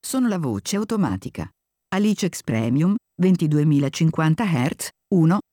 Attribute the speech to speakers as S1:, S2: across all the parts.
S1: sono la voce automatica. Alice X Premium 22.050 Hz 111.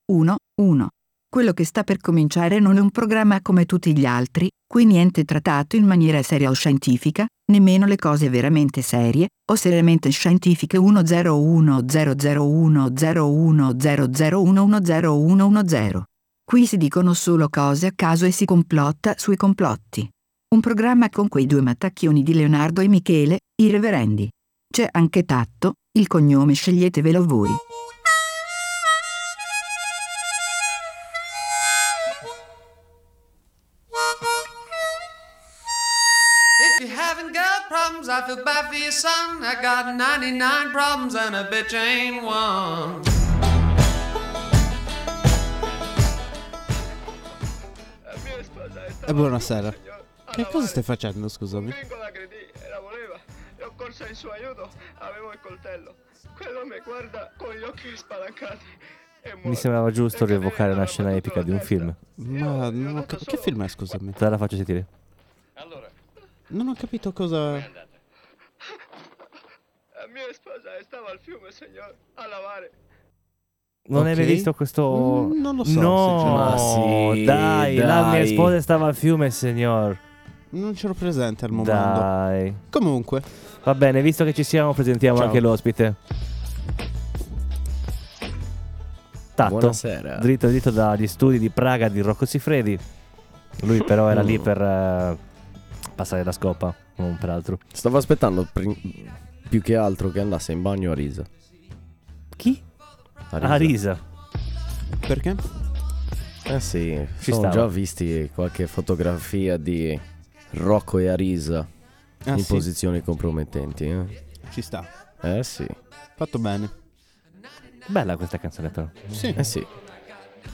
S1: Quello che sta per cominciare non è un programma come tutti gli altri, qui niente è trattato in maniera seria o scientifica, nemmeno le cose veramente serie o seriamente scientifiche 1010010100100110110. Qui si dicono solo cose a caso e si complotta sui complotti. Un programma con quei due mattacchioni di Leonardo e Michele, i reverendi. C'è anche Tatto, il cognome sceglietevelo voi.
S2: If you haven't got problems, I feel bad for your son. I got 99 problems and a bitch ain't one.
S3: E buonasera. Che cosa stai facendo, scusami?
S4: Vengo la credì e la voleva. E ho corso in suo aiuto, avevo il coltello. Quello mi guarda con gli occhi spalancati. e muore.
S5: Mi sembrava giusto
S4: E cadere
S5: rievocare una
S4: dalla
S5: scena
S4: battuta
S5: epica di un
S4: alla testa.
S5: film.
S3: Ma non ho cap- che film è, scusami?
S5: Te la faccio sentire.
S3: Non ho capito cosa.
S4: La mia sposa stava al fiume, signor, a lavare.
S5: Non
S3: Ok.
S5: hai mai visto questo.
S3: Mm, non lo so,
S5: No,
S6: sinceramente. Ma sì,
S5: dai, la mia
S6: dai.
S5: sposa stava al fiume, signor.
S3: Non c'ero presente al momento.
S5: Dai.
S3: Comunque,
S5: Va bene, visto che ci siamo, presentiamo
S3: Ciao.
S5: anche l'ospite. Tatto.
S6: Buonasera.
S5: Dritto dritto dagli studi di Praga di Rocco Siffredi. Lui però era lì
S6: Mm.
S5: per eh, passare la scopa, non per altro.
S6: Stavo aspettando pri- più che altro che andasse in bagno a risa.
S5: Chi?
S6: A risa.
S5: Ah, Risa.
S3: perché? Ah,
S6: Eh sì,
S5: Ci
S6: ci sono
S5: stava.
S6: già visti qualche fotografia di Rocco e Arisa
S3: Ah,
S6: in
S3: sì,
S6: posizioni compromettenti. Eh,
S3: ci sta.
S6: eh sì,
S3: Fatto bene.
S5: Bella questa canzone però.
S3: Sì.
S6: eh sì.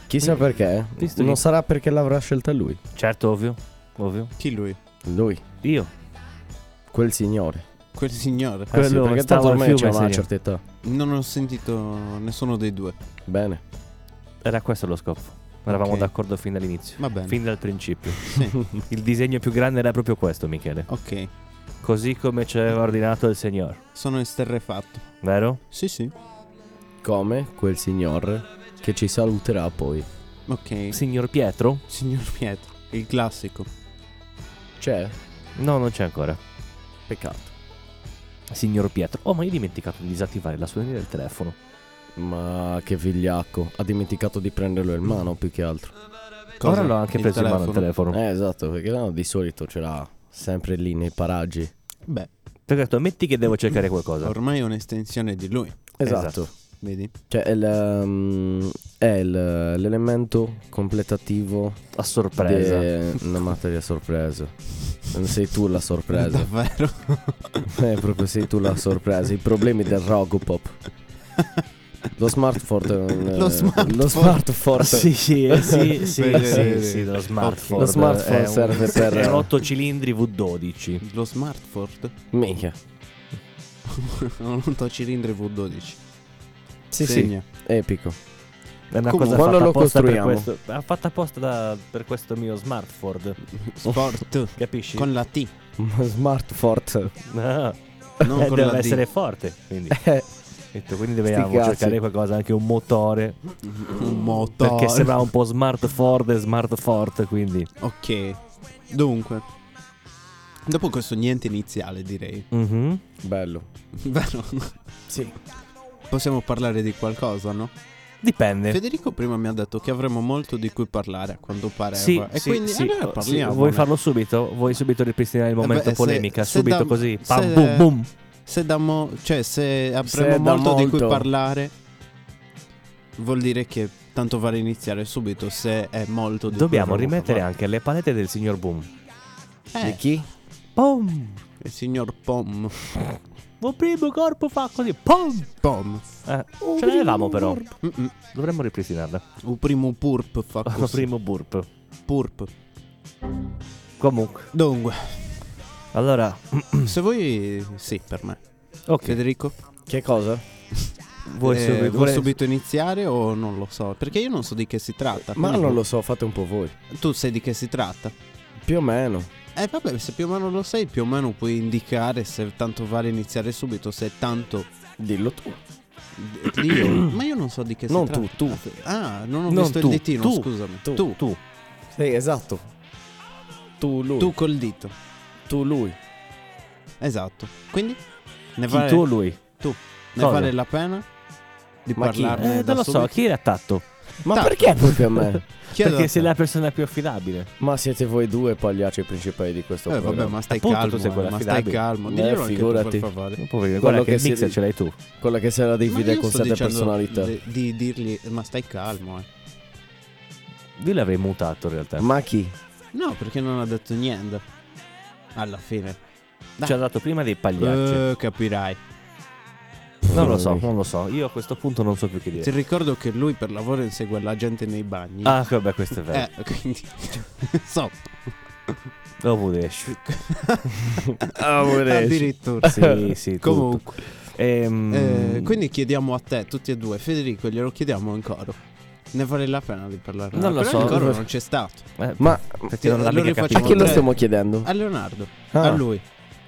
S6: Chissà perché, eh?
S5: Visto
S6: non
S5: che-
S6: sarà perché l'avrà scelta lui.
S5: Certo, ovvio. Ovvio.
S3: Chi lui?
S6: Lui,
S5: Io.
S6: quel signore.
S3: Quel signore.
S6: Eh sì,
S5: Quello
S6: perché
S5: stava
S6: tanto
S5: al
S6: ormai
S5: fiume,
S6: c'è una
S5: signor.
S6: certa età.
S3: Non ho sentito nessuno dei due.
S6: Bene,
S5: Era questo lo scopo. Eravamo
S3: Ok.
S5: d'accordo fin dall'inizio.
S3: Va bene.
S5: Fin dal principio.
S3: Sì.
S5: Il disegno più grande era proprio questo, Michele.
S3: ok.
S5: Così come ci aveva ordinato il signor.
S3: Sono esterrefatto.
S5: Vero?
S3: Sì, sì.
S6: come quel signor che ci saluterà poi.
S3: Ok.
S5: Signor Pietro?
S3: Signor Pietro. Il classico.
S6: C'è?
S5: No, non c'è ancora.
S6: Peccato.
S5: Signor Pietro. Oh, ma io ho dimenticato di disattivare la suoneria del telefono.
S6: Ma che vigliacco, ha dimenticato di prenderlo in mano più che altro.
S3: Cosa?
S5: Ora l'ho anche
S3: Il
S5: preso in mano il telefono.
S6: Eh esatto, perché no, di solito ce l'ha sempre lì nei paraggi.
S3: Beh,
S5: Ti ho detto, metti che devo cercare qualcosa.
S3: ormai è un'estensione di lui.
S5: Esatto.
S6: Esatto.
S3: Vedi?
S6: Cioè è, il, um, è il, l'elemento completativo
S5: A sorpresa.
S6: di una materia sorpresa.
S5: Eh,
S6: Non sei tu la sorpresa.
S3: Davvero?
S6: Eh, proprio sei tu la sorpresa. I problemi del Rogopop. Lo smartphone. eh,
S3: Lo smartphone.
S6: Lo smartphone.
S5: Sì, sì, eh, sì, sì,
S3: Vedi,
S5: sì,
S3: vedi.
S5: sì, lo smartphone.
S6: Lo smartphone
S5: è un-
S6: serve per-
S5: È un 8 cilindri V12.
S3: Lo smartphone.
S6: Minchia.
S3: Un 8 cilindri V12.
S6: Sì, sì,
S3: Segna.
S6: epico.
S5: È una
S3: Comunque,
S5: cosa
S6: quando
S5: fatta
S6: lo
S5: apposta per
S6: costruiamo?
S5: questo- ah, fatta apposta da- per questo mio smartphone.
S3: Sport.
S5: Capisci?
S3: Oh. con la T.
S6: Smartphone.
S5: Ah,
S3: Non
S5: eh,
S3: con
S5: deve
S3: la
S5: essere
S3: D.
S5: forte. Quindi,
S6: Eh,
S5: detto, quindi dobbiamo
S6: Sti cazzi.
S5: cercare qualcosa, anche un motore.
S3: Un motore.
S5: Perché sembrava un po' smart Ford e smart Ford. Quindi,
S3: Ok. Dunque. Dopo questo niente iniziale direi.
S5: Mhm.
S6: Bello.
S3: Vero?
S6: Sì.
S3: Possiamo parlare di qualcosa, no?
S5: dipende.
S3: Federico prima mi ha detto che avremo molto di cui parlare, a quanto pare. eh,
S5: Sì,
S3: e
S5: sì,
S3: quindi
S5: sì.
S3: allora parliamo. eh.
S5: Sì, Vuoi farlo subito? Vuoi subito ripristinare il momento
S3: beh, se-
S5: polemica?
S3: se
S5: subito
S3: da-
S5: così.
S3: se-
S5: Pam, boom, boom.
S3: Se, da mo- cioè, se avremo
S6: Se da
S3: molto, di cui
S6: molto.
S3: parlare, vuol dire che tanto vale iniziare subito. Se è molto di
S5: Dobbiamo
S3: cui avremo
S5: rimettere
S3: parlato.
S5: anche le palette del signor Boom.
S3: Eh,
S6: Di chi?
S5: Boom!
S3: il signor Pom.
S5: Un primo corpo fa così. Boom!
S3: Pom.
S5: Eh, ce l'avevamo però.
S3: Mm-mm.
S5: Dovremmo ripristinarla.
S3: Un primo purp fa
S5: Il
S3: così.
S5: primo burp.
S3: Purp.
S5: Comunque,
S3: Dunque,
S5: allora,
S3: se vuoi, sì, per me.
S5: ok.
S3: Federico,
S6: Che cosa?
S5: Vuoi
S3: eh,
S5: subito?
S3: vuoi
S5: vuole-
S3: subito iniziare o non lo so? Perché io non so di che si tratta.
S6: Ma
S3: quindi-
S6: non lo so, fate un po' voi.
S3: Tu sai di che si tratta?
S6: Più o meno.
S3: Eh vabbè, se più o meno lo sai, più o meno puoi indicare se tanto vale iniziare subito, se tanto...
S6: Dillo tu.
S3: Io, ma io non so di che si
S6: Non
S3: tratta.
S6: tu, tu.
S3: Ah, non ho
S6: Non
S3: visto
S6: tu,
S3: il ditino,
S6: tu,
S3: scusami.
S6: tu.
S3: tu,
S5: Tu.
S6: Sì, esatto. Tu lui.
S3: tu col dito.
S6: tu lui.
S3: Esatto. Quindi? Ne
S5: Chi
S3: vale,
S5: tu o lui?
S3: tu. Ne
S5: Cosa?
S3: vale la pena di
S6: Ma chi?
S3: parlarne
S5: Eh,
S3: da
S5: non lo so,
S3: subito?
S5: chi era tatto?
S6: Ma
S3: Tanto.
S6: perché proprio a me?
S3: Chi è
S5: Perché
S3: da
S5: sei
S3: te?
S5: la persona più affidabile.
S6: Ma siete voi due pagliacci principali di questo
S3: Eh, vabbè,
S6: programma.
S3: ma stai
S5: Appunto, tu
S3: calmo,
S5: sei quello
S3: eh, ma stai
S5: affidabile.
S3: calmo.
S6: Eh,
S3: Diglielo anche tu,
S6: figurati.
S3: per favore.
S5: Poverino,
S6: Quello
S5: Guarda che
S6: che
S5: il
S6: si-
S5: mixer ce l'hai tu.
S6: Quella che se la divide
S3: io
S6: con
S3: sto
S6: sette
S3: dicendo
S6: personalità.
S3: di- Di dirgli, ma stai calmo, eh.
S5: Io l'avrei mutato in realtà.
S6: Ma chi?
S3: No, perché non ha detto niente. Alla fine. dai.
S5: Ci ha dato prima dei pagliacci.
S3: Eh, capirai.
S5: non lo so, non lo so. Io a questo punto non so più che
S3: Ti
S5: dire.
S3: ricordo che lui per lavoro insegue la gente nei bagni.
S5: Ah, vabbè, questo è vero.
S3: Eh, quindi... so.
S5: Dopo esci.
S6: Ah, vorrei-
S3: Addirittura.
S5: Sì, sì. tutto.
S3: Comunque,
S5: Ehm,
S3: eh, quindi chiediamo a te, tutti e due, Federico, glielo chiediamo ancora. Ne vale la pena di parlare?
S5: Non lo
S3: Però
S5: so.
S3: ancora non c'è stato.
S5: eh,
S6: Ma
S5: perché non l'ha
S3: allora
S5: mica
S3: rifacciamo
S6: a chi
S5: capito.
S6: lo
S3: tre.
S6: stiamo chiedendo?
S3: A Leonardo,
S6: Ah,
S3: a lui,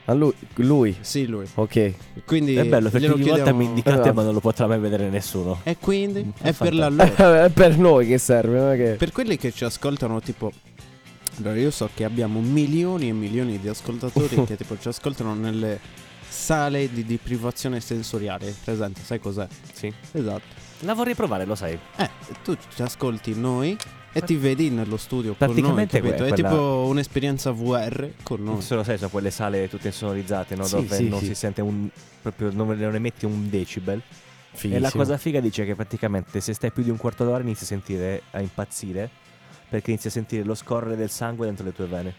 S6: a lui. Lui.
S3: sì lui.
S6: Ok.
S3: Quindi
S5: È bello perché
S3: glielo
S5: ogni volta
S3: chiediamo-
S5: mi indicate
S6: Allora.
S5: ma non lo potrà mai vedere nessuno.
S3: E quindi
S5: È
S3: è per
S5: fantastico.
S3: la loro.
S6: È per noi che serve, non è che-
S3: Per quelli che ci ascoltano, tipo. Allora, io so che abbiamo milioni e milioni di ascoltatori che tipo ci ascoltano nelle sale di, di privazione sensoriale. Presente, sai cos'è?
S5: Sì.
S3: Esatto.
S5: La vorrei provare, lo sai.
S3: Eh, tu ci ascolti noi e ti vedi nello studio con noi,
S5: Praticamente
S3: capito? È
S5: que- quella-
S3: tipo un'esperienza VR con
S5: Non
S3: noi.
S5: so, sai, sono quelle sale tutte sonorizzate, no?
S6: Sì,
S5: Dove
S6: sì,
S5: non
S6: sì.
S5: si sente un. proprio non, non emetti un decibel.
S6: Fighissimo.
S5: E la cosa figa dice che praticamente se stai più di un quarto d'ora inizi a sentire a impazzire perché inizi a sentire lo scorrere del sangue dentro le tue vene.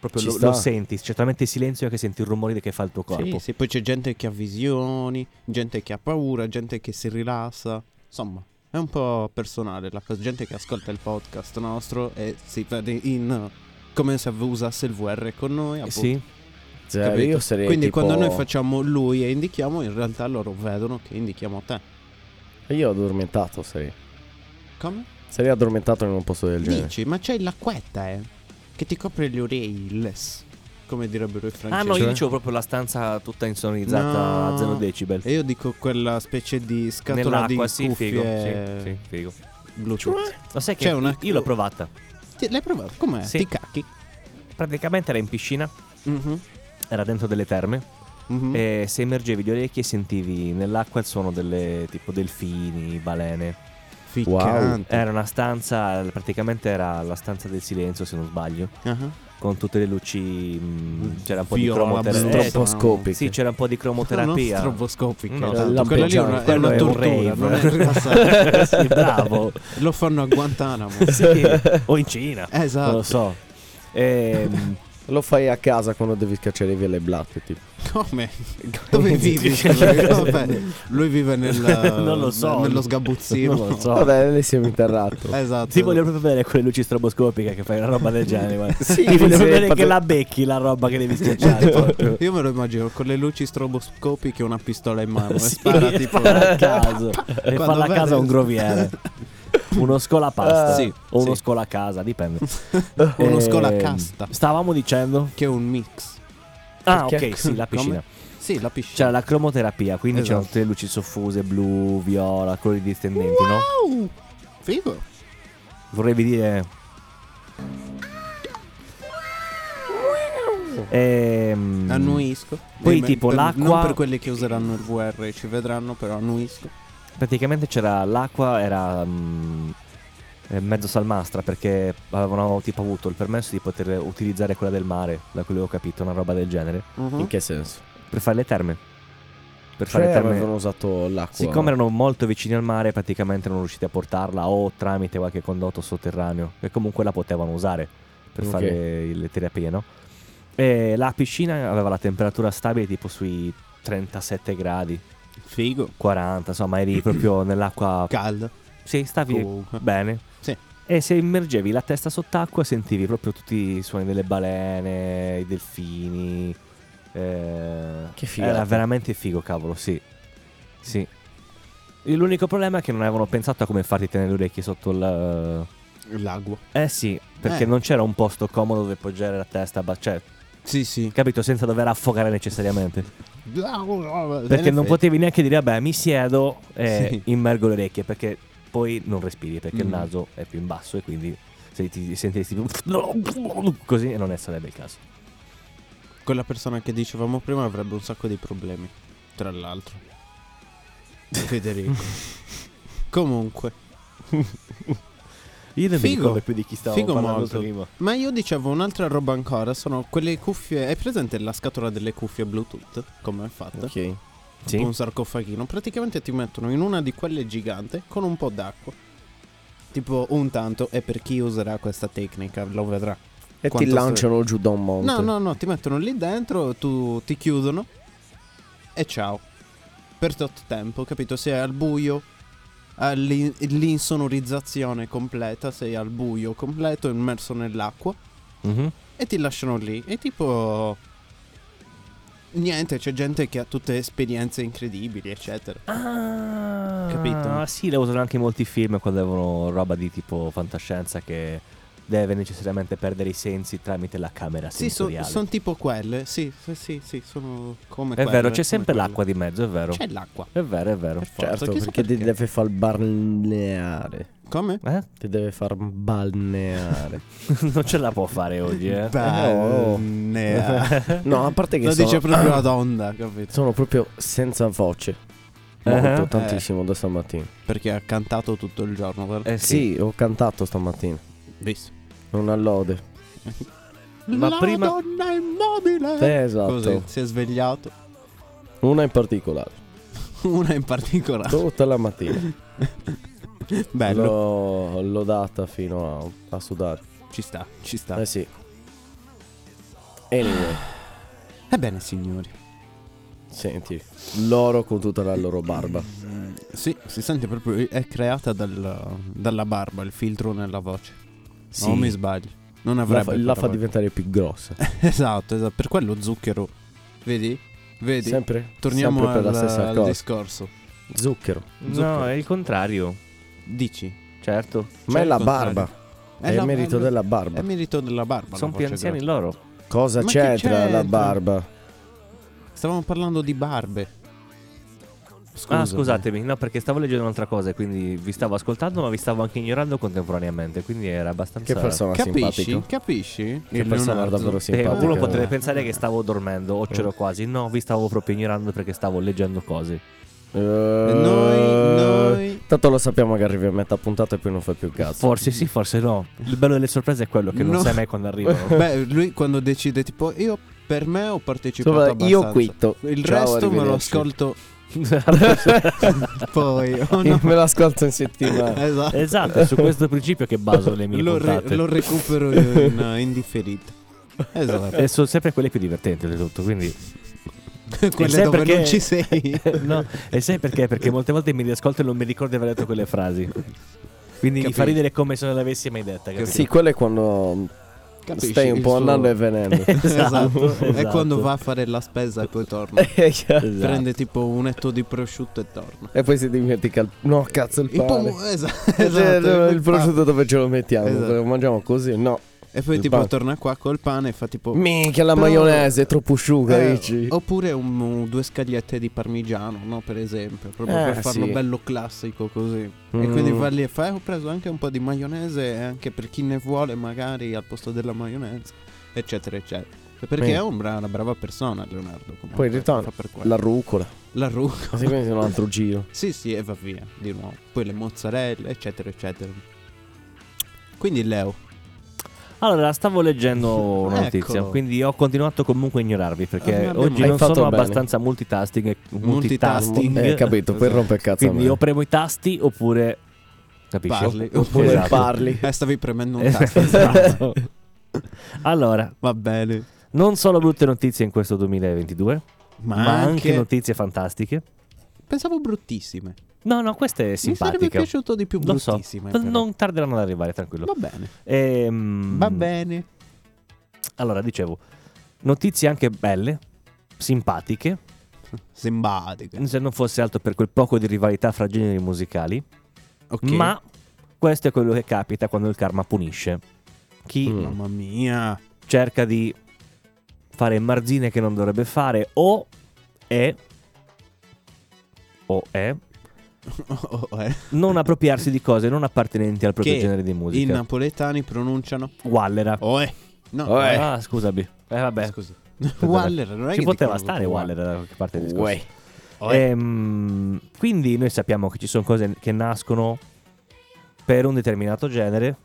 S5: Proprio
S6: Ci
S5: lo,
S6: sta.
S5: lo senti, c'è talmente silenzio che senti il rumore che fa il tuo corpo.
S3: Sì, sì, poi c'è gente che ha visioni, gente che ha paura, gente che si rilassa. Insomma, è un po' personale la cosa. Gente che ascolta il podcast nostro e si vede in come se usasse il VR con noi. appunto,
S5: Eh, Sì?
S6: Cioè,
S3: capito?
S6: io sarei
S3: Quindi
S6: tipo-
S3: quando noi facciamo lui e indichiamo, in realtà loro vedono che indichiamo te.
S6: Io addormentato sarei.
S3: Come?
S6: Sarei addormentato in un posto del genere.
S3: Dici, ma c'è l'acquetta, eh? Che ti copre le orecchie, come direbbero i francesi.
S5: Ah no, io
S3: Cioè?
S5: dicevo proprio la stanza tutta insonorizzata
S3: No.
S5: a 0 decibel.
S3: E io dico quella specie di scatola di
S5: Nell'acqua,
S3: cuffie
S5: sì, figo. Sì, sì, Cioè? figo.
S3: Bluetooth.
S5: Lo sai che
S3: C'è una-
S5: io l'ho provata.
S3: Ti- l'hai provato? Com'è?
S5: Sì.
S3: Ti cacchi?
S5: Praticamente era in piscina,
S3: Mhm,
S5: era dentro delle terme.
S6: Mm.
S3: mhm.
S5: E se immergevi gli orecchi sentivi nell'acqua il suono delle tipo delfini, balene.
S3: Ficcante.
S5: Era una stanza, praticamente era la stanza del silenzio se non sbaglio,
S3: Ah,
S5: con tutte le luci, mh, c'era un po' di
S3: viola,
S5: cromoterapia.
S3: blu.
S5: Eh,
S6: Stroposcopiche.
S5: sì, c'era un po' di cromoterapia.
S3: No, non stroboscopiche.
S5: No,
S3: tanto. Quella
S6: lampeggiante.
S3: lì è una, è
S5: Quello
S3: una
S5: è un
S3: tortura,
S5: rave.
S3: non è rilassante.
S5: Sì, bravo.
S3: Lo fanno a Guantanamo.
S5: Sì, o in Cina,
S6: Eh,
S5: non lo
S3: Esatto.
S5: so. Ehm, E, mh,
S6: Lo fai a casa quando devi scacciare via le blatte, tipo.
S3: Come? Dove vivi? scusa? Vabbè, lui vive nel,
S5: Non lo so.
S3: nello sgabuzzino.
S5: non lo so. Eh,
S6: Vabbè, lei si è interrato.
S3: Esatto.
S5: Ti voglio proprio vedere quelle luci stroboscopiche che fai una roba del genere. guarda.
S6: Sì,
S5: Ti voglio
S6: sì,
S5: vedere
S6: infatti-
S5: che la becchi la roba che devi schiacciare. proprio.
S3: Eh, Io me lo immagino con le luci stroboscopiche e una pistola in mano. e
S5: Sì,
S3: spara tipo.
S5: spara a caso. e
S3: Quando
S5: farla a
S3: vede-
S5: casa un groviere. Uno scolapasta
S3: Eh, sì,
S5: o uno
S3: sì.
S5: scolacasa, dipende.
S3: Uno
S5: Eh,
S3: scolacasta.
S5: Stavamo dicendo
S3: Che è un mix.
S5: Ah,
S6: Perché-
S5: ok, sì, la piscina.
S3: Sì, la piscina.
S5: C'era la cromoterapia, quindi
S3: Esatto.
S5: c'erano tutte le luci soffuse, blu, viola, colori distendenti, no? Mm.
S3: Wow! Figo.
S5: Vorrei dire Ehm,
S3: Annuisco.
S5: Poi
S3: Eh, beh,
S5: tipo
S3: per-
S5: l'acqua-
S3: Non per quelli che useranno il VR, ci vedranno, però annuisco.
S5: Praticamente c'era l'acqua, era mm, eh, mezzo salmastra perché avevano tipo avuto il permesso di poter utilizzare quella del mare, da quello che ho capito, una roba del genere,
S6: In che senso?
S5: per fare le terme. Per
S6: Cioè,
S5: fare le terme.
S6: avevano usato l'acqua.
S5: Siccome erano molto vicini al mare, praticamente non riusciti a portarla o tramite qualche condotto sotterraneo, che comunque la potevano usare per
S6: Ok.
S5: fare le terapie, no? E la piscina aveva la temperatura stabile tipo sui 37 gradi,
S3: Figo.
S5: 40, insomma, eri proprio nell'acqua.
S3: Caldo.
S5: Sì, stavi
S6: Oh,
S3: Comunque.
S5: bene.
S3: Sì.
S5: E se immergevi la testa sott'acqua sentivi proprio tutti i suoni delle balene, i delfini. eh,
S6: Che figata.
S5: Era veramente figo, cavolo, sì. Sì. E L'unico problema è che non avevano pensato a come farti tenere le orecchie sotto il,
S3: L'ago.
S5: Eh sì, perché
S3: Eh.
S5: non c'era un posto comodo dove poggiare la testa, ma cioè,
S3: Sì, sì.
S5: capito, senza dover affogare necessariamente.
S3: Perché
S5: Perché non potevi neanche dire, vabbè, mi siedo e
S3: Sì.
S5: immergo le orecchie, perché poi non respiri, perché il
S3: Mm.
S5: naso è più in basso e quindi se ti sentiresti più... Così non è sarebbe il caso.
S3: Quella persona che dicevamo prima avrebbe un sacco di problemi. Tra l'altro. Federico. Comunque.
S5: Io non mi
S3: Figo.
S5: ricordo più di chi stavo
S3: Figo
S5: parlando
S3: molto.
S5: prima.
S3: Ma io dicevo un'altra roba ancora. Sono quelle cuffie. Hai presente la scatola delle cuffie Bluetooth? Come è fatta?
S6: Ok.
S5: Sì?
S3: un sarcofaghino. Praticamente ti mettono in una di quelle gigante con un po' d'acqua. Tipo un tanto, e per chi userà questa tecnica lo vedrà.
S6: E ti
S3: Quanto
S6: lanciano giù da un monte.
S3: No, no, no, ti mettono lì dentro, tu ti chiudono e ciao. Per tot tempo, capito? Sei al buio, all'in- l'insonorizzazione completa, sei al buio completo, immerso nell'acqua
S5: Mhm.
S3: e ti lasciano lì. E tipo... Niente, c'è gente che ha tutte esperienze incredibili, eccetera.
S5: Ah,
S3: Capito?
S5: Sì, la usano anche in molti film quando devono roba di tipo fantascienza che deve necessariamente perdere i sensi tramite la camera
S3: Sì, sono
S5: sensoriale.
S3: tipo quelle. Sì, sì, sì, sì, sono come
S5: è
S3: quelle,
S5: vero,
S3: come
S5: c'è sempre
S3: quelle.
S5: l'acqua di mezzo, è vero.
S3: C'è Eh, l'acqua.
S5: È vero, è vero.
S3: Per forza.
S6: Certo,
S3: Chissà
S6: perché ti deve far balneare.
S3: Come?
S5: Eh?
S6: Ti deve far balneare.
S5: non ce la può fare oggi, eh.
S6: oh.
S3: Balnea.
S6: no, a parte che
S3: mm, eh. Lo
S6: sono,
S3: dice proprio la donna, capito?
S6: sono proprio senza voce. Molto,
S5: Eh.
S6: tantissimo da stamattina.
S3: Perché ha cantato tutto il giorno, vero?
S5: Eh
S6: Sì, ho cantato stamattina.
S3: Visto.
S6: Una lode.
S5: Ma
S3: la
S5: prima-
S3: donna immobile.
S6: Eh, esatto.
S3: Così, si è svegliato.
S6: Una in particolare.
S3: Una in particolare.
S6: Tutta la mattina.
S3: Bello.
S6: L'ho lodata fino a, a sudare.
S3: Ci sta, ci sta.
S6: Eh sì. Anyway,
S3: Ebbene, signori.
S6: senti. Loro con tutta la loro barba.
S3: Mm, Sì, si sente proprio. È creata dal- dalla barba, il filtro nella voce.
S6: Sì.
S3: Non Oh, mi sbaglio. Non
S6: La
S3: avrebbe
S6: fa, la
S3: quella
S6: fa
S3: voce.
S6: diventare più grossa.
S3: Esatto, esatto, per quello zucchero. Vedi? Vedi?
S6: Sempre?
S3: Torniamo
S6: sempre
S3: al,
S6: per la stessa
S3: al
S6: cosa.
S3: discorso.
S6: Zucchero.
S3: Zucchero.
S5: No, è il contrario.
S3: Dici?
S5: Certo.
S6: Ma è
S3: il
S6: la
S3: contrario.
S6: barba. È,
S3: la-
S6: il merito della barba.
S3: È merito della barba.
S5: Sono
S3: la
S5: più
S3: voce
S5: anziani
S3: grossa.
S5: loro.
S6: Cosa
S3: Ma che
S6: c'entra
S3: c'entra?
S6: la barba?
S3: Stavamo parlando di barbe.
S5: Ah,
S6: Ah,
S3: Scusami.
S5: scusatemi, no, perché stavo leggendo un'altra cosa e quindi vi stavo ascoltando, ma vi stavo anche ignorando contemporaneamente, quindi era abbastanza
S6: Che persona
S3: Capisci?
S6: simpatica.
S3: Capisci?
S6: Che
S3: Il
S6: persona
S3: Leonardo.
S6: davvero
S5: Eh,
S6: simpatica.
S5: qualcuno potrebbe pensare che stavo dormendo, o c'ero quasi. No, vi stavo proprio ignorando perché stavo leggendo cose.
S6: Eh,
S3: Noi, noi.
S6: Tanto lo sappiamo che arrivi a metà puntata e poi non fai più cazzo.
S5: Forse sì, forse no. Il bello delle sorprese è quello che non
S3: No.
S5: sai mai quando arrivano.
S3: Beh, lui quando decide, tipo, io per me ho partecipato
S6: Insomma,
S3: abbastanza.
S6: io quitto.
S3: Il
S6: Ciao,
S3: resto me lo
S6: arrivederci.
S3: ascolto poi. o
S6: Io
S3: no?
S6: me lo ascolto in settimana.
S3: Esatto.
S5: esatto, è su questo principio che baso le mie
S3: Lo, re-
S5: puntate.
S3: lo recupero io in, eh, in differita. Esatto.
S5: E sono sempre quelle più divertenti di tutto, quindi...
S6: Eh,
S3: Quelle
S5: sai
S3: dove
S5: perché-
S3: non ci sei.
S5: no, e sai perché? Perché molte volte mi riascolto e non mi ricordo di aver detto quelle frasi. Quindi mi fa
S3: Capito.
S5: ridere come se non l'avessi mai detta,
S3: eh,
S5: capito?
S6: Sì, quello è quando
S3: Capisci?
S6: stai un
S3: Il
S6: po'
S3: suo-
S6: andando e venendo.
S3: Esatto.
S5: Esatto,
S3: È
S5: esatto.
S3: quando va a fare la spesa e poi torna.
S6: e
S5: Esatto.
S3: Prende tipo un etto di prosciutto e torna.
S6: poi si dimentica il... No, cazzo, il
S3: Il
S6: pane.
S3: pomo- esatto,
S6: Eh, cioè,
S3: esatto,
S6: il prosciutto dove ce lo mettiamo?
S3: Esatto.
S6: Lo mangiamo così? No.
S3: E poi
S6: il
S3: tipo
S6: pane.
S3: torna qua col pane e fa tipo...
S6: Minchia, la
S3: Però-
S6: maionese è troppo asciuga,
S3: Eh,
S6: dici?
S3: oppure un- un- due scagliette di parmigiano, no? Per esempio, proprio
S6: Eh,
S3: per farlo
S6: sì.
S3: bello classico così. E
S6: Mm.
S3: quindi va lì e fa: "Eh, Ho preso anche un po' di maionese, eh, anche per chi ne vuole, magari al posto della maionese, eccetera, eccetera. Cioè, Perché
S6: Sì.
S3: è un bra- una brava persona, Leonardo. comunque,
S6: Poi ritorna.
S3: fa per quello.
S6: La rucola.
S3: La rucola.
S6: Così quindi un altro giro.
S3: Sì, sì, e va via di nuovo. Poi le mozzarelle, eccetera, eccetera. Quindi, Leo,
S5: Allora, stavo leggendo una
S3: Ecco.
S5: notizia, quindi ho continuato comunque a ignorarvi
S3: Ah,
S5: perché
S3: abbiamo-
S5: oggi
S6: Hai
S5: non
S6: fatto
S5: sono
S6: bene.
S5: abbastanza multitasking. e-
S3: Multitasking.
S6: Eh, capito, poi
S3: Esatto.
S6: rompe il cazzo. a
S5: Quindi
S6: me.
S5: o premo i tasti oppure capisci?
S3: parli.
S6: Oppure
S5: Esatto.
S6: parli.
S3: Eh, stavi premendo un tasto.
S5: Esatto. allora,
S3: Va bene.
S5: non solo brutte notizie in questo 2022,
S3: Ma,
S5: ma anche
S3: anche.
S5: notizie fantastiche.
S3: Pensavo bruttissime.
S5: No, no, questa è
S3: Mi sarebbe
S5: simpatica.
S3: piaciuto di più
S5: Lo so,
S3: bruttissime.
S5: ma
S3: però.
S5: non tarderanno ad arrivare, tranquillo.
S3: Va bene.
S5: Ehm,
S3: Va bene.
S5: Allora, dicevo, notizie anche belle, simpatiche,
S3: Simpatiche.
S5: se non fosse altro per quel poco di rivalità fra generi musicali,
S3: Ok.
S5: ma Questo è quello che capita quando il karma punisce. Chi
S6: Mm.
S3: Mamma mia.
S5: cerca di fare marzine che non dovrebbe fare o è o è
S3: Oh, oh, eh.
S5: non appropriarsi di cose non appartenenti al proprio
S3: Che
S5: genere di
S3: I
S5: musica.
S3: napoletani pronunciano
S5: Wallera.
S3: Oh, eh. No,
S6: Oh, eh.
S5: Ah, scusami. Eh vabbè.
S3: Scusa. Waller, non è
S5: Ci
S3: che
S5: poteva
S3: dicono
S5: stare
S3: proprio
S5: Waller da qualche parte del discorso.
S6: Uè.
S3: Oh, eh.
S5: Ehm, quindi noi sappiamo che ci sono cose che nascono per un determinato genere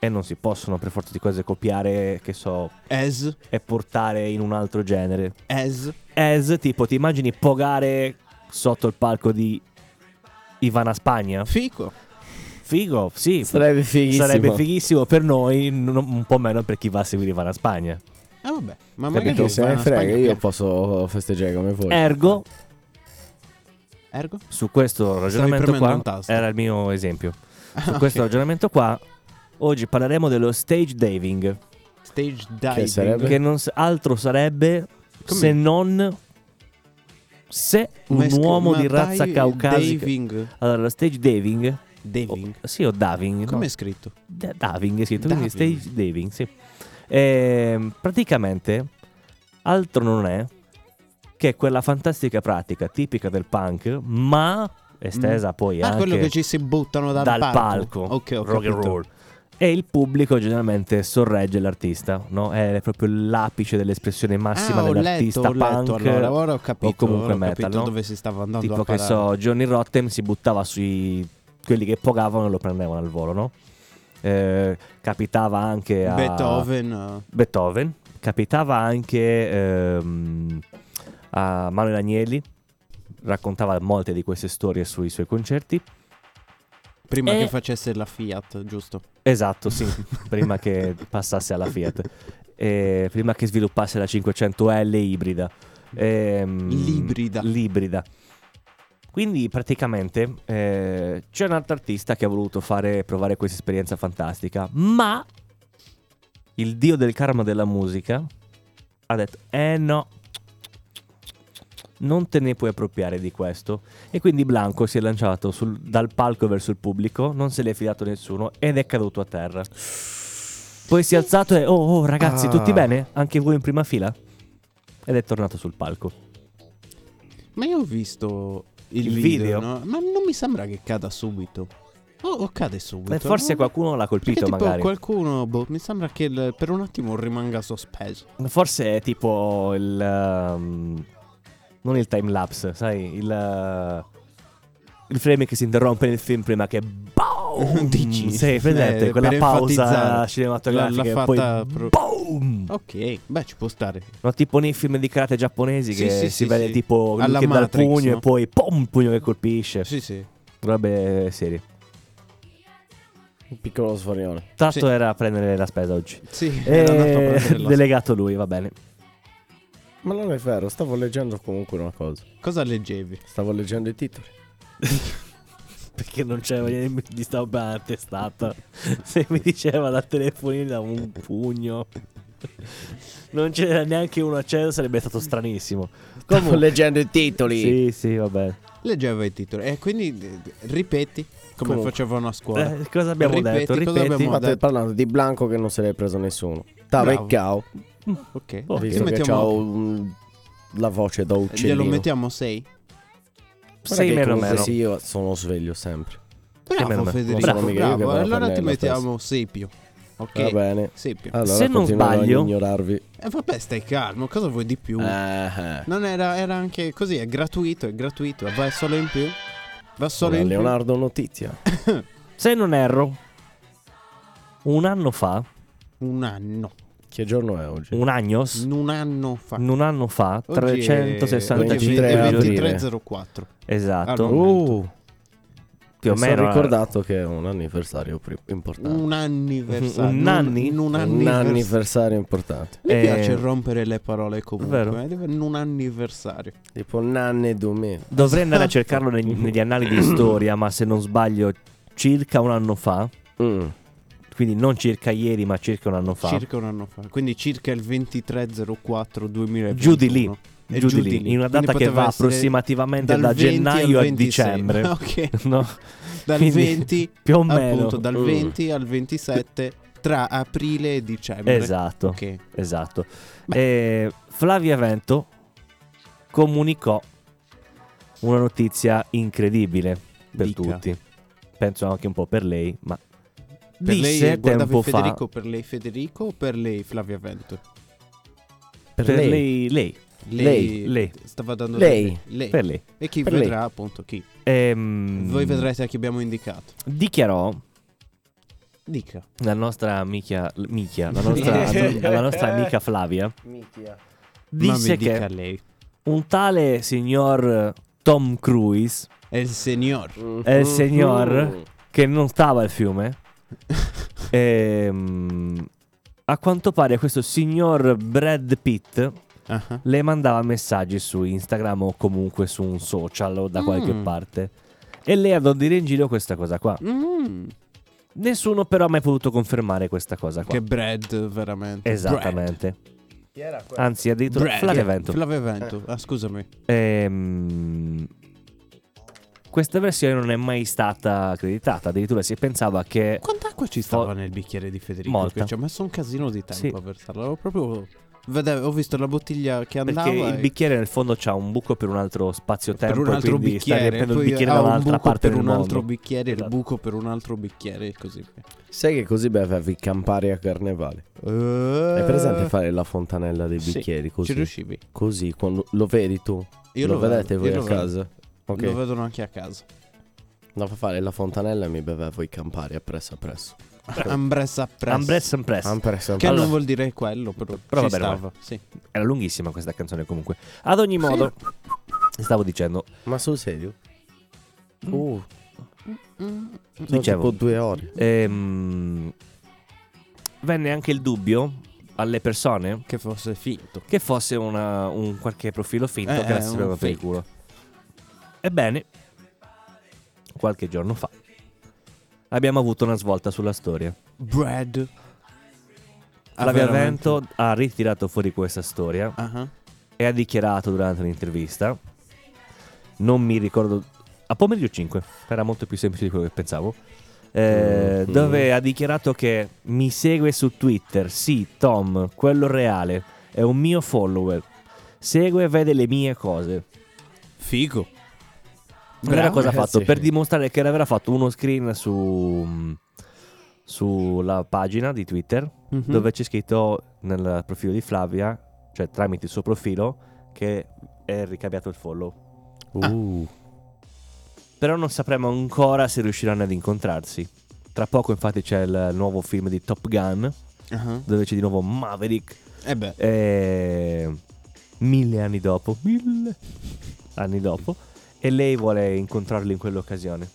S5: e non si possono per forza di cose copiare, che so,
S3: As,
S5: e portare in un altro genere.
S3: as.
S5: As, tipo, ti immagini pogare sotto il palco di Ivana Spagna?
S3: Fico.
S5: Figo, sì.
S6: Sarebbe fighissimo.
S5: Sarebbe fighissimo per noi, n- un po' meno per chi va a seguire Ivana Spagna.
S3: Ah, vabbè. Ma
S6: Perché
S3: magari
S6: se
S3: va
S6: ne
S3: in
S6: frega,
S3: Spagna,
S6: io
S3: via.
S6: posso festeggiare come voi.
S5: Ergo,
S3: Ergo?
S5: su questo ragionamento
S3: premendo
S5: qua,
S3: un tasto.
S5: era il mio esempio. Su
S3: Ah,
S5: questo
S3: ok.
S5: ragionamento qua, oggi parleremo dello stage diving,
S3: Stage diving.
S6: sarebbe?
S5: che non s- altro sarebbe
S3: Come?
S5: se non se un
S3: Ma è scr-
S5: uomo
S3: ma
S5: di razza
S3: dive-
S5: caucasica. Oh.
S3: Diving.
S5: Allora, lo stage diving
S3: Diving.
S5: O- sì, o diving.
S3: Come è
S5: no?
S3: scritto?
S5: Da- diving, sì, tu quindi
S3: Diving.
S5: stage diving, sì. Ehm, praticamente altro non è che quella fantastica pratica tipica del punk, ma estesa poi
S3: Ah,
S5: anche
S3: quello che ci si buttano dal,
S5: dal
S3: palco.
S5: palco,
S3: Ok, ho
S5: rock and
S3: capito.
S5: roll. E il pubblico generalmente sorregge l'artista, no? È proprio l'apice dell'espressione massima
S3: Ah, ho
S5: dell'artista
S3: letto, ho letto,
S5: punk.
S3: allora, ora ho
S5: o
S3: capito,
S5: comunque
S3: ora ho
S5: metal,
S3: capito
S5: no?
S3: dove si stava andando
S5: Tipo
S3: a
S5: che
S3: parare.
S5: so, Johnny Rotten si buttava sui quelli che pogavano e lo prendevano al volo, no? Eh, capitava anche a
S3: Beethoven. eh,
S5: Beethoven, capitava anche ehm, a Manuel Agnelli, raccontava molte di queste storie sui suoi concerti.
S3: Prima
S5: E-
S3: che facesse la Fiat, giusto?
S5: Esatto, sì, prima che passasse alla Fiat, Eh, prima che sviluppasse la 500L ibrida. Ehm,
S3: L'ibrida.
S5: l'ibrida. Quindi praticamente eh, c'è un altro artista che ha voluto fare, provare questa esperienza fantastica, ma il dio del karma della musica ha detto, eh no, non te ne puoi appropriare di questo. E quindi Blanco si è lanciato sul- dal palco verso il pubblico, non se l'è fidato nessuno ed è caduto a terra. Poi si è alzato e, oh, oh, ragazzi,
S6: Ah.
S5: tutti bene? Anche voi in prima fila? Ed è tornato sul palco.
S3: Ma io ho visto il,
S5: Il
S3: video,
S5: video?
S3: no? ma non mi sembra che cada subito. O, o cade subito.
S5: E Eh, forse
S3: no?
S5: qualcuno l'ha
S3: Perché
S5: colpito,
S3: tipo
S5: magari.
S3: qualcuno, boh, mi sembra che il- per un attimo rimanga sospeso.
S5: Forse è tipo il. ehm, non il time lapse, sai? Il. eh, il frame che si interrompe nel film prima che. Boom!
S3: Dici?
S5: Mm. Sì, prendete
S3: Eh,
S5: quella
S3: per
S5: pausa
S3: enfatizzare.
S5: cinematografica.
S3: L'ha- l'ha
S5: e poi
S3: fatta pro-
S5: boom!
S3: Ok, beh, ci può stare.
S5: No, tipo nei film di karate giapponesi
S3: Sì,
S5: che
S3: sì,
S5: si
S3: sì,
S5: vede
S3: sì.
S5: tipo lui
S3: Alla
S5: che dà il
S3: Matrix,
S5: pugno
S3: no?
S5: e poi pum, pugno che colpisce.
S3: Sì, sì.
S5: Robe serie.
S6: Un piccolo sfarione.
S3: Sì.
S5: Tanto era a prendere la spesa oggi.
S3: Sì, era andato a
S5: E...
S3: prendere la-
S5: Delegato lui, va bene.
S6: Ma non è vero, stavo leggendo comunque una cosa.
S3: Cosa leggevi?
S6: Stavo leggendo i titoli.
S5: Perché non c'era niente di stampare la testata. Se mi diceva da telefonina un pugno. Non c'era neanche uno acceso, sarebbe stato stranissimo.
S6: Stavo leggendo i titoli.
S5: Sì, sì, va bene.
S3: Leggeva i titoli. E quindi d- d- ripeti come
S5: Comunque.
S3: facevano a scuola.
S5: Eh, cosa abbiamo
S3: Ripeti,
S5: detto?
S3: cosa
S5: Ripeti.
S3: abbiamo
S6: Ma stai
S3: detto?
S6: parlando di Blanco che non se l'è preso nessuno. Tave
S3: Bravo.
S6: Cao,
S3: Ok.
S5: Oh,
S3: Gli
S6: visto che
S3: mettiamo- eh,
S6: c'ha un- la voce da uccellino.
S3: Glielo mettiamo 6.
S6: Guarda
S5: Sei
S6: che
S5: meno
S6: comunque
S5: meno.
S6: Sì, io sono sveglio sempre.
S5: meno
S3: Bravo
S5: me.
S3: Federico,
S5: Bravo.
S6: Sono mica io che
S3: bravo.
S6: vado a
S3: Allora ti
S6: prendere la Ah.
S3: mettiamo Sepio. Ok.
S6: Va bene.
S3: Sepio.
S6: Allora
S5: Se non
S6: continuerò ad
S5: sbaglio-
S6: ignorarvi.
S3: E vabbè, stai calmo, cosa vuoi di più?
S6: Eh,
S3: Non era, era anche così, è gratuito, è gratuito, va solo in più. Va solo in
S6: Leonardo Notizia.
S5: Se non erro, un anno fa,
S3: più. Un anno.
S6: Che giorno è oggi?
S5: un agnos,
S3: Un anno fa.
S5: un anno fa,
S3: Mm. Oggi è-
S5: 365
S3: oggi Ah, è
S6: aprile.
S5: giorni,
S3: 2304.
S5: esatto,
S3: Allora,
S6: Uh,
S5: più o
S6: mi sono
S5: meno eh.
S6: ricordato che è un anniversario pri- importante.
S3: Un anniversario.
S5: Un anni?
S3: Un, un
S6: Ah. Un
S3: anniversario.
S6: anniversario importante.
S3: Mi
S5: Eh,
S3: piace rompere le parole comunque.
S5: vero.
S3: eh, deve- Un anniversario.
S6: Tipo Nanne Dumé.
S5: Dovrei andare a cercarlo neg- negli annali di storia, ma se non sbaglio circa un anno fa,
S6: Mm.
S5: quindi non circa ieri, ma circa un anno fa.
S3: Circa un anno fa. Quindi circa il 2304 2021.
S5: Giù di lì.
S3: È
S5: giù
S3: di
S5: di lì, in una
S3: Quindi
S5: data che
S3: poteva
S5: va
S3: essere
S5: approssimativamente
S3: dal
S5: da
S3: 20 al
S5: gennaio a
S3: 26.
S5: dicembre.
S3: ok.
S5: No?
S3: Dal
S5: Quindi,
S3: 20
S5: più o meno.
S3: Appunto, dal
S5: Mm.
S3: 20 al 27 tra aprile e dicembre.
S5: Esatto.
S3: Ok.
S5: Esatto. Eh, Flavia Vento comunicò una notizia incredibile per
S3: Dica.
S5: tutti. Penso anche un po' per lei, ma
S3: Per
S5: disse
S3: lei guardavi
S5: tempo fa
S3: Federico, per lei Federico o per lei Flavia Vento?
S5: per,
S6: lei.
S5: lei. lei,
S3: Lei,
S5: Lei.
S3: stava dando
S6: Lei.
S3: del- lei.
S5: per lei.
S3: E chi
S6: Per lei.
S3: vedrà appunto chi?
S5: Ehm,
S3: Voi vedrete a chi abbiamo indicato.
S5: Dichiarò
S3: Dica.
S5: la nostra amica, michia, la, nostra, la nostra amica Flavia
S3: Ma
S5: disse
S3: mi dica
S5: che
S3: lei.
S5: un tale signor Tom Cruise
S3: È il signor.
S6: Mm.
S5: è il Eh,
S3: Mm.
S5: signor che non stava al fiume ehm, a quanto pare questo signor Brad Pitt
S3: Ah,
S5: le mandava messaggi su Instagram o comunque su un social o da qualche
S3: Mm.
S5: parte e lei andò a dire in giro questa cosa qua
S3: Mm.
S5: nessuno però ha mai potuto confermare questa cosa qua
S3: Che bread, veramente.
S5: esattamente
S6: era
S5: anzi ha detto
S3: Bread.
S5: Flavia Vento
S3: Flavia Vento. Ah, scusami.
S5: Ehm, questa versione non è mai stata accreditata. Addirittura si pensava che.
S3: Quant'acqua ci
S5: Fo-
S3: stava nel bicchiere di Federico?
S5: Molta.
S3: Che ci ha messo un casino di tempo
S5: Sì.
S3: a versarla. Ho proprio. vedevo- ho visto la bottiglia che andava.
S5: Perché il
S3: e-
S5: bicchiere nel fondo c'ha un buco per un altro spazio-tempo.
S3: per un altro
S5: quindi sta
S3: bicchiere,
S5: riempiendo il
S3: poi
S5: bicchiere
S3: ha
S5: da
S3: un
S5: un'altra
S3: buco
S5: parte
S3: per
S5: del
S3: un altro
S5: mondo.
S3: bicchiere, il
S5: Esatto.
S3: buco per un altro bicchiere e così via.
S6: Sai che così bevevi campari a carnevale? Hai
S3: Eh,
S6: presente fare la fontanella dei
S3: Sì,
S6: bicchieri
S3: Ci
S6: così?
S3: riuscivi?
S6: Così, quando lo vedi tu?
S3: Io
S6: lo,
S3: lo vedo,
S6: vedete voi
S3: io
S6: a
S3: lo vedo.
S6: casa? Ok,
S3: Lo vedono anche a casa.
S6: andavo a fare la fontanella e mi bevevo i campari appresso appresso.
S3: Ambressa press.
S5: Ambress and Press.
S6: Ampresso,
S3: Che
S6: appresso.
S5: Allora-
S3: non vuol dire quello, però,
S5: Però
S3: ci
S5: va bene,
S3: stava. Sì.
S5: Era lunghissima questa canzone comunque. Ad ogni modo, stavo dicendo.
S6: Ma sul serio? Uh, sono
S5: Dicevo.
S6: mm, tipo due ore.
S5: ehm, venne anche il dubbio alle persone
S3: Che fosse finto.
S5: che fosse una- un qualche profilo finto
S3: Eh,
S5: che
S3: eh,
S5: la si
S3: un
S5: prendeva per il
S3: fake.
S5: culo. Ebbene, qualche giorno fa abbiamo avuto una svolta sulla storia.
S3: Bread. Ah,
S5: Flavia
S3: veramente?
S5: Vento ha ritirato fuori questa storia
S3: Ah,
S5: e ha dichiarato durante un'intervista, non mi ricordo, a pomeriggio 5, era molto più semplice di quello che pensavo, eh,
S6: Mhm.
S5: dove ha dichiarato che mi segue su Twitter, sì Tom, quello reale, è un mio follower, segue e vede le mie cose.
S3: Figo.
S5: Allora
S6: Bravo,
S5: cosa ha fatto?
S6: ragazzi.
S5: Per dimostrare che aveva fatto uno screen su sulla pagina di Twitter
S3: Mhm.
S5: dove c'è scritto nel profilo di Flavia, cioè tramite il suo profilo, che è ricambiato il follow.
S6: Uh,
S5: Però non sapremo ancora se riusciranno ad incontrarsi. Tra poco infatti c'è il nuovo film di Top Gun,
S3: Ah.
S5: dove c'è di nuovo Maverick.
S3: Eh beh.
S5: E... Eh, Mille anni dopo, mille anni dopo, e lei vuole incontrarlo in quell'occasione.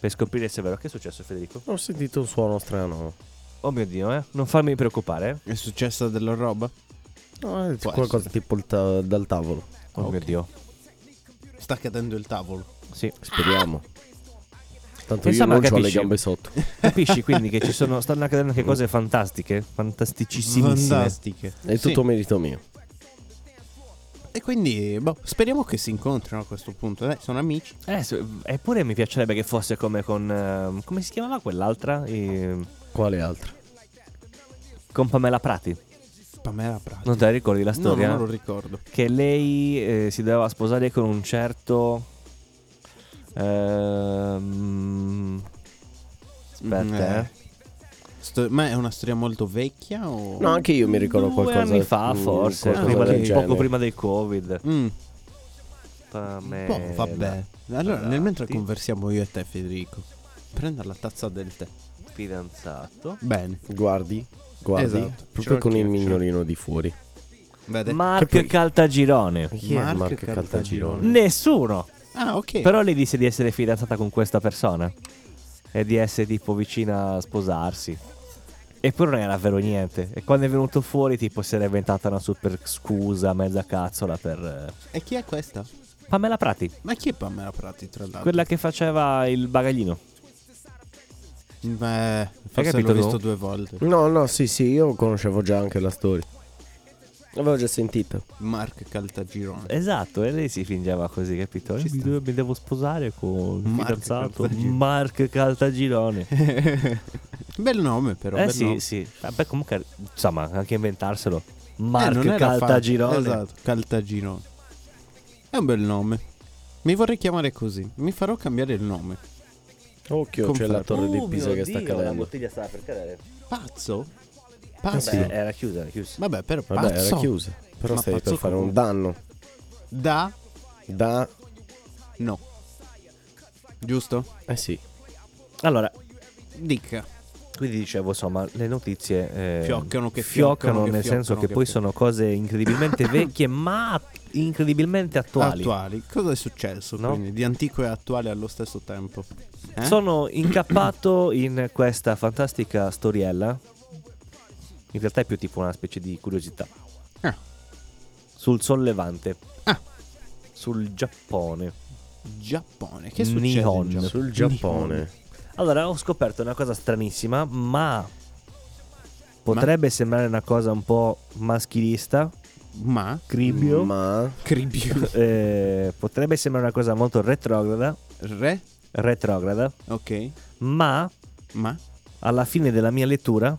S5: Per scoprire se è vero. Che è successo Federico?
S6: ho sentito un suono strano.
S5: Oh mio Dio, eh. Non farmi preoccupare. eh.
S3: È successa della roba?
S6: No, è
S3: Può
S6: qualcosa
S3: essere.
S6: tipo il ta- dal tavolo.
S5: Oh mio Dio.
S3: Sta cadendo il tavolo.
S5: Sì.
S6: Speriamo. Tanto
S5: Insomma,
S6: io non ho le
S5: capisci?
S6: gambe sotto.
S5: Capisci quindi che ci sono, stanno accadendo anche cose fantastiche, fantasticissimissime.
S3: Fantastiche.
S6: È
S3: Sì.
S6: tutto merito mio.
S3: E quindi, boh, speriamo che si incontrino a questo punto. Dai, sono amici.
S5: Eh, so- Eppure mi piacerebbe che fosse come con... ehm, come si chiamava quell'altra? Ehm,
S6: Quale altro?
S5: con Pamela Prati.
S3: Pamela Prati.
S5: Non te la ricordi la
S3: No,
S5: storia?
S3: non lo ricordo.
S5: Che lei eh, si doveva sposare con un certo... ehm, aspetta,
S3: Mm,
S5: eh.
S3: Sto- ma è una storia molto vecchia o...
S6: No, anche io mi ricordo
S5: Due
S6: qualcosa.
S5: anni fa
S6: mm,
S5: forse,
S6: qualcosa
S5: prima
S6: del
S5: del- poco
S6: genere.
S5: prima del covid.
S3: Mm, boh,
S5: Pamela
S3: vabbè. Allora, nel mentre
S5: Prati,
S3: conversiamo io e te, Federico, prenda la tazza del tè.
S5: Fidanzato.
S3: Bene.
S6: Guardi, guardi,
S3: Esatto. Ce l'ho
S6: proprio con il
S3: anch'io, ce l'ho.
S6: mignolino di fuori.
S3: Vede?
S5: Mark
S6: Che poi-
S5: Caltagirone.
S6: Chi è
S3: Mark
S6: Mark Caltagirone?
S5: Nessuno.
S3: ah, ok.
S5: Però le disse di essere fidanzata con questa persona e di essere tipo vicina a sposarsi. Eppure non era vero niente. E quando è venuto fuori, tipo, si era inventata una super scusa, mezza cazzola per. eh,
S3: E chi è questa?
S5: Pamela Prati,
S3: Ma chi è Pamela Prati, tra l'altro?
S5: quella che faceva il bagaglino.
S3: Beh, forse l'ho
S5: capito tu?
S3: Eh, visto due volte.
S6: No, no, sì, sì, io conoscevo già anche la storia. L'avevo già sentito.
S3: Mark Caltagirone.
S5: Esatto, e lei si fingeva così, capito?
S3: Ci
S5: Eh, Mi,
S3: sta.
S5: devo, mi devo sposare con il
S3: Mark
S5: fidanzato
S3: Caltagirone.
S5: Mark Caltagirone.
S3: bel nome però.
S5: eh
S3: bel
S5: sì,
S3: nome.
S5: sì. Vabbè, comunque, insomma, anche inventarselo.
S3: Eh,
S5: Mark
S3: non era facile.
S5: Caltagirone.
S3: Esatto, Caltagirone. È un bel nome. Mi vorrei chiamare così. Mi farò cambiare il nome.
S6: Occhio,
S3: Confermo.
S6: c'è la torre di Pisa
S5: Oh, mio
S6: che sta
S5: Dio, La
S6: cadendo.
S5: bottiglia sta per cadere.
S3: Pazzo? Pazzo?
S5: Ah, Beh, era chiusa, eh. era chiusa.
S3: Vabbè, però
S6: Vabbè,
S3: pazzo.
S6: era chiusa. Però
S3: Ma
S6: stai
S3: pazzo
S6: per fare un
S3: comunque.
S6: danno.
S3: Da
S6: Da...
S3: no. Giusto?
S6: Eh sì.
S5: Allora,
S3: Dica.
S5: quindi dicevo, insomma, le notizie eh,
S3: Fioccano che fioccano,
S5: fioccano,
S3: che
S5: nel senso
S3: fioccano,
S5: che,
S3: che
S5: poi
S3: fioccano.
S5: sono cose incredibilmente vecchie, ma incredibilmente attuali.
S3: Cosa è successo?
S5: No?
S3: Quindi di antico e attuale allo stesso tempo. Eh?
S5: Sono incappato in questa fantastica storiella. In realtà è più tipo una specie di curiosità.
S3: Ah.
S5: Sul sollevante.
S3: Ah.
S5: Sul Giappone.
S3: Giappone. Che succede? in
S5: Nihon.
S3: Giappone?
S6: Sul Giappone.
S5: diciamo? Allora, ho scoperto una cosa stranissima, ma potrebbe sembrare una cosa un po' maschilista,
S3: Nihon. Ma
S5: cribio.
S6: Ma...
S3: Cribio.
S5: Eh, potrebbe sembrare una cosa molto retrograda,
S3: Re.
S5: retrograda,
S3: Ok.
S5: ma
S3: Ma
S5: alla fine della mia lettura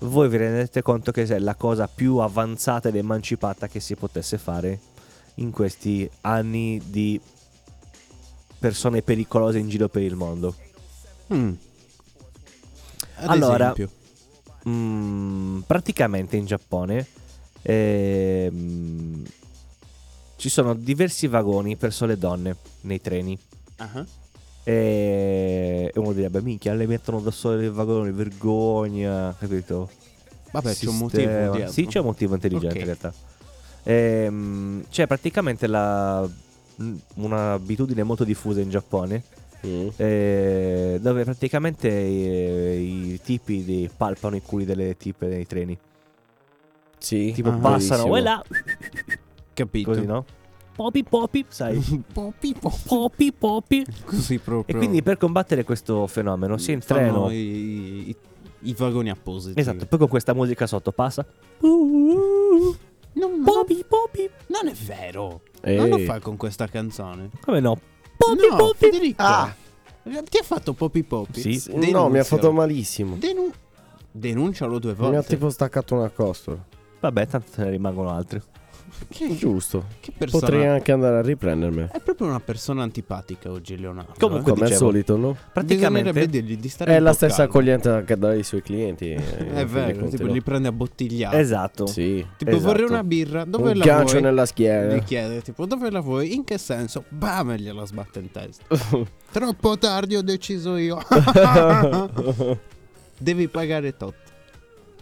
S5: voi vi rendete conto che è la cosa più avanzata ed emancipata che si potesse fare in questi anni di persone pericolose in giro per il mondo.
S3: Mm. Ad
S5: Allora-
S3: esempio,
S5: Mm, praticamente in Giappone ehm, ci sono diversi vagoni per sole donne nei treni.
S3: Ah,
S5: E uno direbbe, minchia, le mettono da sole nel vagone, vergogna, capito?
S3: vabbè, c'è un motivo.
S5: Sistema.
S3: dietro.
S5: Sì, c'è un motivo intelligente
S3: Ok.
S5: in realtà. Ehm, c'è praticamente la, mh, un'abitudine molto diffusa in Giappone
S6: Mm.
S5: eh, dove praticamente eh, i tipi di- palpano i culi delle tipe dei treni.
S6: Sì.
S5: Tipo
S3: Ah.
S5: passano,
S6: bellissimo.
S5: e là,
S3: Capito.
S5: così no? Popi popi, sai?
S3: Popi, popi.
S5: Popi popi.
S3: Così
S5: E
S3: proprio.
S5: quindi per combattere questo fenomeno si in
S3: fanno
S5: treno
S3: I, i- i vagoni appositi.
S5: Esatto, poi con questa musica sotto passa.
S3: Non,
S5: Popi popi.
S3: non è vero.
S6: Ehi.
S3: Non lo fa con questa canzone.
S5: Come no? Popi
S3: no,
S5: popi.
S3: Federico. Ti ha fatto popi popi?
S5: Sì.
S6: Ah. No, mi ha
S3: Denunzialo.
S6: fatto malissimo.
S3: Denu- denuncialo due
S6: Mi
S3: volte.
S6: ha tipo staccato una costola.
S5: Vabbè, tanto se ne rimangono altri.
S3: Che,
S6: Giusto.
S3: che persona. Eh,
S6: Potrei anche andare a riprendermi.
S3: È proprio una persona antipatica oggi, Leonardo.
S5: Comunque,
S6: Come al
S5: dicevo,
S6: solito, no?
S3: Bisognerebbe
S5: Praticamente
S3: dirgli di stare
S6: È
S3: un
S6: la
S3: po'
S6: stessa
S3: calmo.
S6: accoglienza che dà ai suoi clienti. eh,
S3: È vero, tipo, li prende a bottigliare.
S5: Esatto.
S6: Sì.
S3: Tipo,
S5: Esatto.
S3: vorrei una birra, dove
S6: Un
S3: la
S6: gancio
S3: vuoi?
S6: nella schiena.
S3: Gli chiede, tipo, dove la vuoi? In che senso? Bam, e gliela sbatte in testa. Troppo tardi, ho deciso io. Devi pagare tot.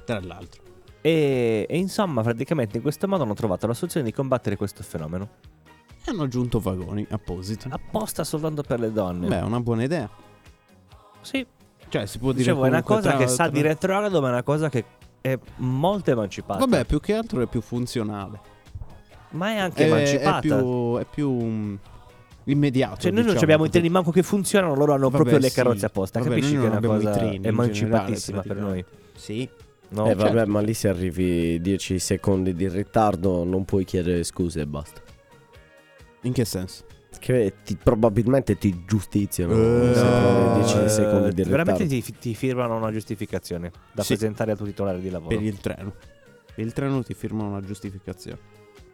S3: Tra l'altro.
S5: E, e insomma, praticamente in questo modo hanno trovato la soluzione di combattere questo fenomeno.
S3: E hanno aggiunto vagoni appositi.
S5: Apposta soltanto per le donne.
S3: Beh, è una buona idea.
S5: sì,
S3: Cioè, si può dire...
S5: dicevo, è una
S3: comunque
S5: cosa
S3: tra-
S5: che sa
S3: tra-
S5: di retrogrado, ma è una cosa che è molto emancipata.
S3: Vabbè, più che altro è più funzionale.
S5: ma è anche
S3: eh, è,
S5: emancipata.
S3: è più... È più... mm, Immediato.
S5: Cioè, noi non
S3: diciamo
S5: abbiamo i
S3: così.
S5: treni manco che funzionano, loro hanno
S3: Vabbè,
S5: proprio le
S3: sì.
S5: carrozze apposta.
S3: Vabbè,
S5: Capisci
S3: noi
S5: che
S3: non
S5: è una
S3: abbiamo i
S5: cosa
S3: treni in generale,
S5: emancipatissima per noi.
S3: Sì.
S5: No?
S6: eh, vabbè,
S3: certo.
S6: ma lì se arrivi 10 secondi di ritardo non puoi chiedere scuse e basta.
S3: In che senso?
S6: Che ti- probabilmente ti giustiziano
S3: Eh,
S6: se provi 10
S5: Eh,
S6: secondi di ritardo.
S5: veramente ti, ti firmano una giustificazione da
S3: Sì.
S5: presentare al tuo titolare di lavoro.
S3: Per il treno. Il treno ti firma una giustificazione.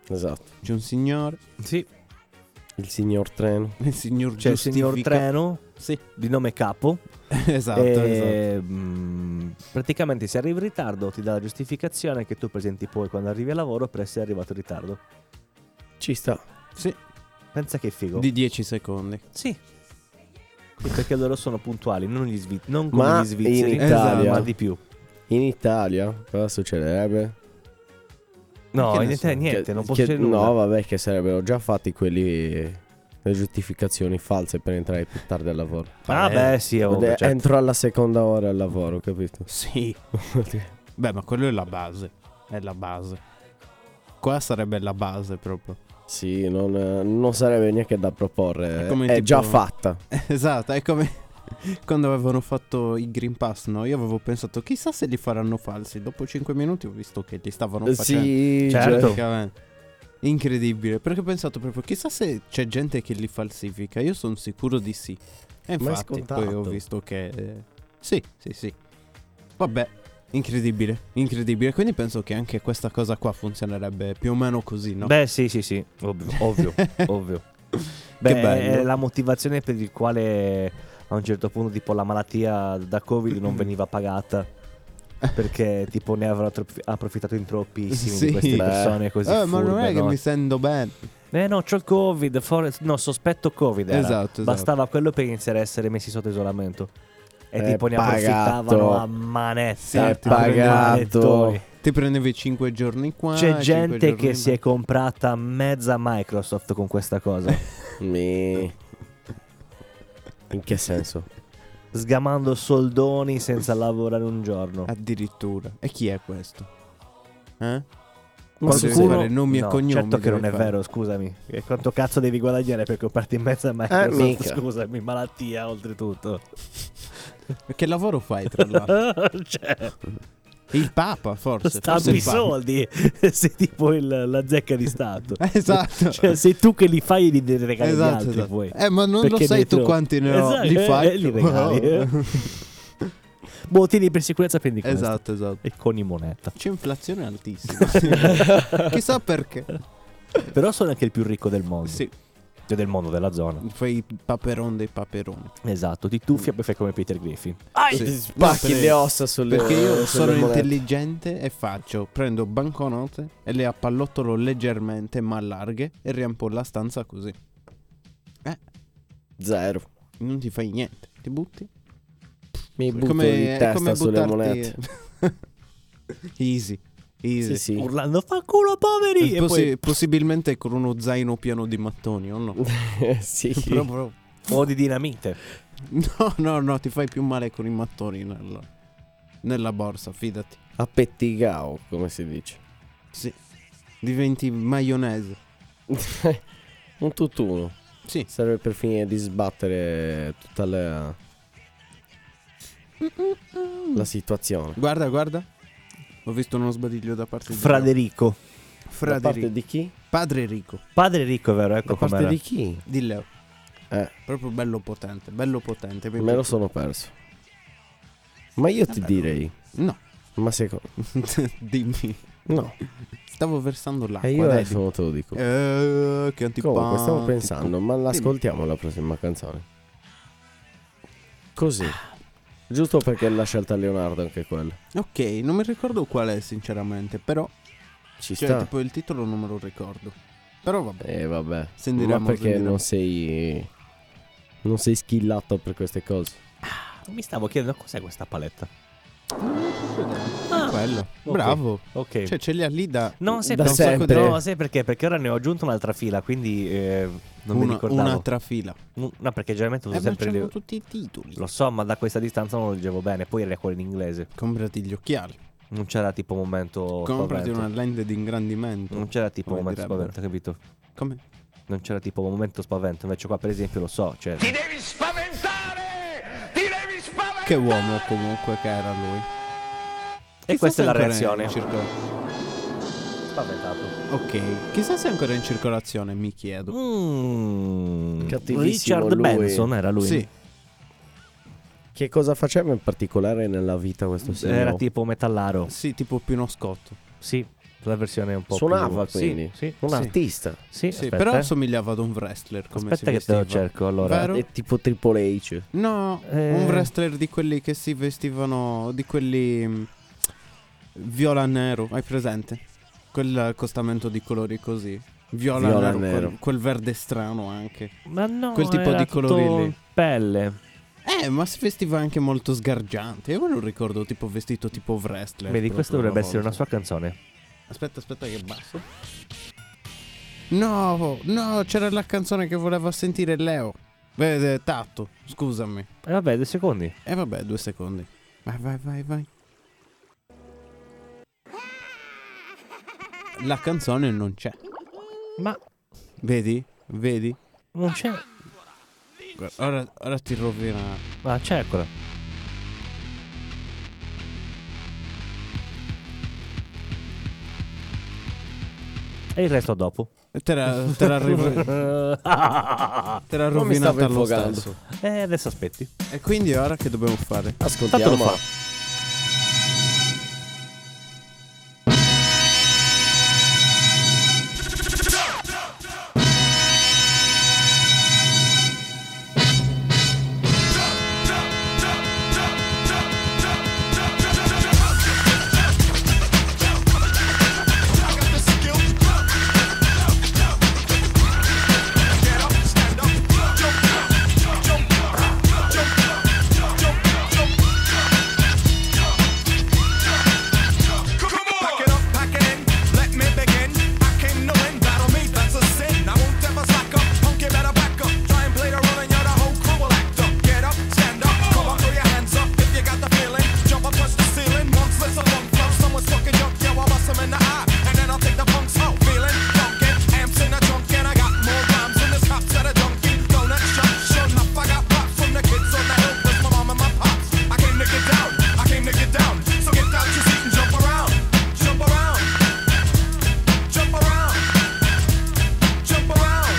S6: Esatto.
S3: C'è un signore,
S5: Sì,
S6: Il signor treno.
S3: cioè, il signor
S5: c'è il
S3: giustifica-
S5: signor Treno
S3: Sì,
S5: di nome Capo.
S3: esatto, esatto.
S5: E, mh, praticamente se arrivi in ritardo ti dà la giustificazione che tu presenti poi quando arrivi al lavoro per essere arrivato in ritardo.
S6: Ci sta.
S3: esatto. Sì,
S5: Pensa che figo.
S3: di 10 secondi.
S5: Sì. Sì, perché loro sono puntuali, non, gli svi- non come
S6: Ma
S5: gli svizzeri, Esatto,
S6: in Italia-
S5: ma di più.
S6: In Italia cosa succederebbe?
S5: No,
S3: Che
S5: in
S3: ne so,
S5: Italia niente,
S6: Che-
S5: non può
S6: che-
S5: succedere nulla.
S6: No, vabbè, che sarebbero già fatti quelli... Le giustificazioni false per entrare più tardi al lavoro.
S5: ah, beh, sì, avevo
S6: Ed è-
S3: eh,
S5: certo.
S6: Entro alla seconda ora al lavoro, capito?
S3: Sì. Beh, ma quello è la base. È la base. Qua sarebbe la base proprio.
S6: Sì, non, non sarebbe neanche da proporre.
S3: È
S6: È,
S3: come tipo-
S6: già fatta.
S3: Esatto, è come Quando avevano fatto i Green Pass, no? Io avevo pensato, chissà se li faranno falsi. Dopo 5 minuti ho visto che li stavano facendo.
S6: Eh, Sì,
S5: Certo.
S6: cioè-
S3: Praticamente. Incredibile, perché ho pensato proprio, chissà se c'è gente che li falsifica, io sono sicuro di sì. E
S6: Ma è
S3: infatti
S6: scontato.
S3: poi ho visto che... eh, sì, sì, sì. Vabbè, incredibile, incredibile. Quindi penso che anche questa cosa qua funzionerebbe più o meno così, no?
S5: Beh, sì, sì, sì, ovvio, ovvio, ovvio. Beh,
S3: bello.
S5: è la motivazione per il quale a un certo punto tipo la malattia da Covid non veniva pagata perché tipo ne avevano troppi- approfittato in troppissimi di queste
S3: Beh.
S5: persone così
S3: Eh, ma non
S5: furbe,
S3: è che
S5: no?
S3: mi sento bene.
S5: Eh no, c'ho il Covid, for- no, sospetto Covid era.
S3: Esatto, esatto.
S5: Bastava quello per iniziare a essere messi sotto isolamento. E
S6: È
S5: tipo ne
S6: pagato.
S5: approfittavano a manetta.
S3: Eh, Sì,
S5: a
S3: è pagato.
S5: manettoni.
S3: Ti prendevi 5 giorni qua.
S5: C'è
S3: cinque
S5: gente
S3: giorni
S5: che si
S3: là.
S5: è comprata mezza Microsoft con questa cosa,
S6: Mi- In che senso?
S5: sgamando soldoni senza lavorare un giorno.
S3: Addirittura. E chi è questo? Eh?
S6: Ma
S3: Potevi
S6: sicuro-
S3: fare nomi e
S5: No,
S3: cognomi.
S5: Certo che non
S3: dovevi
S5: è
S3: fare.
S5: vero, scusami. E quanto cazzo devi guadagnare per comprarti
S3: Eh,
S5: mezza Microsoft?
S6: mica.
S5: scusami, malattia oltretutto.
S3: Che lavoro fai tra l'altro?
S5: cioè,
S3: Il Papa, forse. forse
S5: stampi i
S3: il Papa.
S5: soldi. sei tipo il- la zecca di Stato.
S3: Esatto.
S5: Cioè, sei tu che li fai e li regali agli
S3: esatto,
S5: altri
S3: esatto.
S5: poi.
S3: Eh, ma non
S5: Perché
S3: lo sai
S5: ne
S3: tu
S5: trovi?
S3: quanti ne ho.
S5: Esatto,
S3: li
S5: eh,
S3: fai.
S5: eh, li regali, eh. Boh, tieni per sicurezza prendi questo.
S3: esatto, esatto.
S5: E con i moneta.
S3: C'è inflazione altissima. Chissà perché.
S5: Però sono anche il più ricco del mondo.
S3: Sì,
S5: Cioè, del mondo, della zona.
S3: fai il paperon dei paperoni.
S5: Esatto, ti tuffi e poi fai come Peter Griffin.
S3: Sì.
S6: Ti Spacchi
S3: No, per-
S6: le ossa sulle
S3: Perché io
S6: sulle
S3: Eh, sono
S6: monete.
S3: intelligente e faccio, prendo banconote e le appallottolo leggermente ma larghe e riempio la stanza così.
S6: Zero.
S3: Non ti fai niente, ti butti.
S6: Mi butto
S3: come,
S6: di
S3: è
S6: testa
S3: come
S6: sulle
S3: buttarti-
S6: monete.
S3: easy, easy. Eh,
S6: Sì, sì.
S5: Urlando, fa culo, poveri! E
S3: Possi-
S5: poi
S3: Possibilmente con uno zaino pieno di mattoni o no?
S6: sì.
S3: Proprio-
S5: o di dinamite.
S3: No, no, no, ti fai più male con i mattoni nella, nella borsa, fidati.
S6: A pettigao, come si dice.
S3: Sì. Diventi maionese.
S6: Un tutt'uno.
S3: Sì.
S6: Serve per finire di sbattere tutta la, la situazione.
S3: Guarda, guarda. Ho visto uno sbadiglio da parte di
S5: Fraderico.
S3: Frade
S6: da parte
S3: Rico.
S6: di chi?
S3: Padre Rico,
S5: Padre ricco, vero?
S6: Da
S5: Ecco
S6: parte
S5: com'era.
S6: di chi?
S3: di Leo.
S6: Eh,
S3: Proprio bello potente, bello potente. mi
S6: me lo
S3: piace.
S6: sono perso. Ma io ti
S3: Vabbè.
S6: direi,
S3: No,
S6: ma secondo...
S3: dimmi.
S6: No,
S3: Stavo versando l'acqua.
S6: e Eh, io
S3: dai.
S6: adesso te lo dico.
S3: Eh, che antipatico.
S6: Comunque, stavo pensando, ma l'ascoltiamo la prossima canzone. Così. Giusto perché l'ha scelta Leonardo anche quella.
S3: Ok, non mi ricordo qual è sinceramente, però
S6: Ci
S3: cioè,
S6: sta.
S3: tipo il titolo non me lo ricordo. Però vabbè.
S6: Eh vabbè.
S3: Sentiremo,
S6: ma perché
S3: sentiremo.
S6: non sei non sei skillato per queste cose.
S5: Mi stavo chiedendo cos'è questa paletta.
S3: È quello.
S5: Ah, ok.
S3: Bravo.
S5: Ok.
S3: Cioè ce li ha lì da
S5: no, sai
S6: Eh. da
S5: perché-
S6: sempre.
S5: no, sai perché? Perché ora ne ho aggiunto un'altra fila, quindi eh, non mi
S3: una,
S5: ricordavo.
S3: una trafila.
S5: Un- no, perché generalmente uso
S3: Eh, ma
S5: sempre
S3: c'hanno
S5: le...
S3: tutti i titoli.
S5: Lo so, ma da questa distanza non lo leggevo bene. Poi era quello in inglese.
S3: Comprati gli occhiali.
S5: Non c'era tipo momento.
S3: Comprati
S5: spavento.
S3: una lente di ingrandimento.
S5: Non c'era tipo
S3: Come
S5: momento
S3: direbbero.
S5: spavento, capito?
S3: Come?
S5: Non c'era tipo momento spavento. Invece qua, per esempio, lo so. Cioè,
S3: Che uomo comunque che era lui.
S5: e
S3: Chissà se
S5: questa è la
S3: ancora
S5: reazione.
S3: in circol-
S5: Spaventato.
S3: Ok, chissà se è ancora in circolazione, mi chiedo.
S5: Mm,
S6: Cattivissimo
S5: Richard
S6: lui.
S5: Benson era lui.
S3: Sì,
S6: Che cosa faceva in particolare nella vita questo signore?
S5: Era tipo metallaro.
S3: sì, tipo Pino Scotto.
S5: Sì, la versione un po'
S6: Suonava
S5: più...
S6: quindi.
S5: Sì,
S6: un
S5: sì, sì.
S6: artista.
S5: Sì,
S3: Sì,
S5: aspetta,
S3: però
S5: eh.
S3: assomigliava ad un wrestler. Come
S5: Aspetta
S3: si
S5: che te lo
S3: vestiva.
S5: cerco, allora.
S3: Vero?
S6: È tipo Triple H.
S3: No,
S5: Eh.
S3: un wrestler di quelli che si vestivano di quelli mh, viola nero, hai presente? Quel accostamento di colori così. Viola,
S6: Viola
S3: nero,
S6: nero.
S3: Quel, quel verde strano anche.
S5: Ma no,
S3: Quel tipo
S5: era
S3: di
S5: tutto
S3: colori lì.
S5: Pelle.
S3: Eh, ma si vestiva anche molto sgargiante. Io me lo ricordo tipo vestito tipo wrestler.
S5: Vedi, questa
S3: proprio
S5: dovrebbe essere una
S3: volta.
S5: sua canzone.
S3: Aspetta, aspetta che basso. No, no, c'era la canzone che voleva sentire Leo. Eh, eh, Tatto, scusami.
S5: E vabbè, due secondi.
S3: E vabbè, due secondi. Vai, vai, vai, vai. La canzone non c'è.
S5: Ma
S3: Vedi? Vedi?
S5: non c'è.
S3: Guarda, Ora, ora ti rovina.
S5: Ma c'è eccola. E il resto dopo.
S3: E Te la, te la, ri- te la
S6: Non mi stavo
S3: rovinata lo
S6: infogando.
S3: stesso.
S5: e Eh, adesso aspetti.
S3: E quindi ora che dobbiamo fare?
S6: Ascoltiamo.
S5: Tanto lo
S7: Pack it up, pack it in, let me begin. I came to win, battle me, that's a sin. I won't ever slack up, punk, you better back up. Try and play the role and you're the whole crew will act up. Get up, stand up, come on, throw your hands up if you got the feeling. Jump up, touch the ceiling, once let's a long flow. Someone's fucking junk, yo, I'll bust 'em in the eye. And then I'll take the punks out, feeling funky. Amps in the trunk and I got more rhymes than this cops at a donkey. Donut shop, sure enough, I got pop from the kids on the hill with my mom and my pops. I came to get down, I came to get down. So get out your seat and jump around, jump around, jump around, jump around,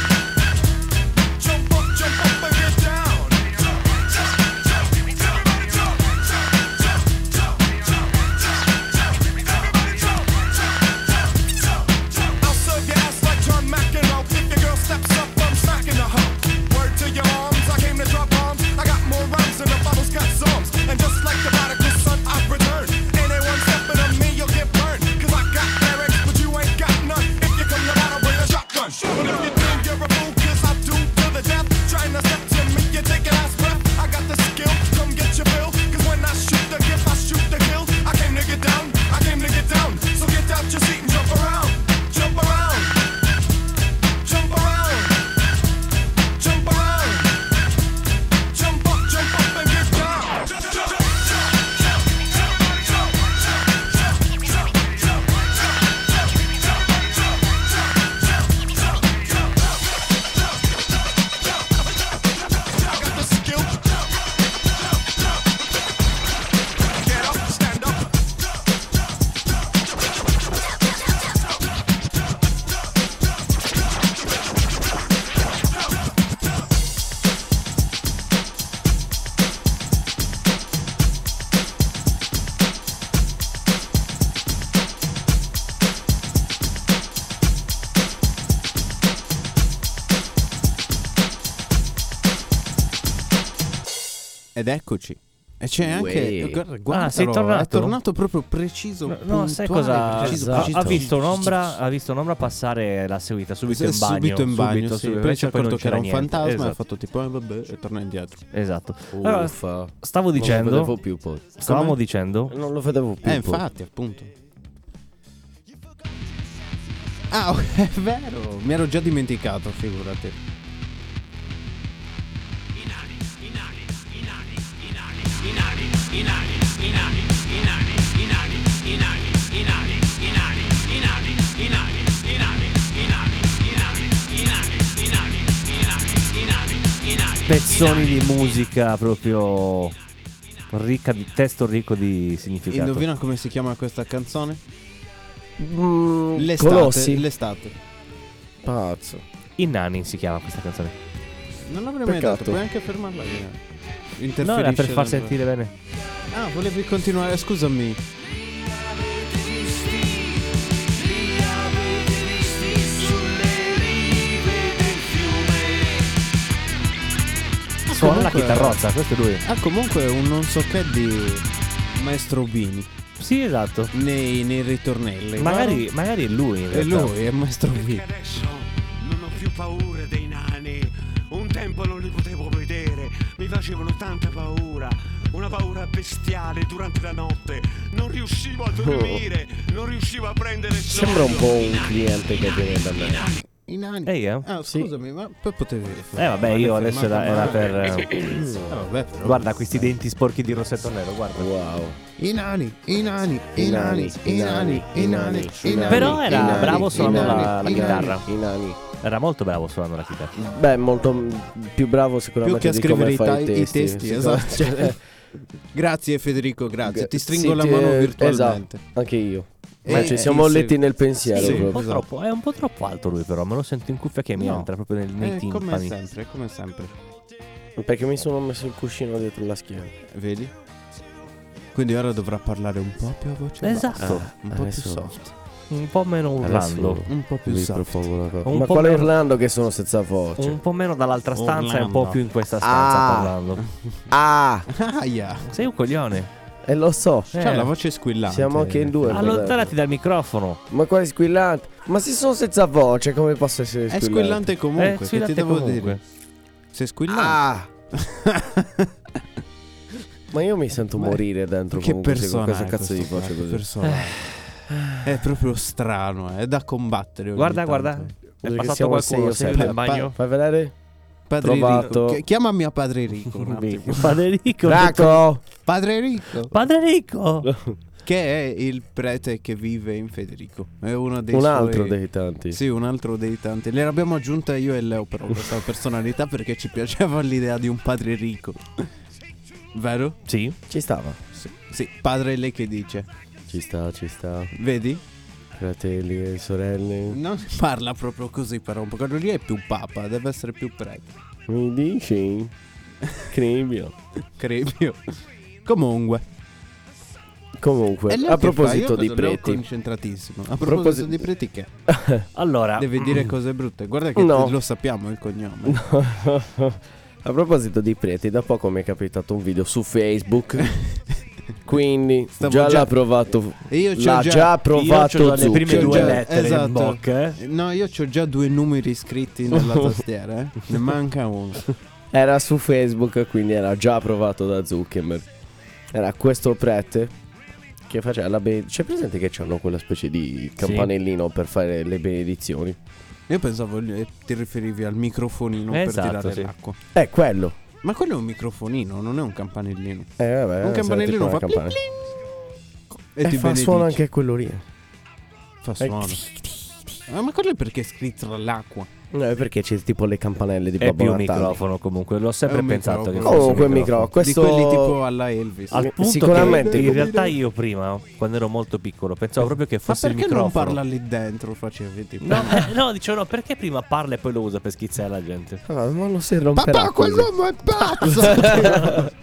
S7: jump up, jump up and get down. I'll serve your ass like John McEnroe. If your girl steps up, I'm smacking the hoe. Word to your arms, I came to drop bombs. I got more rhymes than the Bible's got psalms. And just like the prodigal son, I've returned. Anyone stepping on me, you'll get burned. Cause I got lyrics, but you ain't got none. If you come to battle with a shotgun, but if you think you're a fool, cause I do to the death. Trying to step to me, you take an ass breath. I got the skill, come get your bill. Cause when I shoot the gift, I shoot the kill. I came to get down, I came to get down. So get out your seat and jump around, jump around, jump around, jump around, jump up, jump up and get down. got the skill. Get up, stand up.
S3: Ed eccoci. E c'è anche. eh,
S6: Uè.
S3: Guarda, guardalo,
S5: Ah, sei tornato?
S3: È tornato proprio preciso.
S5: No,
S3: puntuale,
S5: sai cosa?
S3: preciso,
S5: ha,
S3: preciso.
S5: ha visto un'ombra, ha visto un'ombra passare la seguita subito in bagno.
S3: subito in bagno,
S5: subito,
S3: sì.
S5: subito,
S3: Poi
S5: invece
S3: si è accorto
S5: non
S3: che era un
S5: c'era niente.
S3: fantasma e ha
S5: Esatto,
S3: fatto tipo, eh, vabbè, e torna indietro.
S5: esatto. Allora,
S6: Uffa.
S5: stavo
S6: Non lo vedevo
S5: dicendo,
S6: più poi.
S5: stavamo
S3: Come?
S5: dicendo,
S6: Non lo vedevo più.
S3: Eh,
S6: poi.
S3: infatti, appunto. Ah, è vero, mi ero già dimenticato, figurati.
S5: pezzoni di musica proprio ricca di testo ricco di significato.
S3: Indovina come si chiama questa canzone?
S6: Mm,
S3: L'estate.
S6: Colossi.
S3: L'estate.
S6: Pazzo.
S5: I Nani si chiama questa canzone.
S3: Non l'avrei mai
S6: Peccato.
S3: detto, puoi anche fermarla via.
S5: No, era per
S3: Interferisce
S5: far
S3: nel-
S5: sentire bene.
S3: Ah, volevi continuare, scusami.
S5: Suona la
S3: Comunque-
S5: chitarrozza, questo è lui.
S3: Ah, comunque un non so che di Maestro Bini
S5: Sì, esatto.
S3: nei, nei ritornelli.
S5: Magari, Eh, magari è lui in
S3: no? È
S5: realtà.
S3: lui, è Maestro Bini.
S7: Perché adesso non ho più paura dei nani. Un tempo non li potevo vedere, mi facevano tanta paura. Una paura bestiale durante la notte. Non riuscivo a dormire, non riuscivo a prendere sonno.
S6: Sembra un po' un cliente che viene da me.
S3: i nani.
S5: Ehi, eh.
S3: Ah,
S6: Sì.
S3: scusami, ma poi potevi
S5: Eh, vabbè, io adesso era, era per. eh, Guarda questi
S3: denti
S5: denti sporchi di rossetto nero, guarda.
S6: Wow.
S3: I nani, i nani,
S6: I
S3: i nani,
S6: nani,
S3: i nani, i nani, i nani.
S5: Però era
S3: i nani,
S5: bravo
S3: i
S5: suonando
S3: nani,
S5: la- la
S3: i nani.
S5: chitarra.
S6: I nani.
S5: Era molto bravo suonando la chitarra.
S6: Beh, molto m- più bravo
S3: Più
S6: sicuramente
S3: che a
S6: di come
S3: scrivere i, ta-
S6: fai
S3: i testi, esatto. grazie Federico, grazie. Ti stringo
S6: Sì,
S3: la
S6: ti-
S3: mano
S6: Cioè, eh,
S3: virtualmente.
S6: esatto, anche io.
S3: E-
S6: Ma
S3: eh,
S6: ci siamo
S3: sì.
S6: letti nel pensiero
S5: Sì,
S3: Sì,
S5: un po'
S6: proprio.
S3: esatto.
S5: troppo- è un po' troppo alto lui, però. Me lo sento in cuffia che mi
S3: No.
S5: entra proprio nel- nei
S3: Eh, come
S5: timpani.
S3: sempre, come sempre.
S6: Perché mi sono messo il cuscino dietro la schiena.
S3: Vedi? Quindi ora dovrà parlare un po' più a voce bassa,
S5: Esatto.
S3: un po'
S6: adesso-
S3: più soft,
S5: Un po' meno urlando.
S6: Adesso
S3: un po' più
S6: vi
S3: soft.
S6: propongo una cosa.
S5: Un
S6: Ma
S5: po'
S6: quale
S5: meno-
S6: Orlando che sono senza voce?
S5: Un po' meno dall'altra stanza e un po'
S3: Urlando.
S5: più in questa stanza
S6: Ah.
S5: parlando.
S6: Ah,
S3: Aia,
S5: Sei un coglione.
S6: e lo so.
S5: Eh,
S3: c'ha la voce squillante.
S6: Siamo anche in due.
S5: allontanati dal microfono. Eh,
S6: Ma quale squillante? Ma se sono senza voce, come posso essere
S3: È
S6: squillante?
S3: squillante
S5: Eh,
S3: comunque, che
S5: sfidate
S3: ti devo
S5: comunque.
S3: dire? Sei squillante.
S6: Ah! Ma io mi sento
S3: Beh,
S6: morire dentro
S3: che
S6: comunque se-
S3: persona
S6: con questa
S3: è
S6: cazzo di
S3: questo
S6: voce
S3: qua, che
S6: così. Eh.
S3: persona è? È proprio strano, eh, è da combattere. ogni
S5: Guarda,
S3: tanto.
S5: guarda. È
S6: Perché
S5: passato
S6: siamo sei
S5: qualcuno,
S6: o
S5: sei
S6: sette.
S5: in bagno.
S6: Fai vedere?
S3: Padre
S6: trovato-
S3: Rico. Chi- Chiamami a Padre Rico. un attimo.
S5: Padre Ricco.
S6: Draco!
S3: Padre Rico,
S5: Padre Ricco.
S3: che è il prete che vive in Federico. È uno dei
S6: Un
S3: suoi-
S6: altro dei tanti.
S3: Sì, un altro dei tanti. Le abbiamo aggiunta io e Leo però questa personalità perché ci piaceva l'idea di un padre ricco. Vero?
S5: Sì.
S6: Ci stava.
S3: Sì. Sì, padre lei che dice.
S6: Ci sta, ci sta.
S3: Vedi?
S6: Fratelli e sorelle.
S3: Non parla proprio così però, perché lui è più papa, deve essere più prete.
S6: Mi dici? Cremio.
S3: Cremio. Comunque,
S6: Comunque,
S3: E lei
S6: a
S3: che fa?
S6: proposito
S3: Io
S6: di
S3: vedo Leo
S6: preti.
S3: concentratissimo. A
S6: Propos- Ah.
S3: proposito di preti che
S5: Allora,
S3: devi dire cose brutte. Guarda che
S6: No.
S3: te- lo sappiamo il cognome.
S6: a proposito di preti, da poco mi è capitato un video su Facebook. Quindi
S3: Stavo
S6: già,
S3: già-
S6: l'ha provato.
S3: E io c'ho
S6: L'ha
S3: già-
S6: già,
S5: io
S6: provato
S5: ho le
S6: Zucchero.
S5: prime
S3: C'ho
S5: due
S3: già-
S5: lettere
S3: esatto.
S5: in bocca. eh.
S3: No, io ho già due numeri scritti nella tastiera, eh. Ne manca uno.
S6: Era su Facebook, quindi era già approvato da Zuckerberg. Era questo prete che faceva la benedizione. C'è presente che c'hanno quella specie di campanellino per fare le benedizioni?
S3: Io pensavo eh, ti riferivi al microfonino
S5: Esatto,
S3: per tirare
S5: sì.
S3: l'acqua.
S6: È quello.
S3: Ma quello è un microfonino, non è un campanellino.
S6: Eh, vabbè,
S3: un
S6: sarà tipo
S3: campanellino
S6: una
S3: fa
S6: campana.
S3: pling, pling, e,
S6: E,
S3: ti
S6: Eh, fa
S3: benedice.
S6: suono anche Eh, quello lì.
S3: Fa suono. Ah, ma quello è perché è scritto all'acqua.
S6: No, è Eh, perché c'è tipo le campanelle di
S5: È
S6: Babbo
S5: più un
S6: Natale.
S5: microfono comunque, l'ho
S3: È
S5: sempre
S3: un
S5: pensato che
S3: microfono.
S5: fosse
S6: Comunque,
S5: un
S6: microfono.
S5: microfono.
S3: Di
S6: Questo
S3: quelli tipo alla Elvis.
S5: Al punto
S6: Sicuramente.
S5: che in realtà io prima, quando ero molto piccolo, pensavo proprio che
S3: Ma
S5: fosse il
S3: perché
S5: microfono.
S3: non parla lì dentro? Facevi tipo.
S5: No, eh, no, dicevo no, perché prima parla e poi lo usa per schizzare la gente.
S6: Ah, ma non si romperà. così.
S3: è pazzo!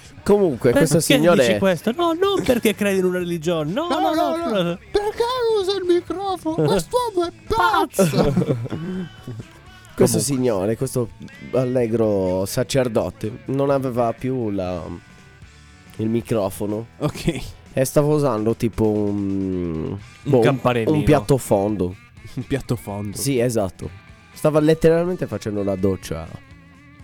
S6: Comunque, questo
S5: perché dici
S6: signore.
S5: questo? No, non perché credi in una religione. No, no, no.
S3: Perché usa il microfono? Quest'uomo è pazzo!
S6: Questo signore, questo allegro sacerdote, non aveva più la- il microfono
S3: ok,
S6: e stava usando tipo un, boh,
S5: campanellino.
S6: un piatto fondo.
S3: un piatto fondo.
S6: Sì, esatto. Stava letteralmente facendo la doccia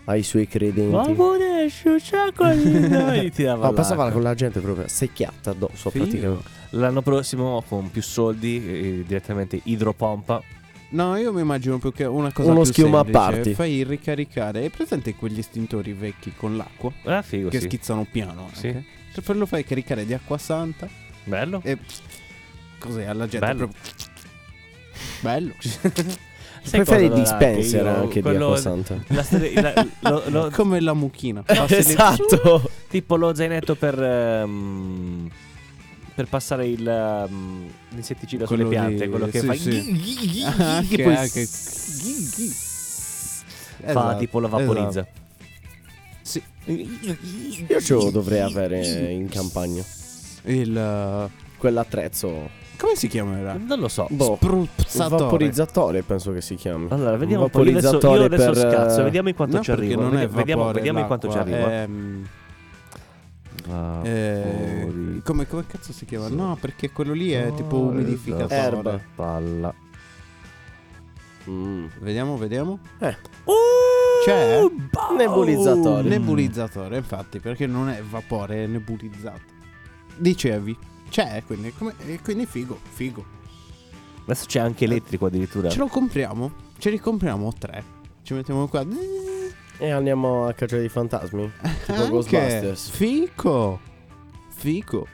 S6: ai suoi credenti. Ma
S5: Amore, sciuccia così. no, e gli tirava
S6: passava
S5: l'acqua.
S6: con la gente proprio secchiata addosso
S3: Figo.
S6: praticamente.
S5: L'anno prossimo con più soldi, eh, direttamente idropompa.
S3: No, io mi immagino più che una cosa
S6: Uno
S3: più
S6: schiuma a
S3: semplice.
S6: parti.
S3: Fai ricaricare. Hai presente quegli estintori vecchi con l'acqua?
S5: Ah, figo,
S3: Che
S5: sì.
S3: schizzano piano. Anche?
S5: Sì.
S3: Cioè, poi lo fai caricare di acqua santa
S5: Bello.
S3: e. Così alla gente.
S5: Bello.
S3: proprio- Bello.
S5: Sai
S6: Puoi fare il
S5: cosa, allora,
S6: dispenser
S5: che io-
S6: anche di
S5: quello-
S6: acqua santa.
S5: la stre- la- lo- lo-
S3: Come la mucchina.
S6: Esatto.
S5: tipo lo zainetto per ehm, per passare il ehm, l'insetticida sulle
S3: Quello lì,
S5: piante, quello che
S3: sì,
S5: fa
S3: sì.
S5: ghi, ghi, ghi,
S3: Ah,
S5: ghi, che
S3: anche-
S5: poi
S3: anche-
S5: s-
S3: ghi, ghi.
S5: fa
S3: Esatto,
S5: tipo la vaporizza.
S3: Sì.
S6: Io ce lo dovrei avere in campagna.
S3: Il. eh,
S6: Quell'attrezzo.
S3: come si chiamerà?
S5: Non lo so.
S6: Boh.
S3: Spruzzatore.
S6: Vaporizzatore penso che si chiami.
S5: Allora, vediamo un po'. Io adesso, io
S6: Vaporizzatore
S5: adesso
S6: per, eh,
S5: scazzo, vediamo in quanto
S3: No,
S5: ci
S3: perché
S5: arrivo.
S3: non è
S5: Vedi- vediamo,
S3: vapore
S5: vediamo in quanto ci
S3: l'acqua,
S5: arrivo.
S3: è, mm,
S6: Ah,
S3: eh, come, come cazzo si chiama? No, perché quello lì è tipo umidificatore.
S6: esatto. Erba.
S5: Palla.
S6: Mm.
S3: Vediamo, vediamo.
S5: Uh,
S3: C'è?
S5: boh!
S6: Nebulizzatore.
S3: Oh,
S6: Mm.
S3: Nebulizzatore, infatti, perché non è vapore, è cioè, nebulizzato. Dicevi, c'è, quindi, come- e quindi eh, figo, figo.
S5: Adesso c'è anche elettrico addirittura.
S3: Ce lo compriamo? Ce li compriamo tre. Ci mettiamo qua. Eh,
S6: E andiamo a caccia dei fantasmi.
S5: Eh.
S6: Tipo
S3: anche.
S6: Ghostbusters.
S3: Fico. Fico.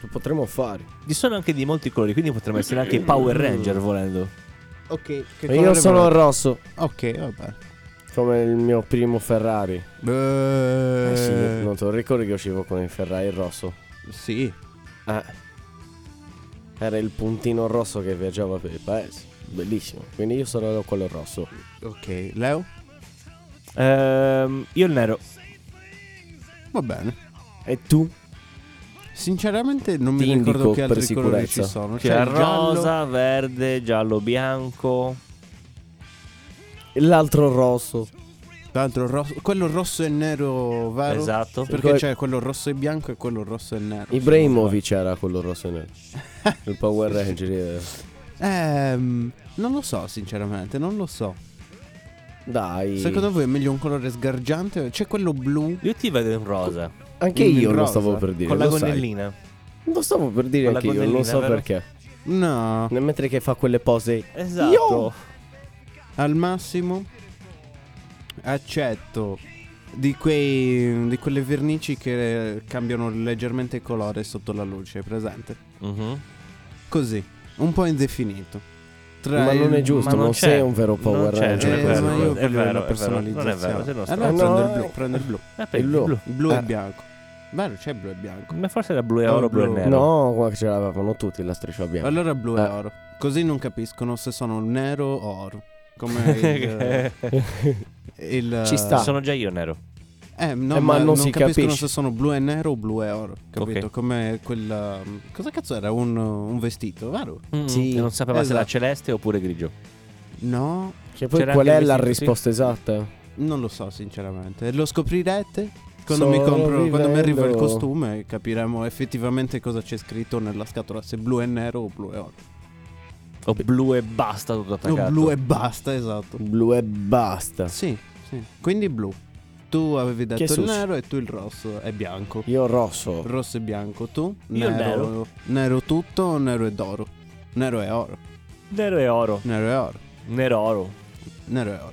S6: Lo potremmo fare.
S5: Ci sono anche di molti colori, quindi potremmo essere anche Power Ranger volendo.
S3: Ok. Che
S6: Io sono rosso.
S3: Ok, vabbè.
S6: Come il mio primo Ferrari.
S3: Eh,
S6: Eh sì, non te lo ricordi che uscivo con il Ferrari rosso?
S3: sì.
S6: Eh. Era il puntino rosso che viaggiava per il paese. Bellissimo. Quindi io sarò quello rosso.
S3: Ok, Leo?
S5: Ehm, io il nero.
S3: Va bene.
S6: E tu?
S3: Sinceramente non mi
S6: Ti indico
S3: ricordo che altri
S6: per
S3: colori ci
S6: sicurezza.
S3: sono.
S5: C'è
S3: C'è il giallo-
S5: rosa, verde, giallo, bianco.
S6: L'altro rosso.
S3: Tra l'altro rosso- quello rosso e nero, vero?
S5: Esatto.
S3: Perché c'è quello rosso e bianco e quello rosso e nero.
S6: Ibrahimovic era quello rosso e nero. Il Power Ranger. eh.
S3: Ehm, non lo so, sinceramente, non lo so.
S6: Dai.
S3: Secondo voi è meglio un colore sgargiante? C'è quello blu?
S5: Io ti vedo in rosa.
S6: Anche
S3: il
S6: io lo
S3: rosa,
S6: stavo per dire.
S5: con la
S6: lo sai.
S5: gonnellina.
S6: Lo stavo per dire
S5: Con la
S6: anche io, non
S5: gonnellina,
S6: so
S5: vero?
S6: perché.
S3: No,
S6: Nel Mentre che fa quelle pose.
S5: Esatto.
S6: Io-
S3: al massimo accetto di, quei, di quelle vernici che cambiano leggermente colore sotto la luce, presente?
S5: Mhm.
S3: Così, un po' indefinito. Tra
S6: Ma non è
S3: il-
S5: ma
S6: giusto, cioè,
S5: non
S6: non,
S5: c'è.
S6: sei un vero
S5: Non
S6: Power
S3: Eh,
S5: c'è, non
S6: Ranger.
S5: è quello.
S3: ma io
S5: è
S3: voglio
S5: vero, è
S3: una
S5: vero,
S3: personalizzazione.
S5: non è vero, se no
S3: Allora
S6: strano.
S3: prendo
S6: No,
S3: il blu,
S6: eh.
S3: prendo il blu.
S5: Eh, per
S6: Il blu.
S5: blu.
S3: Il blu
S6: Eh.
S3: e bianco. Vero, c'è blu e bianco.
S5: Come forse era blu e
S3: No,
S5: oro, blu e
S3: blu.
S5: nero.
S6: No, qua ce l'avevano tutti la striscia bianca.
S3: Allora blu e
S6: Eh.
S3: oro. Così non capiscono se sono nero o oro. Come il, il-
S6: Ci sta.
S5: Sono già io nero.
S3: Eh, no,
S6: Eh,
S3: ma,
S6: ma non
S3: non,
S6: si
S3: capiscono
S6: capisce.
S3: se sono blu e nero o blu e oro. Capito?
S5: Ok.
S3: Come quella. Cosa cazzo era? Un, un vestito, vero?
S6: Sì.
S5: E non sapeva se
S3: Esatto.
S5: era celeste oppure grigio.
S3: No,
S6: Che poi
S5: C'era
S6: qual
S5: anche
S6: è
S5: il
S6: la
S5: vestito, sì.
S6: risposta esatta?
S3: non lo so, sinceramente. Lo scoprirete quando mi
S6: Solo
S3: compro. Quando mi arriva il
S6: vivendo.
S3: costume, capiremo effettivamente cosa c'è scritto nella scatola. Se blu e nero o blu e oro.
S5: O blu e basta tutto attaccato.
S3: O blu e basta, esatto.
S6: Blu e basta.
S3: Sì, sì. Quindi blu. Tu avevi detto
S6: Che
S3: il
S6: sushi?
S3: nero e tu il rosso e bianco.
S6: Io rosso.
S3: Rosso e bianco tu?
S5: Io
S3: nero. tutto, nero ed oro. Nero e oro.
S5: Nero e oro.
S3: Nero e oro.
S5: Nero oro.
S3: Nero e oro.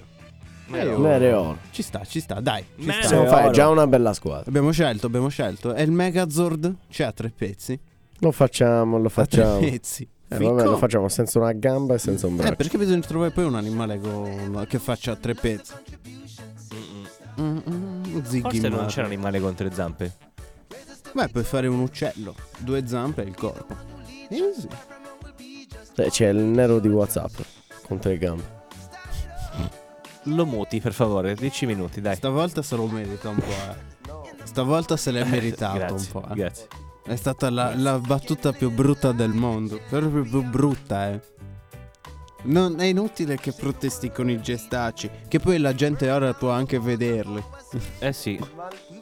S5: Nero.
S6: Nero e oro.
S3: Ci sta, ci sta, dai. Ci
S5: Nero.
S3: sta.
S6: Possiamo fare
S5: oro.
S6: già una bella squadra.
S3: Abbiamo scelto, abbiamo scelto. E il Megazord c'è a tre pezzi.
S6: Lo facciamo, lo
S3: A tre
S6: facciamo. Eh,
S3: pezzi.
S6: vabbè, lo
S3: Ficco.
S6: facciamo senza una gamba e senza un
S3: Eh,
S6: braccio.
S3: perché bisogna trovare poi un animale con- che faccia tre pezzi. Mm, mm, Ziggy
S5: Forse non
S3: Marley.
S5: c'è un animale con tre zampe.
S3: Beh, puoi fare un uccello, due zampe e il corpo. Eh, sì.
S6: Eh, C'è il nero di WhatsApp con tre gambe.
S5: Lo muti, per favore, 10 minuti, dai.
S3: Stavolta se lo merita un po'. eh. Stavolta se l'è meritato un
S5: Grazie,
S3: po'. eh.
S5: grazie.
S3: È stata la, la battuta più brutta del mondo. Proprio più brutta, eh. Non è inutile che protesti con i gestacci, che poi la gente ora può anche vederli.
S5: Eh sì.
S3: ti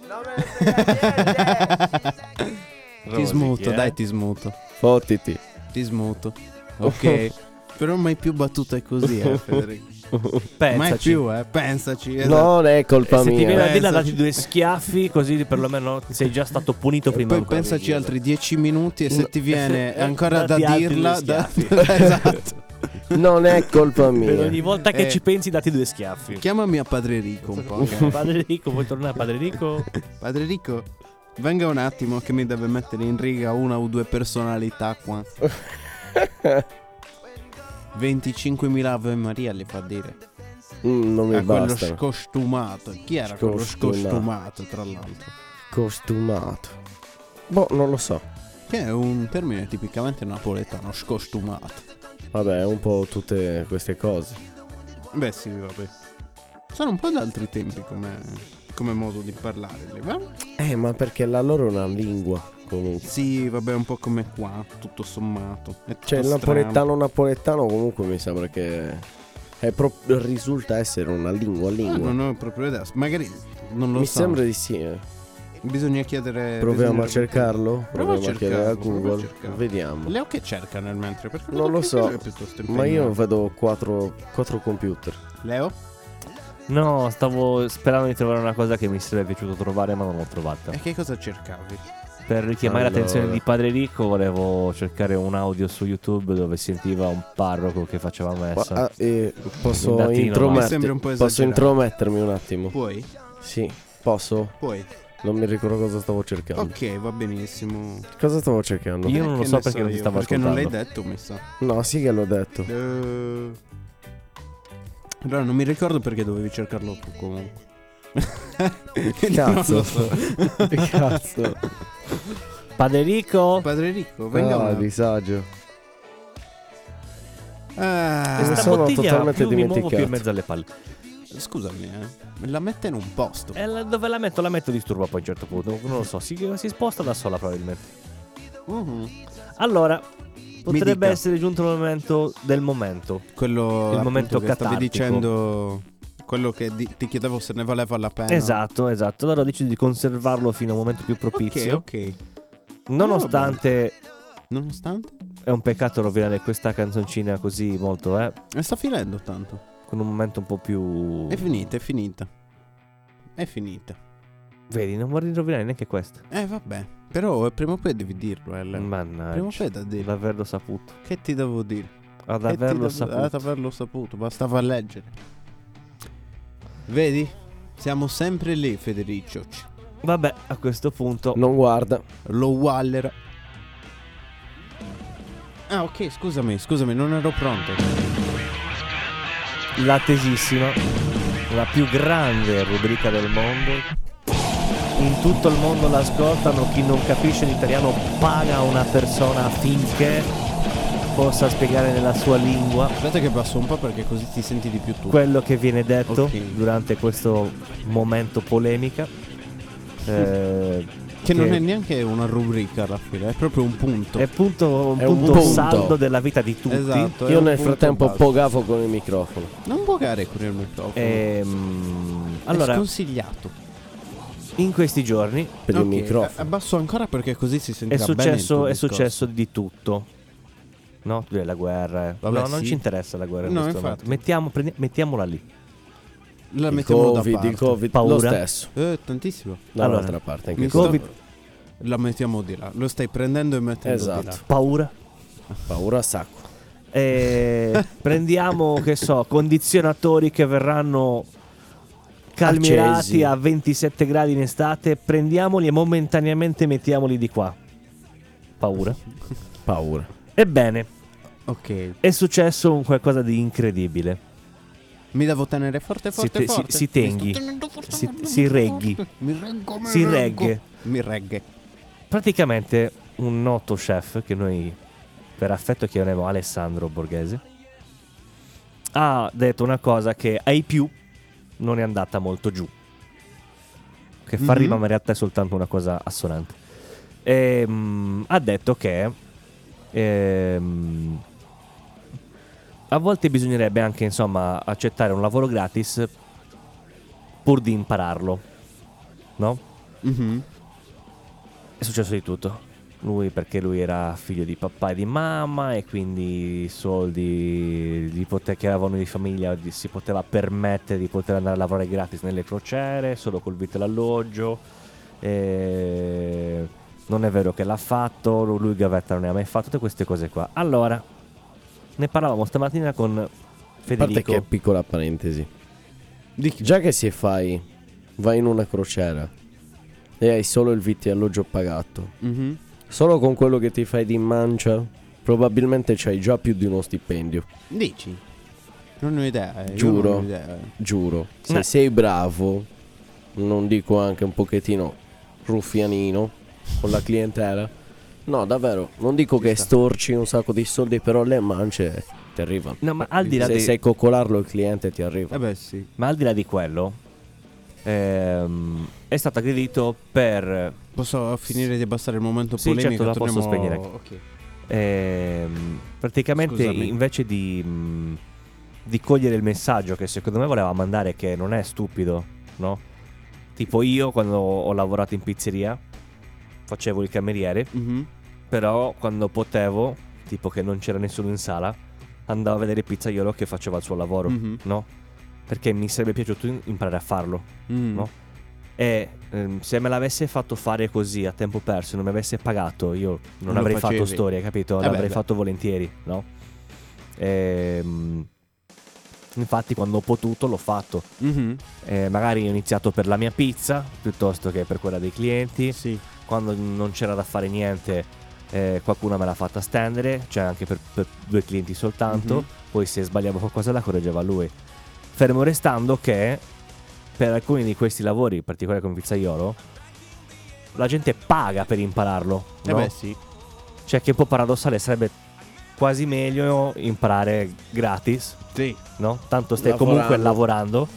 S5: Rosichi,
S3: smuto,
S5: eh.
S3: dai, ti smuto.
S6: Fottiti.
S3: Ti smuto.
S5: Oh.
S3: Ok. Però mai più battute così, eh, Federico. Mai
S5: Pensaci.
S3: più, eh. Pensaci. esatto.
S6: Non è colpa
S5: Se ti viene
S6: mia.
S5: a dire
S3: Pensaci.
S5: dati due schiaffi, così perlomeno sei già stato punito
S3: E
S5: prima
S3: poi
S5: ancora di
S3: pensaci
S5: dirlo.
S3: altri dieci minuti e se ti viene ancora da
S5: Dati altri
S3: dirla...
S5: due
S3: da-
S5: schiaffi.
S3: esatto.
S6: Non è colpa
S5: Per
S6: mia.
S5: ogni volta che
S3: Eh.
S5: ci pensi, dati due schiaffi.
S3: Chiamami a Padre Rico un po'. ok?
S5: Padre Rico, vuoi tornare? Padre Rico?
S3: Padre Rico, venga un attimo che mi deve mettere in riga una o due personalità qua. 25.000 Ave Maria le fa dire.
S6: Mm, non mi
S3: A quello
S6: basta.
S3: scostumato. Chi era quello
S6: Scostumato.
S3: scostumato, tra l'altro?
S6: Costumato. Boh, non lo so.
S3: Che è un termine tipicamente napoletano, scostumato.
S6: Vabbè, un po' tutte queste cose.
S3: Beh sì, vabbè. Sono un po' d'altri tempi come, come modo di parlare, le va?
S6: Eh, ma perché la loro è una lingua, comunque.
S3: Sì, vabbè, un po' come qua, tutto sommato. È tutto
S6: Cioè, il
S3: strano.
S6: napoletano napoletano comunque mi sembra che è pro- risulta essere una lingua
S3: Ah,
S6: lingua.
S3: non ho proprio idea. Magari non lo
S6: mi
S3: so.
S6: sembra di sì. eh.
S3: Bisogna chiedere.
S6: Proviamo
S3: bisogna-
S6: a cercarlo.
S3: Prova a
S6: Proviamo a chiedere a
S3: cercarlo, prova a
S6: Google.
S3: cercarlo.
S6: Vediamo.
S3: Leo che cerca nel mentre? Perché
S6: Non lo so,
S3: Leo è piuttosto
S6: Ma io
S3: impegnato.
S6: vedo quattro, quattro computer.
S3: Leo?
S5: No,
S3: Eh.
S5: stavo sperando di trovare una cosa che mi sarebbe piaciuto trovare, ma non l'ho trovata.
S3: E che cosa cercavi?
S5: per richiamare
S6: Allora.
S5: l'attenzione di Padre Ricco volevo cercare un audio su YouTube dove sentiva un parroco che faceva
S6: Qua-
S5: messa.
S6: ah, eh,
S5: Un
S6: posso,
S5: datino,
S6: intromettermi
S5: ma-
S3: Sembra un po'
S6: posso
S3: esagerato.
S6: intromettermi un attimo?
S3: Puoi?
S6: Sì, posso?
S3: Puoi.
S6: Non mi ricordo cosa stavo cercando.
S3: Ok, va benissimo.
S6: Cosa stavo cercando?
S5: Io non
S3: Eh,
S5: lo
S3: che
S5: so
S3: ne
S5: perché non ti
S3: io,
S5: stavo
S3: Perché
S5: ascoltando.
S3: non l'hai detto, mi sa.
S6: No, sì che l'ho detto.
S3: Eh, Allora, non mi ricordo perché dovevi cercarlo tu comunque. Quindi non
S6: Cazzo.
S3: lo so.
S6: Cazzo.
S5: Padre Ricco,
S3: Padre Ricco,
S5: Ah,
S3: venga.
S6: No, Ah, disagio.
S3: Ah,
S5: questa
S3: eh,
S6: sono
S5: bottiglia
S6: totalmente
S5: più mi muovo più
S6: dimenticato.
S5: in mezzo alle palle.
S3: Scusami, eh. Me la mette in un posto.
S5: E Eh, la- dove la metto? La metto disturba poi a un certo punto. Non lo so, si, si sposta da sola probabilmente.
S3: Mhm.
S5: Allora, potrebbe
S3: dica.
S5: essere giunto il momento del momento.
S3: Quello
S5: Il
S3: appunto,
S5: momento
S3: che stavi
S5: catartico.
S3: dicendo quello che di- ti chiedevo se ne valeva la pena.
S5: Esatto, esatto. Allora ho deciso di conservarlo fino a un momento più
S3: Ok,
S5: propizio.
S3: ok.
S5: Nonostante
S3: Nonostante
S5: è un peccato rovinare questa canzoncina così molto, eh.
S3: Eh, sta finendo tanto.
S5: Con un momento un po' più.
S3: È finita, è finita. È finita.
S5: Vedi, non vorrei rovinare neanche questo.
S3: Eh vabbè, però eh, prima o poi devi dirlo, eh. Leo. Prima o
S5: Mannaggia.
S3: poi è da dire.
S5: Ad averlo saputo.
S3: Che ti devo dire?
S5: Ad
S3: Che ti eh,
S5: averlo
S3: devo-
S5: saputo.
S3: Ad averlo saputo, bastava leggere. Vedi? Siamo sempre lì, Federico.
S5: Vabbè, a questo punto.
S6: Non guarda.
S3: Lo Waller. Ah, ok, scusami, scusami, non ero pronto.
S5: l'attesissima, la più grande rubrica del mondo. In tutto il mondo l'ascoltano, chi non capisce l'italiano paga una persona affinché possa spiegare nella sua lingua
S3: Aspetta che passo un po' perché così ti senti di più tu.
S5: quello che viene detto
S3: Ok.
S5: durante questo momento polemica. Eh,
S3: che non è neanche una rubrica alla fine, è proprio un punto.
S5: è punto, un
S6: È un
S5: punto,
S6: punto.
S5: saldo della vita di tutti.
S3: Esatto, è
S6: Io
S3: un
S6: nel
S3: punto
S6: frattempo
S3: basso.
S6: pogavo con il microfono.
S3: Non vogare con il microfono.
S5: Ehm,
S3: Allora, è
S5: Eh, allora,
S3: sconsigliato.
S5: in questi giorni
S6: Per
S3: Ok, eh,
S6: il microfono.
S3: Abbasso ancora perché così si
S5: è
S3: sentirà bene. il tuo
S5: successo, è
S3: discorso.
S5: successo di tutto. No, Tu direi la guerra. eh.
S3: Vabbè,
S5: no, non
S3: sì.
S5: ci interessa la guerra. in
S3: No,
S5: questo
S3: infatti.
S5: momento. Mettiamo- prendi- mettiamola lì.
S3: La
S6: il
S3: eh, mettiamo da
S6: covid,
S3: parte.
S6: il covid. Lo
S5: Paura.
S6: stesso.
S3: Eh, tantissimo.
S6: Dall'altra
S5: Allora,
S6: parte.
S3: Mi
S6: Anche
S3: sta-
S6: questo.
S5: Covid.
S3: La mettiamo di là. Lo stai prendendo e mettendo di là.
S6: Esatto.
S5: Paura.
S6: Paura a sacco.
S5: Eh, prendiamo, che so, condizionatori che verranno calmierati
S6: Accesi.
S5: a 27 gradi in estate. Prendiamoli e momentaneamente mettiamoli di qua. Paura.
S6: Paura.
S5: Ebbene,
S3: Ok.
S5: è successo un qualcosa di incredibile.
S3: Mi devo tenere forte,
S5: Si,
S3: forte,
S5: te- si-
S3: forte.
S5: si tenghi, si, si reghi,
S3: Mi reggo, mi
S5: si
S3: reggo.
S5: regge.
S3: Mi regge.
S5: praticamente un noto chef che noi per affetto chiamiamo Alessandro Borghese ha detto una cosa che ai più non è andata molto giù che fa
S3: Mhm.
S5: rima ma in realtà è soltanto una cosa assonante Ehm, ha detto che ehm, a volte bisognerebbe anche insomma accettare un lavoro gratis pur di impararlo no?
S3: Mhm.
S5: È successo di tutto. Lui perché lui era figlio di papà e di mamma e quindi i soldi gli pote- che avevano di famiglia di- si poteva permettere di poter andare a lavorare gratis nelle crociere, solo col vitto e l'alloggio. E Non è vero che l'ha fatto, lu- lui Gavetta non ne ha mai fatto, tutte queste cose qua. Allora, ne parlavamo stamattina con
S6: A parte che
S5: Federico.
S6: piccola parentesi.
S3: Di chi?
S6: Già che se fai, vai in una crociera e hai solo il vitto e alloggio pagato,
S3: Mhm.
S6: solo con quello che ti fai di mancia, probabilmente c'hai già più di uno stipendio.
S3: Dici. Non ho idea. eh, io
S6: Giuro.
S3: Non ho idea. eh.
S6: Giuro. Se
S5: No.
S6: sei bravo, non dico anche un pochettino ruffianino con la clientela. No, davvero, non dico che storci un sacco di soldi, però le mance ti arrivano.
S5: No, ma al di là
S6: Se
S5: dei-
S6: sai coccolarlo il cliente ti arriva.
S3: Eh beh, sì.
S5: ma al di là di quello, ehm, è stato aggredito per
S3: Posso finire di abbassare il momento
S5: Sì,
S3: polemico?
S5: certo, la posso
S3: Torniamo-
S5: spegnere.
S3: Ok.
S5: Ehm, praticamente
S3: Scusami.
S5: invece di, mh, di cogliere il messaggio che secondo me voleva mandare che non è stupido, no? Tipo io quando ho lavorato in pizzeria facevo il cameriere,
S3: Mhm.
S5: però quando potevo, tipo che non c'era nessuno in sala, andavo a vedere il pizzaiolo che faceva il suo lavoro,
S3: Mhm.
S5: no? Perché mi sarebbe piaciuto in- imparare a farlo,
S3: Mm.
S5: no? E ehm, se me l'avesse fatto fare così a tempo perso, non mi avesse pagato, io non
S3: Lo
S5: avrei fatto
S3: facevi.
S5: storie, capito?
S3: Eh beh,
S5: L'avrei
S3: beh.
S5: fatto volentieri, no? Ehm, infatti, quando ho potuto, l'ho fatto.
S3: Mhm,
S5: Eh, magari ho iniziato per la mia pizza piuttosto che per quella dei clienti.
S3: Sì.
S5: Quando non c'era da fare niente, eh, qualcuno me l'ha fatta stendere, cioè anche per, per due clienti soltanto.
S3: Mhm.
S5: Poi se sbagliavo qualcosa la correggeva lui. Fermo restando che per alcuni di questi lavori, in particolare come pizzaiolo, la gente paga per impararlo.
S3: Eh
S5: no?
S3: beh, sì.
S5: Cioè che un po' paradossale sarebbe quasi meglio imparare gratis
S3: Sì.
S5: no? Tanto stai
S6: Lavorando.
S5: comunque lavorando.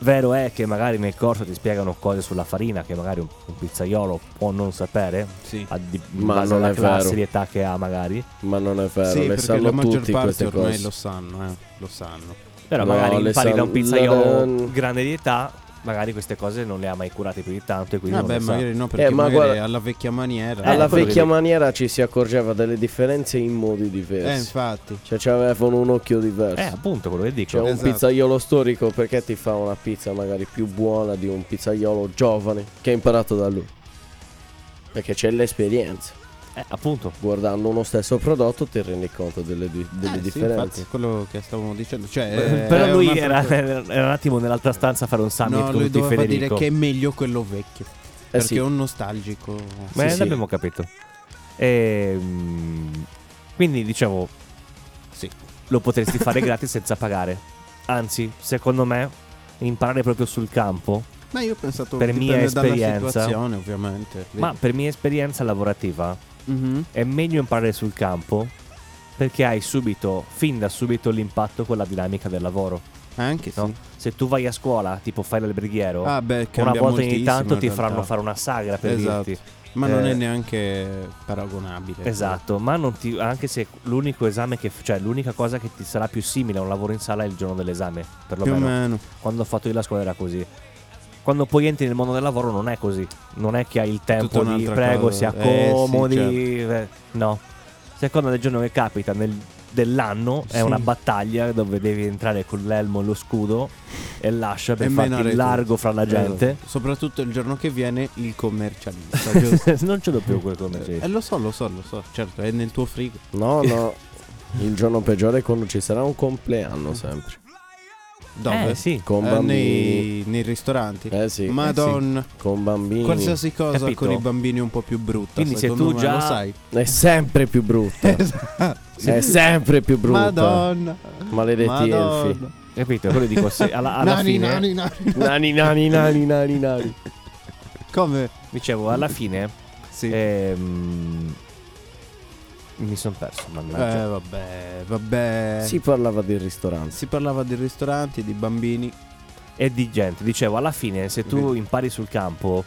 S5: Vero è che magari nel corso ti spiegano cose sulla farina che magari un, un pizzaiolo può non sapere,
S3: Sì.
S5: a di- in
S6: Ma
S5: base
S6: non
S5: alla
S6: è
S5: classe
S6: vero.
S5: di età che ha magari.
S6: Ma non è vero,
S3: Eh, Sì,
S6: le
S3: perché la
S6: sanno
S3: maggior
S6: tutti
S3: parte
S6: queste
S3: ormai
S6: cose.
S3: lo sanno, eh. Lo sanno.
S5: Però
S6: No,
S5: magari
S6: le
S5: impari
S6: sa-
S5: da un pizzaiolo
S6: le-
S5: grande di età, magari queste cose non le ha mai curate più di tanto e quindi non
S3: Vabbè,
S5: le sa.
S3: magari no, perché
S6: Eh, ma
S3: magari
S6: guarda-
S3: alla vecchia maniera.
S5: Eh,
S6: Alla
S5: quello
S6: vecchia
S5: che-
S6: maniera ci si accorgeva delle differenze in modi
S3: Eh,
S6: diversi.
S3: infatti.
S6: cioè, ci avevano un occhio diverso.
S5: Eh, appunto, quello che dico.
S6: Cioè, un
S3: Esatto.
S6: pizzaiolo storico perché ti fa una pizza magari più buona di un pizzaiolo giovane che ha imparato da lui? Perché c'è l'esperienza.
S5: Eh, appunto.
S6: Guardando uno stesso prodotto ti rendi conto delle, di-
S3: Eh,
S6: delle
S3: sì, infatti,
S6: differenze.
S3: è quello che stavamo dicendo. Cioè, eh,
S5: Però
S3: è
S5: lui
S3: un'altra
S5: era,
S3: cosa.
S5: era un attimo nell'altra stanza a fare un summit
S3: No,
S5: con
S3: lui
S5: tutti
S3: doveva
S5: Federico.
S3: dire che è meglio quello vecchio.
S6: Eh
S3: perché
S6: sì.
S3: è un nostalgico.
S5: Ma
S6: Sì, sì.
S5: l'abbiamo capito. Ehm, quindi diciamo, sì, lo potresti fare gratis senza pagare. Anzi, secondo me, imparare proprio sul campo,
S3: Ma io ho pensato
S5: Per
S3: dipende
S5: mia
S3: dalla
S5: esperienza-
S3: situazione, ovviamente.
S5: ma per mia esperienza lavorativa,
S3: Mhm.
S5: è meglio imparare sul campo perché hai subito, fin da subito, l'impatto con la dinamica del lavoro.
S3: Anche sì.
S5: no? Se tu vai a scuola, tipo fai l'alberghiero,
S3: Ah, beh,
S5: una
S3: cambia
S5: volta ogni
S3: moltissimo,
S5: tanto
S3: in
S5: ti faranno
S3: realtà.
S5: fare una sagra per
S3: Esatto.
S5: dirti.
S3: Ma non
S5: Eh.
S3: è neanche paragonabile.
S5: Esatto, ma non ti- anche se l'unico esame che, cioè l'unica cosa che ti sarà più simile a un lavoro in sala è il giorno dell'esame,
S3: Più o
S5: perlomeno.
S3: meno.
S5: Quando ho fatto io la scuola era così. Quando poi entri nel mondo del lavoro non è così, non è che hai il tempo di
S3: un'altra
S5: prego,
S3: cosa.
S5: si
S3: Eh,
S5: accomodi,
S3: sì,
S5: eh, no. Seconda del giorno che capita nel- dell'anno è
S3: Sì.
S5: una battaglia dove devi entrare con l'elmo e lo scudo e lascia per
S3: E menare
S5: farti largo
S3: tutto.
S5: fra la gente.
S3: Esatto. Soprattutto il giorno che viene il commercialista, giusto?
S5: non ce l'ho più quel come
S3: Eh, lo so, lo so, lo so, certo, è nel tuo frigo.
S6: No, no. Il giorno peggiore è quando ci sarà un compleanno sempre.
S3: Dove?
S5: Eh sì,
S6: Con
S3: Eh,
S6: bambini.
S3: nei, nei ristoranti.
S6: Eh sì,
S3: Madonna,
S6: con bambini.
S3: qualsiasi cosa
S5: Capito?
S3: con i bambini è un po' più brutta.
S5: Quindi se
S3: secondo
S5: tu
S3: me,
S5: già-
S3: lo sai. Esatto.
S6: È sempre più brutta. È sempre più brutta.
S3: Eh, Madonna.
S6: Maledetti elfi.
S3: Madonna.
S5: capito, quello dico se alla, alla
S3: nani,
S5: fine
S3: nani, nani.
S6: Nani, nani, nani, nani, nani.
S3: Come?
S5: Dicevo, alla fine
S3: Sì. Eh,
S5: ehm, mi sono perso. Mannaggia.
S3: Eh, vabbè, vabbè.
S6: Si parlava del ristorante.
S3: Si parlava di ristoranti, di bambini.
S5: E di gente, dicevo, alla fine, se tu impari sul campo,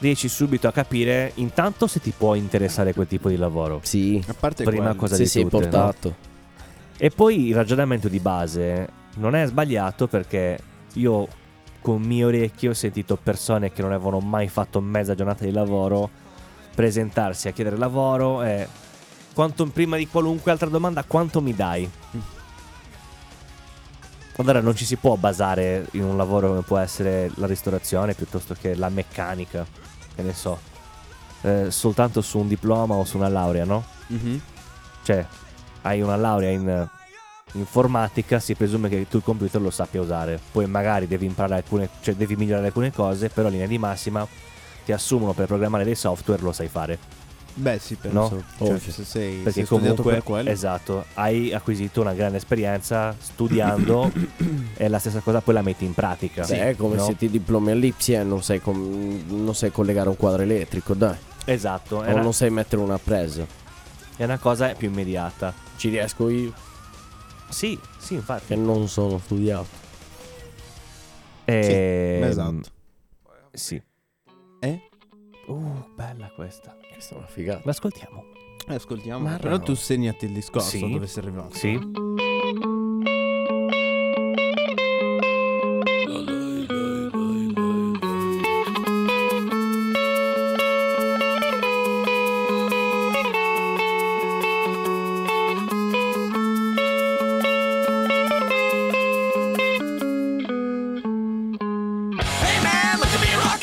S5: riesci subito a capire intanto se ti può interessare quel tipo di lavoro.
S6: Sì.
S3: A parte
S5: Prima
S3: quello.
S5: cosa
S6: Sì,
S5: di
S6: sì,
S5: tutte, no?
S6: portato.
S5: E poi il ragionamento di base non è sbagliato perché io con mio orecchio ho sentito persone che non avevano mai fatto mezza giornata di lavoro presentarsi a chiedere lavoro e quanto prima di qualunque altra domanda quanto mi dai? Allora non ci si può basare in un lavoro come può essere la ristorazione piuttosto che la meccanica, che ne so, eh, soltanto su un diploma o su una laurea, no?
S3: Mhm.
S5: cioè hai una laurea in eh, informatica, si presume che tu il computer lo sappia usare. Poi magari devi imparare alcune, cioè devi migliorare alcune cose, però in linea di massima ti assumono per programmare dei software, lo sai fare.
S3: Beh, sì, penso.
S5: No?
S3: Cioè,
S6: Ovvio.
S3: se sei,
S5: Perché
S3: sei studiato
S5: comunque
S3: per quello.
S5: esatto, hai acquisito una grande esperienza studiando e la stessa cosa poi la metti in pratica.
S6: Sì, è come
S5: Cioè, no?
S6: se ti diplomi all'Ipsia e non sai, com- non sai collegare un quadro elettrico, dai.
S5: Esatto, è
S6: O
S5: una,
S6: non sai mettere una presa.
S5: è una cosa più immediata.
S6: Ci riesco io,
S5: Sì, sì,
S6: che
S5: infatti.
S6: non sono studiato.
S5: Ehm,
S3: esatto.
S5: Sì.
S3: Eh?
S5: Uh, bella questa.
S6: Questa è una figata.
S5: L'ascoltiamo.
S3: Eh, Ascoltiamo.
S6: Ma
S3: Però
S6: no.
S3: tu segnati il discorso
S5: Sì.
S3: dove sei arrivato.
S5: Sì.
S8: Hey man, look at me rock.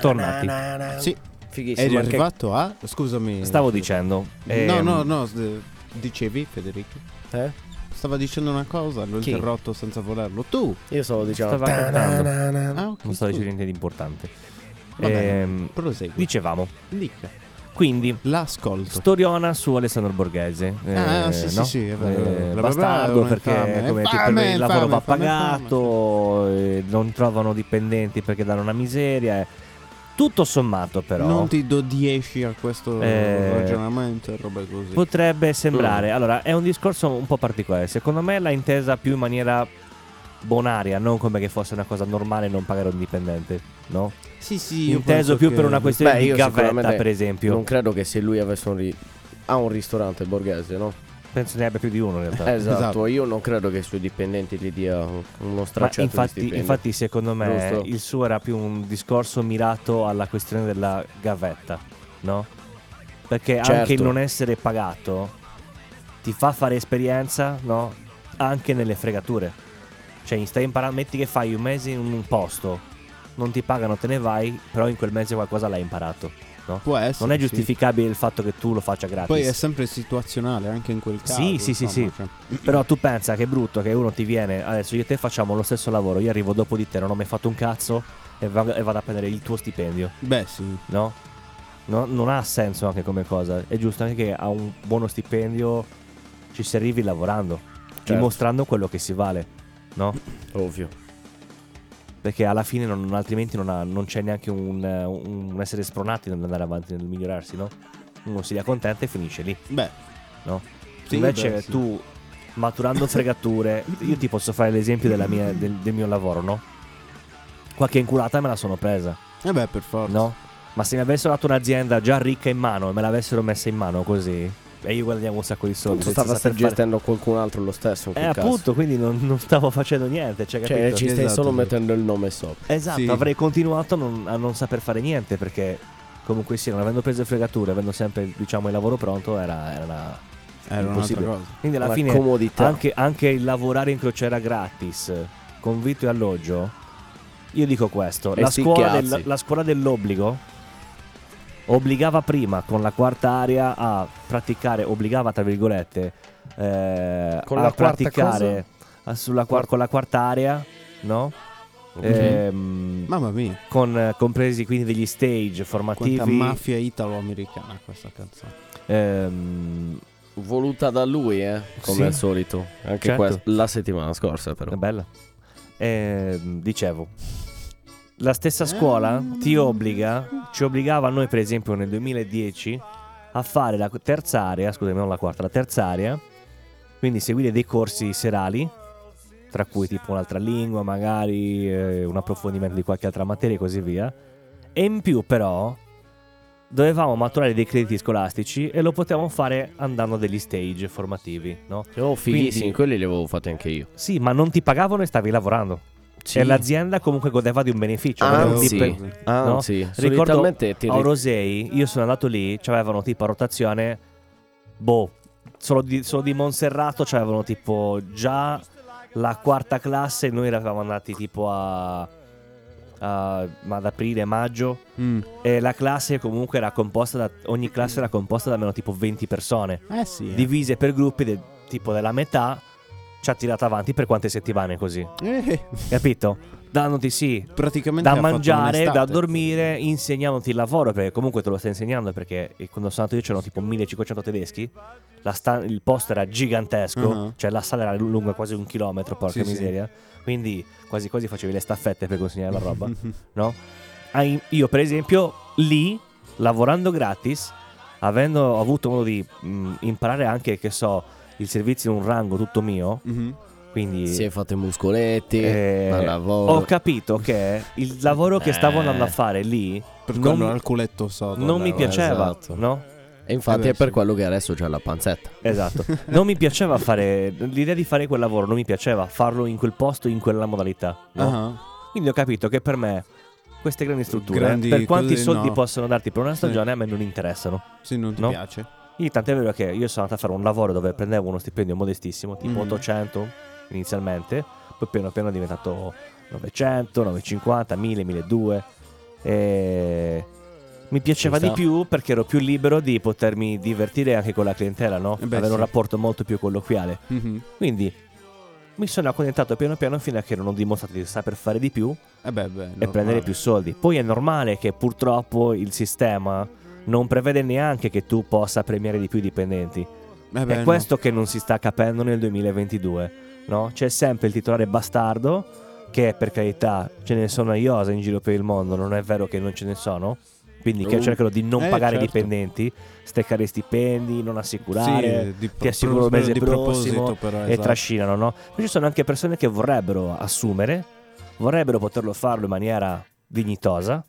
S5: tornati.
S3: Eh, Sì,
S6: Fighissimo.
S3: eri
S6: anche-
S3: arrivato a... Scusami.
S5: Stavo dicendo.
S3: No,
S5: ehm,
S3: no, no, s- dicevi Federico.
S6: Eh?
S3: Stava dicendo una cosa, l'ho
S5: Chi?
S3: interrotto senza volerlo. Tu!
S6: Io diciamo, stavo dicendo.
S5: Stava cantando.
S3: Ah, ok.
S5: Eh, Non sto
S3: scusa.
S5: dicendo niente di importante.
S3: Va bene,
S5: Ehm,
S3: prosegui.
S5: dicevamo,
S3: Dica.
S5: quindi,
S3: L'ascolto.
S5: storiona su Alessandro Borghese. eh,
S3: Ah, sì, sì,
S5: no?
S3: sì, è vero, è vero.
S5: Eh,
S3: La
S5: bastardo
S3: bravura è
S5: perché
S3: infame,
S5: come
S3: è
S5: dire,
S3: infame,
S5: per me il lavoro va
S3: infame, infame,
S5: pagato, eh, non trovano dipendenti perché danno una miseria. eh. Tutto sommato, però.
S3: Non ti do 10 a questo
S5: Eh,
S3: ragionamento e roba così.
S5: Potrebbe sembrare. Allora, è un discorso un po' particolare. Secondo me l'ha intesa più in maniera bonaria, non come che fosse una cosa normale non pagare un dipendente, no?
S3: sì, sì, io
S5: Inteso
S3: penso
S5: più
S3: che-
S5: per una questione
S6: Beh,
S5: di
S6: io
S5: gavetta,
S6: sicuramente
S5: per esempio.
S6: Non credo che se lui avesse un. ri- ha un ristorante borghese, no?
S5: Penso ne abbia più di uno in realtà.
S6: Esatto.
S3: Esatto.
S6: Io non credo che i suoi dipendenti gli dia uno
S5: Ma
S6: stracciato di
S5: infatti,
S6: stipendio.
S5: infatti, secondo me,
S6: Giusto.
S5: il suo era più un discorso mirato alla questione della gavetta, no? Perché
S6: Certo.
S5: anche il non essere pagato ti fa fare esperienza, no? Anche nelle fregature. Cioè, stai imparando, metti che fai un mese in un posto, non ti pagano, te ne vai, però in quel mese qualcosa l'hai imparato, no?
S3: Può essere.
S5: Non è
S3: sì.
S5: giustificabile il fatto che tu lo faccia gratis.
S3: Poi è sempre situazionale anche in quel caso.
S5: Sì, sì, sì,
S3: insomma,
S5: sì.
S3: cioè.
S5: Però tu pensa che è brutto che uno ti viene adesso io e te facciamo lo stesso lavoro, io arrivo dopo di te, non ho mai fatto un cazzo e va- e vado, a prendere il tuo stipendio,
S3: Beh, sì.
S5: no? No, Non ha senso anche come cosa, è giusto anche che a un buono stipendio ci si arrivi lavorando, dimostrando quello che si vale, no?
S6: Ovvio.
S5: Perché alla fine non- altrimenti non, ha- non c'è neanche un, eh, un essere spronati nell'andare avanti, nel migliorarsi, no? Uno si accontenta e finisce lì.
S3: Beh,
S5: no?
S3: Sì,
S5: Invece
S3: beh, sì.
S5: tu maturando fregature, io ti posso fare l'esempio della mia- del, del mio lavoro, no? Qualche inculata me la sono presa,
S3: eh beh, per forza.
S5: no? Ma se mi avessero dato un'azienda già ricca in mano e me l'avessero messa in mano così, e io guadagnavo un sacco di soldi.
S6: Tu
S5: senza
S6: stava
S5: saper fare-
S6: gestendo qualcun altro lo stesso. In
S5: Eh,
S6: quel caso.
S5: appunto, quindi non, non stavo facendo niente, cioè,
S6: Cioè,
S5: capito?
S6: ci stai
S3: Esatto,
S6: solo
S3: sì.
S6: mettendo il nome sopra.
S5: Esatto,
S3: Sì.
S5: avrei continuato a non, a non saper fare niente perché comunque sì, non avendo preso fregature, avendo sempre diciamo il lavoro pronto, era, era una...
S3: Era un'altra
S5: impossibile.
S3: cosa.
S5: Quindi alla
S6: La
S5: fine
S6: comodità.
S5: Cioè, anche, anche il lavorare in crociera gratis con vitto e alloggio, io dico questo,
S6: E
S5: la
S6: sti
S5: scuola, del-
S6: cazzi.
S5: la scuola dell'obbligo obbligava prima con la quarta area a praticare, obbligava tra virgolette, eh,
S6: Con
S5: a
S6: la quarta
S5: praticare a- sulla quar- con la quarta area, no? Ehm,
S3: Mamma mia,
S5: con, eh, compresi quindi degli
S3: quanta
S5: stage formativi
S3: mafia italo-americana questa canzone.
S5: ehm,
S6: Voluta da lui, eh. Come
S5: Sì.
S6: al solito. Anche
S5: Certo.
S6: questa- la settimana scorsa, però.
S5: È bella. Ehm, dicevo, la stessa scuola ti obbliga, ci obbligava a noi per esempio nel 2010 a fare la terza area, scusami non la quarta, la terza area, quindi seguire dei corsi serali, tra cui tipo un'altra lingua magari, eh, un approfondimento di qualche altra materia e così via, e in più però dovevamo maturare dei crediti scolastici e lo potevamo fare andando a degli stage formativi, no?
S6: Oh, fighissimi.
S5: Quindi-
S6: Quelli li avevo fatti anche io.
S5: Sì, ma non ti pagavano e stavi lavorando.
S6: Sì.
S5: E l'azienda comunque godeva di un beneficio.
S6: Anzi,
S3: Ah,
S5: Di-
S3: Sì.
S5: no?
S6: anzi,
S5: ricordo
S6: Ah, solitamente ti
S5: a Orosei, io sono andato lì, c'avevano tipo a rotazione, boh, solo di, solo di Monserrato c'avevano tipo già la quarta classe, noi eravamo andati tipo a, a- ma ad aprile, maggio,
S3: Mm.
S5: e la classe comunque era composta da, ogni classe era composta da almeno tipo 20 persone
S3: Eh sì. eh.
S5: divise per gruppi del tipo della metà, ci ha tirato avanti per quante settimane così,
S3: Eh,
S5: capito? Dandoti sì,
S3: praticamente
S5: da
S3: ha fatto
S5: mangiare, da
S3: un'estate.
S5: dormire, insegnandoti il lavoro, perché comunque te lo stai insegnando, perché quando sono andato io c'erano tipo 1500 tedeschi, la sta- il posto era gigantesco,
S3: Ah.
S5: cioè la sala era lunga quasi un chilometro,
S3: Sì,
S5: porca
S3: sì.
S5: miseria, quindi quasi quasi facevi le staffette per consegnare la roba, no? Ai- Io per esempio lì, lavorando gratis, avendo avuto modo di mh, imparare anche, che so, il servizio in un rango tutto mio,
S3: Mhm.
S5: quindi...
S6: Si è fatto i muscoletti.
S5: Eh,
S6: al lavoro.
S5: Ho capito che il lavoro che stavo
S3: Eh.
S5: andando a fare lì
S3: Per
S5: Non-
S3: quello al culetto sodo.
S5: non mi
S3: allora.
S5: piaceva,
S6: esatto.
S5: no?
S6: E infatti
S5: eh,
S3: Vabbè,
S6: è per
S3: sì.
S6: quello che adesso c'è la panzetta.
S5: Esatto. Non mi piaceva fare l'idea di fare quel lavoro, non mi piaceva farlo in quel posto, in quella modalità. no?
S3: Ah,
S5: Quindi ho capito che per me queste grandi strutture,
S3: Grandi
S5: per quanti
S3: cose,
S5: soldi
S3: no. Eh.
S5: possono darti per una stagione, a me non interessano.
S3: Sì, non ti
S5: No?
S3: piace.
S5: Quindi tanto è vero che io sono andato a fare un lavoro dove prendevo uno stipendio modestissimo, tipo
S3: Mhm.
S5: 800 inizialmente, poi piano piano è diventato 900, 950, 1000, 1200. eh, mi piaceva
S3: Ci
S5: di
S3: sta.
S5: più perché ero più libero di potermi divertire anche con la clientela, no?
S3: Eh beh,
S5: Avere un
S3: sì.
S5: rapporto molto più colloquiale.
S3: Mhm.
S5: Quindi mi sono accontentato piano piano fino a che non ho dimostrato di saper fare di più
S3: Eh beh, beh,
S5: e prendere più soldi. Poi è normale che purtroppo il sistema non prevede neanche che tu possa premiare di più i dipendenti.
S3: Eh beh,
S5: è
S3: no.
S5: questo che non si sta capendo nel 2022, no? C'è sempre il titolare bastardo che per carità ce ne sono a iosa in giro per il mondo, non è vero che non ce ne sono. Quindi che
S3: Uh.
S5: cercano di non
S3: Eh,
S5: pagare
S3: certo.
S5: i dipendenti, steccare i stipendi, non assicurare,
S3: Sì, di pro-
S5: ti assicuro il mese
S3: di
S5: prossimo
S3: proposito, però,
S5: e
S3: esatto.
S5: trascinano, no? Ma ci sono anche persone che vorrebbero assumere, vorrebbero poterlo farlo in maniera dignitosa,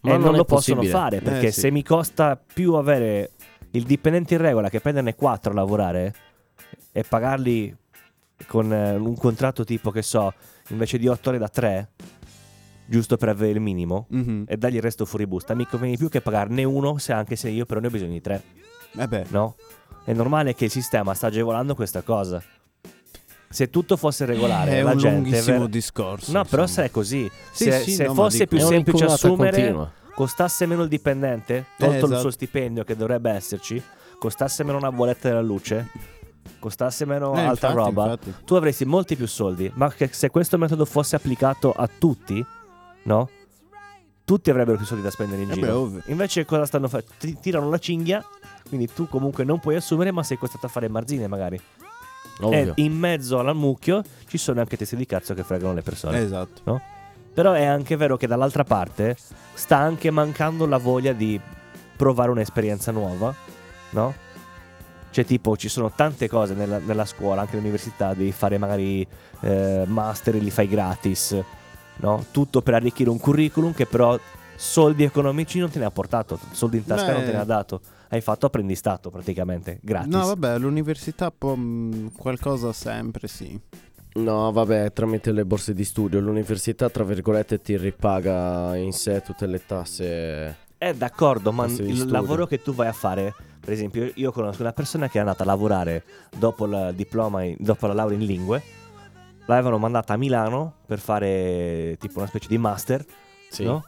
S6: Ma
S5: e
S6: non
S5: non
S6: è
S5: lo possono
S6: possibile.
S5: fare perché
S3: Eh, sì.
S5: se mi costa più avere il dipendente in regola che prenderne 4 a lavorare e pagarli con eh, un contratto tipo che so, invece di 8 ore da 3, giusto per avere il minimo.
S3: Mhm.
S5: E dargli il resto fuori busta. Mi conviene più che pagarne uno, se anche se io però ne ho bisogno di tre
S3: Eh beh,
S5: no? È normale che il sistema sta agevolando questa cosa. Se tutto fosse regolare,
S3: è
S5: la
S3: un
S5: gente
S3: lunghissimo
S5: ver-
S3: discorso.
S5: No, però
S3: insomma.
S5: sarei così.
S3: Sì,
S5: se
S3: sì,
S5: se
S3: no, ma
S5: fosse
S3: dico-
S5: più
S6: È una
S5: semplice
S6: inculata
S5: assumere,
S6: continua.
S5: costasse meno il dipendente, tolto il
S3: esatto.
S5: suo stipendio che dovrebbe esserci, costasse meno una bolletta della luce, costasse meno
S3: Eh,
S5: altra
S3: infatti,
S5: roba,
S3: infatti.
S5: tu avresti molti più soldi. Ma che- se questo metodo fosse applicato a tutti, no? Tutti avrebbero più soldi da spendere in
S3: Eh beh,
S5: giro.
S3: ovvio.
S5: Invece cosa stanno facendo? Ti tirano la cinghia, quindi tu comunque non puoi assumere, ma sei costretto a fare marzine magari.
S6: Ovvio.
S5: E in mezzo al mucchio ci sono anche testi di cazzo che fregano le persone.
S3: Esatto.
S5: no? Però è anche vero che dall'altra parte sta anche mancando la voglia di provare un'esperienza nuova, no? Cioè, tipo, ci sono tante cose nella, nella scuola, anche all'università, devi fare magari eh, master e li fai gratis, no? Tutto per arricchire un curriculum che però soldi economici non te ne ha portato, soldi in tasca
S3: Beh.
S5: non te ne ha dato. Hai fatto apprendistato praticamente, gratis.
S3: No, vabbè, all'università può mh, qualcosa sempre, sì.
S6: No, vabbè, tramite le borse di studio. L'università, tra virgolette, ti ripaga in sé tutte le tasse.
S5: Eh, d'accordo, ma
S6: Borse di
S5: il
S6: studio.
S5: lavoro che tu vai a fare, per esempio, io conosco una persona che è andata a lavorare dopo il diploma, in- dopo la laurea in lingue, l'avevano mandata a Milano per fare tipo una specie di master,
S6: Sì.
S5: no?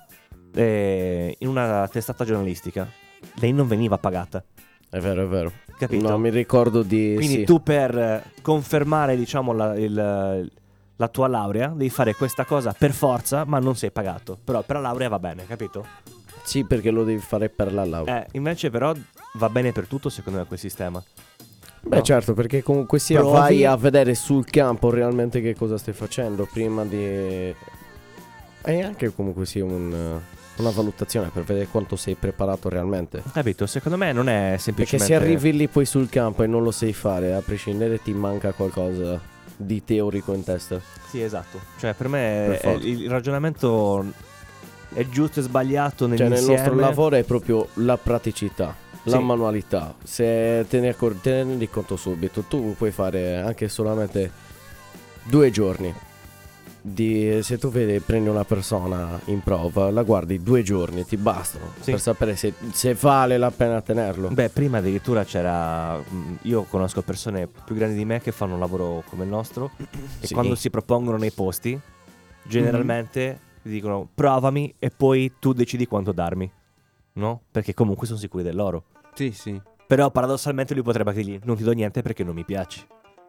S5: Eh, in una testata giornalistica. Lei non veniva pagata,
S6: È vero, è vero.
S5: capito?
S6: No, mi ricordo di.
S5: Quindi
S6: sì.
S5: tu per eh, confermare, diciamo, la, il- la tua laurea devi fare questa cosa per forza, ma non sei pagato. Però per la laurea va bene, capito?
S6: Sì, perché lo devi fare per la laurea.
S5: Eh, invece però va bene per tutto secondo me quel sistema.
S6: Beh,
S5: no.
S6: certo, perché comunque sia
S5: Provi-
S6: vai a vedere sul campo realmente che cosa stai facendo prima di. È anche comunque sia un, eh, una valutazione per vedere quanto sei preparato realmente.
S5: Capito? Secondo me non è semplicemente...
S6: Perché se arrivi lì poi sul campo e non lo sai fare, a prescindere ti manca qualcosa di teorico in testa.
S5: Sì, esatto. Cioè per me
S6: Per
S5: è-
S6: forza.
S5: il ragionamento è giusto e sbagliato
S6: Cioè,
S5: nell'insieme.
S6: nel nostro lavoro è proprio la praticità, la
S5: Sì.
S6: manualità. Se te ne, accor- te ne rendi conto subito, tu puoi fare anche solamente due giorni. Di, se tu vedi, prendi una persona in prova, la guardi due giorni, ti bastano
S5: Sì.
S6: per sapere se, se vale la pena tenerlo.
S5: Beh, prima addirittura c'era... mh, Io conosco persone più grandi di me che fanno un lavoro come il nostro e
S6: Sì.
S5: quando si propongono nei posti, generalmente ti
S6: Mhm.
S5: dicono provami e poi tu decidi quanto darmi. No? Perché comunque sono sicuri del loro.
S3: Sì, sì.
S5: Però paradossalmente lui potrebbe dirgli non ti do niente perché non mi piaci.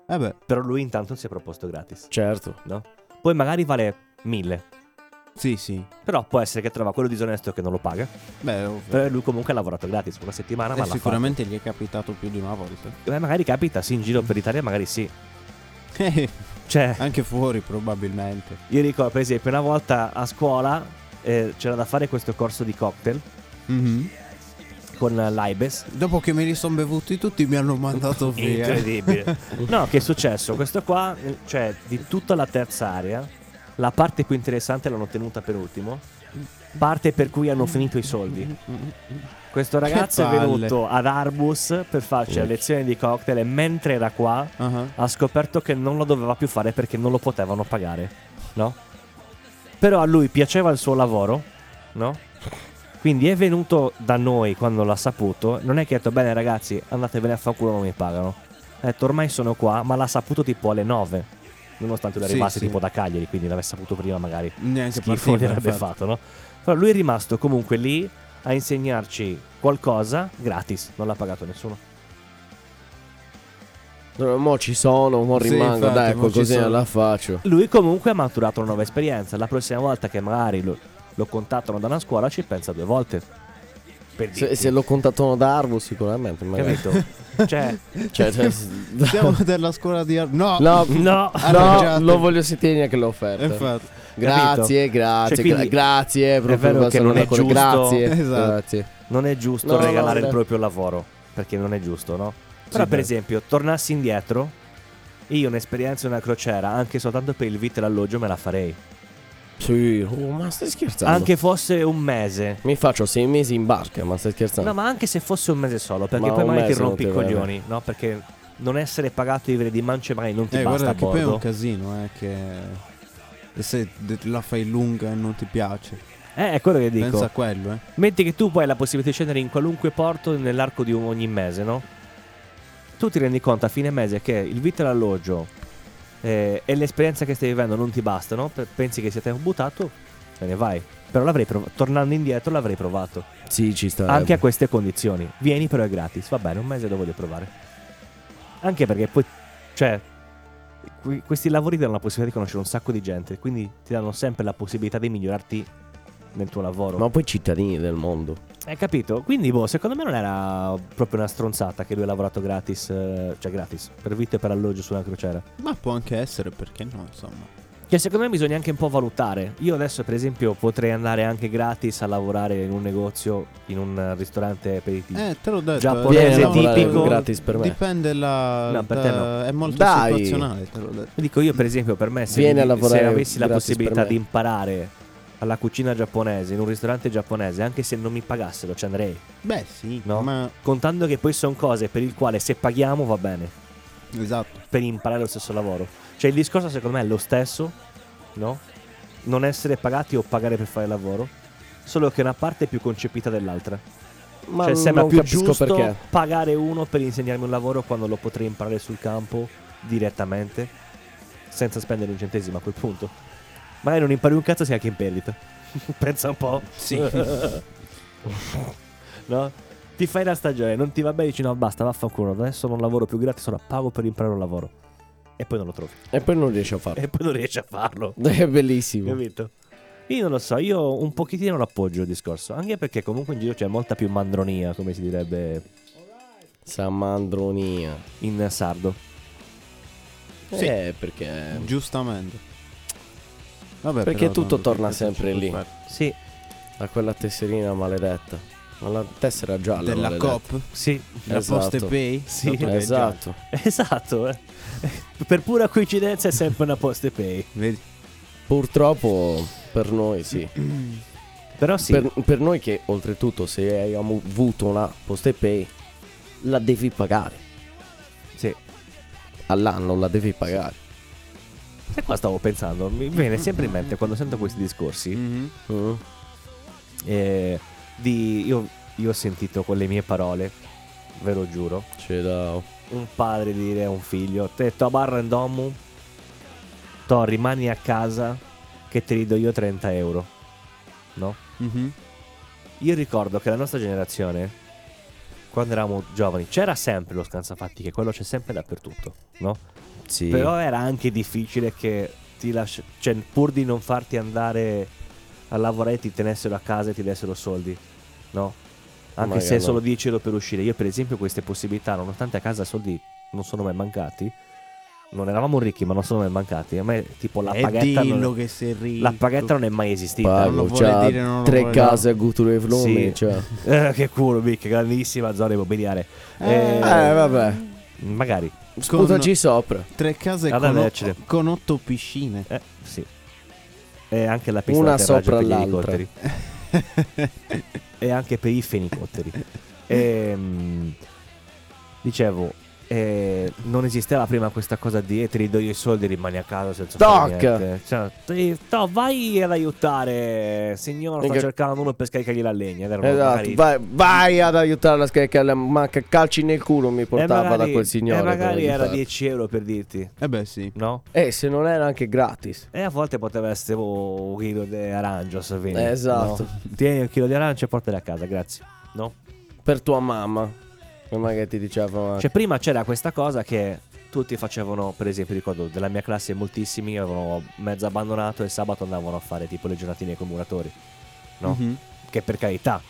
S3: Eh beh,
S5: Però lui intanto si è proposto gratis.
S6: Certo,
S5: Poi magari vale 1000.
S3: sì, sì.
S5: Però può essere che trova quello disonesto che non lo paga.
S3: Beh, ovvio.
S5: Però lui comunque ha lavorato gratis una settimana,
S3: Eh,
S5: ma l'ha
S3: sicuramente gli è capitato più di una volta.
S5: fatto. Eh, magari capita, sì, in giro per l'Italia magari sì.
S3: Eh,
S5: Cioè,
S3: Anche fuori, probabilmente.
S5: io ricordo per esempio una volta a scuola eh, c'era da fare questo corso di cocktail
S3: Mhm.
S5: con eh, l'Aibes.
S3: Dopo che me li sono bevuti tutti, mi hanno mandato via.
S5: Incredibile. No, che è successo? Questo qua, eh, cioè, di tutta la terza area, la parte più interessante l'hanno tenuta per ultimo. Parte per cui hanno finito i soldi. Questo ragazzo è
S3: palle.
S5: venuto ad Arbus per farci la lezione di cocktail e mentre era qua
S3: Ah,
S5: ha scoperto che non lo doveva più fare perché non lo potevano pagare, no? Però a lui piaceva il suo lavoro, no? Quindi è venuto da noi quando l'ha saputo, non è che ha detto bene ragazzi andatevene a far culo non mi pagano. Ha detto ormai sono qua, ma l'ha saputo tipo alle 9, nonostante lui
S3: Sì,
S5: arrivasse
S3: sì.
S5: tipo da Cagliari, quindi l'avesse saputo prima magari
S3: Neanche
S5: schifo gli
S3: partiva,
S5: avrebbe
S3: infatti.
S5: fatto, no? Però lui è rimasto comunque lì a insegnarci qualcosa gratis, non l'ha pagato nessuno.
S6: No, Mo ci sono, mo
S3: Sì,
S6: rimango,
S3: infatti,
S6: dai,
S3: mo ci
S6: qualcosina
S3: sono.
S6: la faccio.
S5: Lui comunque ha maturato una nuova esperienza. La prossima volta che magari lo, lo contattano da una scuola ci pensa due volte. Per
S6: Se,
S5: dirti,
S6: se lo contattano da Arvo sicuramente, magari.
S5: capito? cioè,
S6: Cioè, cioè,
S3: Siamo della scuola di Ar- No!
S6: no,
S5: no.
S6: no,
S3: Arrangiate.
S6: lo voglio sentire neanche
S3: E
S6: l'offerta.
S3: Infatti.
S6: Grazie, grazie,
S5: Cioè, quindi
S6: gra- grazie, proprio
S5: vero
S6: basta
S5: che non
S6: una
S5: è
S6: cosa-
S5: giusto-
S6: grazie,
S3: Esatto.
S6: grazie.
S5: Non è giusto
S6: No, no,
S5: regalare
S6: no.
S5: il proprio lavoro, perché non è giusto, no? Però
S3: Sì,
S5: per
S3: beh.
S5: esempio, tornassi indietro, io un'esperienza in una crociera, anche soltanto per il vitto e l'alloggio me la farei.
S6: Sì, oh, ma stai scherzando?
S5: Anche fosse un mese.
S6: Mi faccio sei mesi in barca, ma stai scherzando?
S5: No, ma anche se fosse un mese solo, perché
S6: Esatto. Ma
S5: poi
S6: un
S5: magari ti
S6: mese non
S5: rompi i
S6: ti va,
S5: coglioni, no? Perché non essere pagato di vivere di mance mai non ti
S3: Eh,
S5: basta
S3: guarda
S5: a
S3: che poi è un
S5: bordo.
S3: casino, eh, che... Se de- la fai lunga e non ti piace.
S5: Eh, è quello che dico.
S3: Pensa a quello, eh.
S5: Metti che tu poi hai la possibilità di scendere in qualunque porto nell'arco di un- ogni mese, no? Tu ti rendi conto a fine mese che il vitto e l'alloggio eh, e l'esperienza che stai vivendo non ti bastano, pe- pensi che sia tempo buttato, te ne vai. Però l'avrei provato, tornando indietro l'avrei provato,
S6: Sì, ci sta. eh.
S5: anche a queste condizioni. Vieni però è gratis, va bene, un mese lo voglio provare. Anche perché poi, cioè, qui- questi lavori ti danno la possibilità di conoscere un sacco di gente, quindi ti danno sempre la possibilità di migliorarti nel tuo lavoro.
S6: Ma poi cittadini del mondo.
S5: Hai capito? Quindi, boh, secondo me non era proprio una stronzata che lui ha lavorato gratis, eh, cioè gratis, per vitto e per alloggio su una crociera.
S3: Ma può anche essere, perché no, insomma.
S5: Che secondo me bisogna anche un po' valutare. Io adesso, per esempio, potrei andare anche gratis a lavorare in un negozio, in un ristorante aperitivo.
S3: Eh, te l'ho detto.
S5: Giapponese
S3: eh,
S5: Viene a tipico. lavorare
S6: gratis per me.
S3: Dipende la...
S5: No, per te no.
S3: da- È molto
S6: Dai.
S3: situazionale, te l'ho detto.
S5: Dico io, per esempio, per me, se,
S6: Vieni a
S5: mi-
S6: lavorare
S5: se avessi la
S6: gratis per
S5: possibilità
S6: me.
S5: di imparare alla cucina giapponese, in un ristorante giapponese, anche se non mi pagassero, ci andrei.
S3: Beh, sì,
S5: No.
S3: ma...
S5: Contando che poi sono cose per il quale se paghiamo va bene.
S3: Esatto.
S5: per imparare lo stesso lavoro. Cioè il discorso secondo me è lo stesso, no? Non essere pagati o pagare per fare il lavoro, solo che una parte è più concepita dell'altra.
S6: Ma
S5: cioè
S6: non
S5: sembra più
S6: capisco
S5: giusto
S6: perché.
S5: pagare uno per insegnarmi un lavoro quando lo potrei imparare sul campo direttamente, senza spendere un centesimo a quel punto. Magari non impari un cazzo sei anche in perdita. Pensa un po'.
S3: Sì.
S5: no? Ti fai la stagione, non ti va bene, dici no basta, vaffanculo, adesso non lavoro più gratis, ora pago per imparare un lavoro. E poi non lo trovi.
S6: E poi non riesci a farlo.
S5: E poi non riesci a farlo.
S6: È bellissimo.
S5: Eh. Capito? Io non lo so, io un pochettino lo appoggio il discorso, anche perché comunque in giro c'è molta più mandronia, come si direbbe
S6: Samandronia.
S5: in sardo.
S3: Sì.
S6: Eh, perché
S3: Giustamente. Vabbè,
S6: Perché
S3: però,
S6: tutto
S3: tanto,
S6: torna
S3: che
S6: sempre
S3: cazzo ci
S6: lì.
S3: puoi
S5: Sì,
S6: a quella tesserina maledetta. Alla tessera gialla
S3: fare? Della
S6: maledetta.
S3: COP?
S5: sì,
S3: Della
S6: Esatto.
S3: Poste Pay?
S5: Sì.
S3: Tanto che è già-
S6: Esatto.
S5: esatto. eh. Per pura coincidenza è sempre una post pay.
S3: Vedi?
S6: Purtroppo per noi sì.
S5: Però sì,
S6: Per, per noi che oltretutto se hai amu- avuto una poste pay la devi pagare.
S5: sì.
S6: All'anno la devi pagare.
S5: Sai qua stavo pensando, mi viene sempre in mente quando sento questi discorsi
S3: Mhm.
S6: Mm.
S5: eh, di io, io ho sentito con le mie parole, ve lo giuro,
S6: C'è da...
S5: un padre dire a un figlio te to barra in domu to rimani a casa che ti rido io 30 euro no?
S3: Mhm.
S5: io ricordo che la nostra generazione quando eravamo giovani c'era sempre lo scansafatti che quello c'è sempre dappertutto no?
S6: Sì.
S5: però era anche difficile che ti lasci cioè pur di non farti andare a lavorare ti tenessero a casa e ti dessero soldi no? anche
S6: Magari
S5: se è
S6: no.
S5: solo 10 euro per uscire io per esempio queste possibilità nonostante a casa soldi non sono mai mancati non eravamo ricchi ma non sono mai mancati a me tipo la
S3: E
S5: paghetta
S3: dillo
S5: non,
S3: che sei ricco.
S5: la paghetta non è mai esistita
S3: non lo
S6: Pago,
S3: vuole
S6: c'ha
S3: dire, non lo
S6: tre
S3: vuole
S6: case a Guturo e Vlone,
S5: Sì.
S6: cioè.
S5: Eh, che culo Vic grandissima zona immobiliare
S6: Eh,
S5: eh,
S6: vabbè.
S5: magari
S6: Sputaci sopra.
S3: Tre case
S5: Ad
S3: con,
S5: Lecce.
S3: otto- con otto piscine.
S5: eh, sì e anche la pista
S6: Una
S5: da atterraggio
S6: sopra
S5: per gli
S6: l'altra.
S5: elicotteri e anche per i fenicotteri. Ehm, dicevo, eh, non esisteva prima questa cosa di eh, ti ridò io i soldi rimani a casa senza
S6: Toc!
S5: fare niente. Cioè, ti- to, vai ad aiutare, signora, sto
S6: Minchia.
S5: cercando uno per scaricare la legna. Ed era una
S6: Esatto,
S5: carina.
S6: vai, vai ad aiutare la scarica, la manca calci nel culo mi
S5: E
S6: portava
S5: magari-
S6: da quel signore.
S5: E
S6: per
S5: magari era
S6: aiutarlo.
S5: 10 euro per dirti,
S3: Eh beh sì.
S5: no?
S6: Eh, se non era anche gratis.
S5: E a volte poteva essere oh, un chilo di arancia, se vieni,
S6: Esatto.
S5: no? Tieni un chilo di arancia e portale a casa, grazie. No?
S6: Per tua mamma. Prima che ti diceva...
S5: Cioè, prima c'era questa cosa che tutti facevano, per esempio, ricordo della mia classe, moltissimi avevano mezzo abbandonato e sabato andavano a fare tipo le giornatine con i muratori. No?
S3: Mhm.
S5: Che per carità,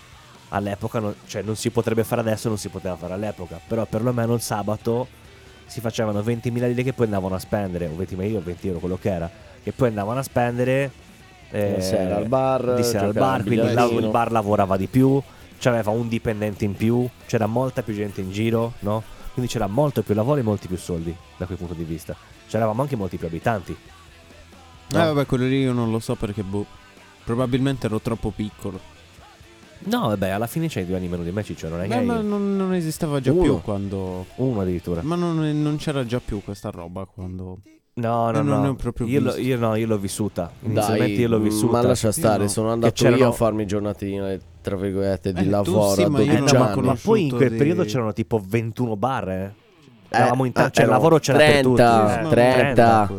S5: all'epoca, non, cioè, non si potrebbe fare adesso, non si poteva fare all'epoca, però perlomeno il sabato si facevano 20.000 lire che poi andavano a spendere, o 20.000 lire o 20 euro, quello che era, che poi andavano a spendere. eh,
S6: Di sera al bar,
S5: di sera al
S6: giocare
S5: bar,
S6: al
S5: quindi il lav-
S6: biliardino.
S5: il bar lavorava di più, c'aveva un dipendente in più, c'era molta più gente in giro, no? Quindi c'era molto più lavoro e molti più soldi da quel punto di vista. C'eravamo anche molti più abitanti. No.
S3: Eh vabbè, quello lì io non lo so perché boh. Probabilmente ero troppo piccolo.
S5: No, vabbè, alla fine c'hai due anni meno di me, Ciccio, non è che
S3: Beh,
S5: hai
S3: ma non, non esisteva già
S5: Eh, Uno.
S3: più quando.
S5: uno addirittura.
S3: Ma non, non c'era già più questa roba quando.
S5: No, no,
S3: Eh,
S5: no.
S3: non ne ho proprio
S5: io, l'ho-
S3: visto.
S5: io no, io l'ho vissuta.
S6: Dai,
S5: Inizialmente io l'ho vissuta.
S6: ma lascia stare,
S3: no.
S6: sono
S5: Che
S6: andato
S5: c'erano-
S6: io a farmi giornatine, tra virgolette, di
S3: Eh, tu
S6: lavoro
S3: sì,
S6: a
S3: ma io
S6: 12
S5: Eh, no, ma,
S6: anni.
S5: ma poi in quel
S3: Conosciuto
S5: periodo
S3: di-
S5: c'erano tipo 21 bar, eh.
S6: Eh,
S5: Eravamo in ta-
S6: ah,
S5: cioè, il
S6: erano
S5: lavoro c'era
S6: 30,
S5: per tutti.
S3: Eh,
S5: eh.
S6: 30.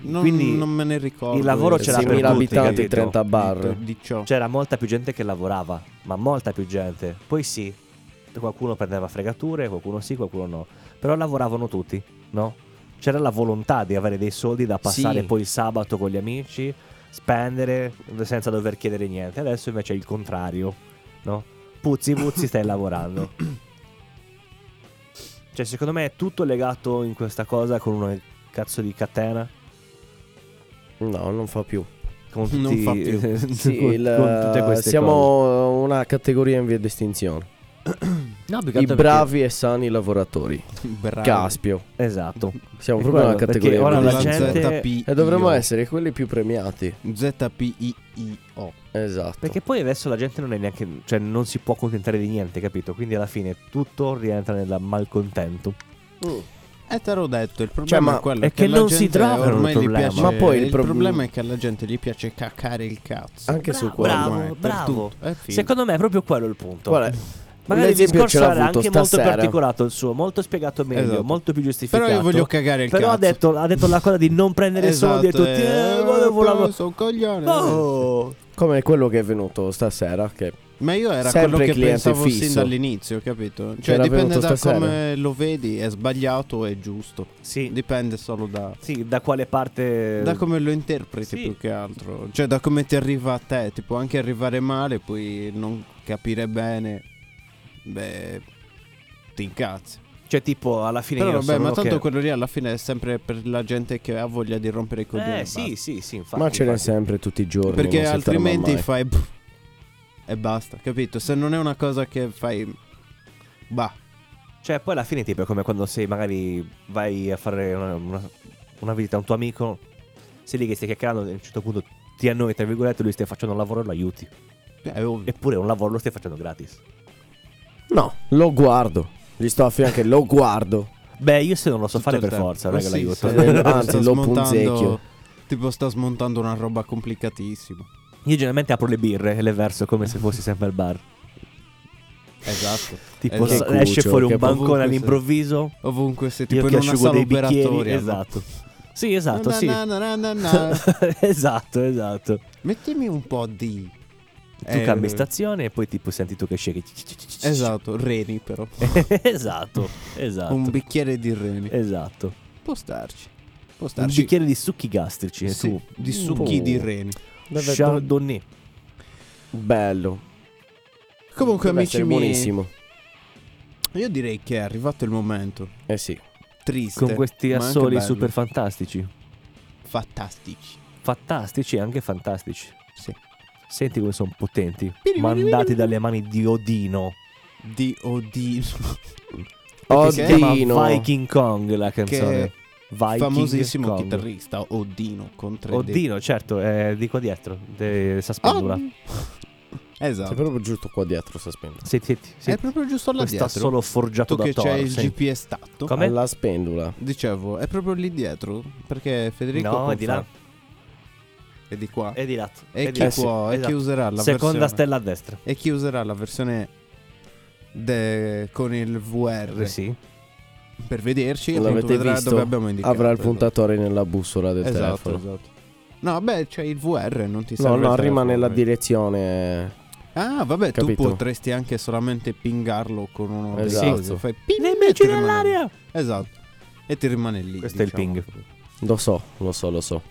S3: Non,
S5: Quindi
S3: non me ne ricordo.
S5: il lavoro
S3: io.
S5: c'era
S3: Sì,
S5: per
S6: 6.000
S5: tutti,
S6: abitanti,
S5: capito? Cioè,
S6: 30
S3: detto
S6: bar.
S3: Di ciò.
S5: C'era molta più gente che lavorava, ma molta più gente. Poi sì, qualcuno prendeva fregature, qualcuno sì, qualcuno no. Però lavoravano tutti, no? C'era la volontà di avere dei soldi da passare
S6: Sì.
S5: poi il sabato con gli amici, spendere senza dover chiedere niente. Adesso invece è il contrario, no? Puzzi, puzzi, stai lavorando. Cioè, secondo me è tutto legato in questa cosa con una cazzo di catena.
S6: No, non fa più.
S5: Con tutti,
S3: Non fa più.
S5: con-
S6: Sì, il- eh,
S5: con tutte queste
S6: siamo
S5: cose.
S6: una categoria in via di estinzione.
S5: No, più che
S6: I
S5: altro perché-
S6: bravi e sani lavoratori.
S3: Bravo.
S6: Caspio.
S5: Esatto.
S6: Siamo
S5: È
S6: proprio una
S5: quello, perché
S6: categoria. in
S5: ora
S6: via di
S5: la
S3: Con
S6: estinzione.
S5: gente-
S3: ZPI.
S6: E dovremmo essere quelli più premiati.
S3: ZPIIO.
S6: Esatto.
S5: Perché poi adesso la gente non è neanche. cioè non si può contentare di niente, capito? Quindi alla fine tutto rientra nel malcontento.
S6: Mm.
S3: E te l'ho detto, il problema
S6: Cioè, ma
S3: è quello
S5: è che
S3: alla
S5: non si
S3: gente
S5: trovano il
S3: ormai gli
S5: problema.
S3: piace-
S6: Ma poi il prob-
S3: problema è che alla gente gli piace caccare il cazzo.
S6: Anche su
S5: Bravo,
S6: quello.
S5: bravo.
S3: Ormai, per
S5: bravo.
S3: tutto. eh, È finito.
S5: Secondo me è proprio quello il punto.
S6: Guarda,
S5: Magari il
S6: l'esempio
S5: discorso
S6: ce l'ha
S5: era
S6: avuto
S5: anche molto
S6: stasera.
S5: particolato il suo, molto spiegato meglio,
S3: Esatto.
S5: molto più giustificato.
S3: Però io voglio cagare il
S5: Però
S3: cazzo.
S5: ha detto, ha detto la cosa di non prendere soldi e tutti. Eh, volevo Boh. lavorare.
S3: sono Esatto, un coglione.
S5: No!
S6: Come quello che è venuto stasera. Che
S3: Ma io era
S6: Sempre
S3: quello che
S6: cliente
S3: pensavo sin
S6: fisso.
S3: dall'inizio, capito? Cioè
S6: Era
S3: dipende
S6: venuto
S3: da
S6: stasera.
S3: come lo vedi, è sbagliato o è giusto.
S5: Sì,
S3: Dipende solo da,
S5: sì, da quale parte.
S3: da come lo interpreti
S5: Sì.
S3: più che altro. Cioè da come ti arriva a te, tipo anche arrivare male, poi non capire bene, beh, ti incazzi.
S5: Cioè, tipo, alla fine.
S3: Però
S5: io
S3: vabbè,
S5: sono
S3: ma
S5: uno
S3: tanto
S5: che-
S3: quello lì alla fine è sempre per la gente che ha voglia di rompere i coglioni.
S5: Eh,
S3: e
S5: sì, sì, sì, infatti.
S6: ma ce n'è
S5: infatti.
S6: sempre tutti i giorni.
S3: Perché
S6: non si ferma
S3: altrimenti
S6: mai.
S3: fai. pff, E basta, capito? Se non è una cosa che fai. Bah.
S5: Cioè, poi alla fine, tipo, è come quando sei, magari vai a fare una, una- una visita a un tuo amico, sei lì che stai chiacchierando, e a un certo punto ti annoi, tra virgolette, lui stai facendo un lavoro e lo aiuti. Eh,
S3: È ovvio.
S5: Eppure un lavoro lo stai facendo gratis.
S6: No, lo guardo. Gli sto a fianco e lo guardo.
S5: Beh, io se non lo so
S3: Tutto
S5: fare
S3: il
S5: per
S3: tempo.
S5: forza,
S3: Ma
S5: non è che
S3: sì,
S5: l'aiuto.
S3: sta-
S6: Anzi,
S3: sta
S6: lo
S3: smontando-
S6: punzecchio.
S3: Tipo, sta smontando una roba complicatissima.
S5: Io generalmente apro le birre e le verso come se fossi sempre al bar.
S3: Esatto.
S5: Tipo,
S3: Esatto.
S5: sa- esce
S6: cuccio,
S5: fuori un
S6: che
S5: bancone
S3: ovunque sei.
S5: all'improvviso,
S3: Ovunque sei,
S5: io
S3: tipo
S5: che
S3: in una
S5: asciugo
S3: sala
S5: dei bicchieri.
S3: operatoria.
S5: Esatto. Sì, esatto,
S3: Na,
S5: sì.
S3: na, na, na, na, na.
S5: esatto, esatto.
S3: Mettimi un po' di.
S5: Tu
S3: Eh,
S5: cambi stazione e poi tipo senti tu che scegli.
S3: Esatto, reni però.
S5: esatto, esatto.
S3: Un bicchiere di reni.
S5: Esatto.
S3: Può starci. Può
S5: Un
S3: starci.
S5: bicchiere di succhi gastrici e
S3: Sì,
S5: tu.
S3: di succhi
S6: Oh.
S3: di reni.
S6: Deve-
S5: Chardonnay.
S6: Bello.
S3: Comunque,
S6: Deve
S3: amici
S6: essere
S3: miei,
S6: buonissimo.
S3: io direi che è arrivato il momento.
S6: Eh sì.
S3: Triste.
S5: Con questi
S3: ma anche
S5: assoli
S3: bello.
S5: super fantastici.
S3: fantastici.
S5: Fantastici e anche fantastici.
S3: Sì.
S5: Senti come sono potenti. Mandati dalle mani di Odino.
S3: Di Odino.
S5: Che si chiama
S6: Oddio.
S5: Viking Kong la
S3: che
S5: canzone.
S3: è
S5: Viking
S3: famosissimo
S5: Kong.
S3: chitarrista. Odino con 3D.
S5: Odino, certo, eh, di qua dietro. De, essa
S3: Ah!
S5: spendula.
S6: Sei
S3: Esatto.
S6: proprio giusto qua dietro sta spendula.
S5: Senti, senti,
S3: È
S5: senti.
S3: proprio giusto là
S5: Questo ha
S3: dietro.
S5: solo forgiato
S3: tu
S5: da
S3: che
S5: Thor,
S3: c'è il
S5: senti.
S3: GPS tatto.
S5: Come?
S6: Alla spendula.
S3: Dicevo, è proprio lì dietro. Perché Federico.
S5: No,
S3: può
S5: è di là.
S3: fare- È di qua.
S5: È di là.
S3: E
S5: è di
S3: chi
S5: là.
S3: può? E chi
S5: Esatto.
S3: userà la
S5: Seconda
S3: versione?
S5: stella a destra.
S3: E chi userà la versione de- con il VR
S5: Sì.
S3: per vederci e appunto
S6: L'avete
S3: vedrà
S6: visto?
S3: dove abbiamo indicato.
S6: Avrà il
S3: Esatto.
S6: puntatore nella bussola del
S3: Esatto,
S6: telefono.
S3: esatto. No, beh, c'è il VR, non ti
S6: No,
S3: serve.
S6: no,
S3: il
S6: rimane
S3: telefono, eh.
S6: la
S3: quindi.
S6: direzione.
S3: Ah, vabbè,
S6: Capito.
S3: tu potresti anche solamente pingarlo con uno dei
S6: Esatto.
S3: cosi. Fai ping
S5: Ne
S3: e ti
S5: gira
S3: rimane lì.
S5: all'aria!
S3: Esatto. E ti rimane lì.
S5: Questo è il
S3: diciamo.
S5: ping.
S6: Lo so, lo so, lo so.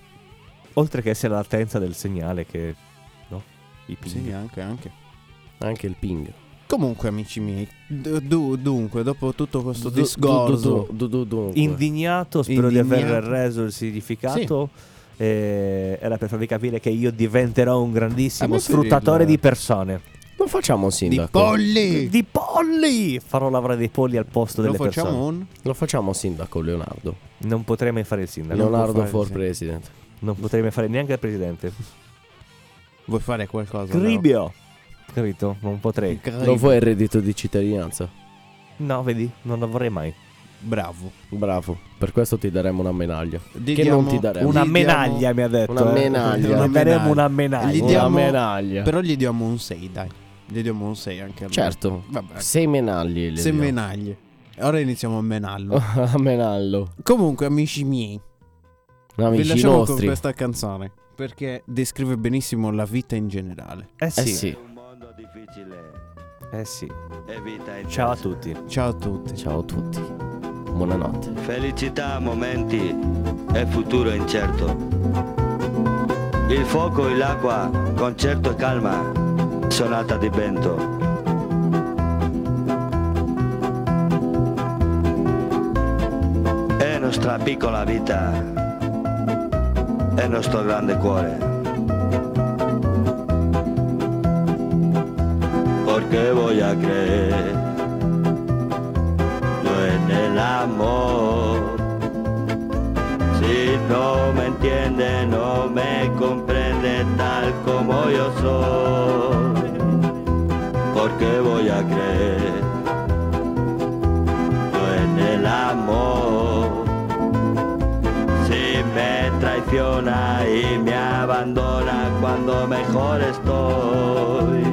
S5: Oltre che essere la latenza del segnale che... No? I ping.
S3: Sì, anche, anche.
S6: Anche il ping.
S3: Comunque, amici miei, d- du- dunque, dopo tutto questo
S6: Du-
S3: discorso,
S6: du- du- du- du- dunque.
S5: Indignato, spero di aver
S3: Indignato.
S5: reso il significato. Eh, era per farvi capire che io diventerò un
S3: A
S5: grandissimo
S3: me
S5: sfruttatore
S3: per il-
S5: di persone.
S6: Non facciamo il
S3: di
S6: sindaco.
S3: polli,
S5: Di polli! Farò lavorare dei polli al posto
S3: lo
S5: delle
S3: facciamo
S5: persone.
S3: un
S6: Lo facciamo sindaco Leonardo.
S5: Non potrei mai fare il sindaco.
S3: Non può
S6: Leonardo
S3: fare il
S6: for
S3: sindaco.
S6: president.
S5: Non potrei mai fare neanche il presidente.
S3: Vuoi fare qualcosa?
S5: Cribio! Capito? Non potrei.
S3: Leo?
S6: Lo vuoi il reddito di cittadinanza?
S5: No, vedi, non lo vorrei mai.
S3: Bravo.
S6: Bravo. Per questo ti daremo una medaglia.
S3: Gli
S6: Che
S3: diamo-
S6: non ti daremo.
S5: Una
S3: gli diamo-
S5: menaglia mi ha detto.
S6: Una
S5: eh.
S6: menaglia.
S5: Le
S3: Una
S5: daremo una
S3: Gli
S5: menaglia.
S6: Una
S3: diamo-
S6: medaglia.
S3: Però gli diamo un 6, dai. Gli diamo un 6 anche a lui.
S6: Eh. Certo.
S3: Vabbè.
S6: Sei menaglie.
S3: Se Ecco. menaglie. Ora iniziamo a menarlo.
S6: menaglie. Menallo.
S3: Comunque, amici miei, vi
S6: Amici
S3: lasciamo con
S6: nostri.
S3: questa canzone. Perché descrive benissimo la vita in generale.
S5: Eh
S6: Eh
S5: sì.
S6: sì.
S7: Un mondo difficile
S5: Eh sì.
S7: e vita intensa.
S5: Ciao a tutti.
S3: Ciao a tutti.
S6: Ciao a tutti. Buonanotte.
S7: Felicità, momenti e futuro incerto. Il fuoco e l'acqua, concerto e calma, sonata di vento. È nostra piccola vita, è nostro grande cuore. Porque voy a creer yo en el amor. Si no me entiende, no me comprende tal como yo soy, porque voy a creer yo en el amor. Si me traiciona y me abandona cuando mejor estoy,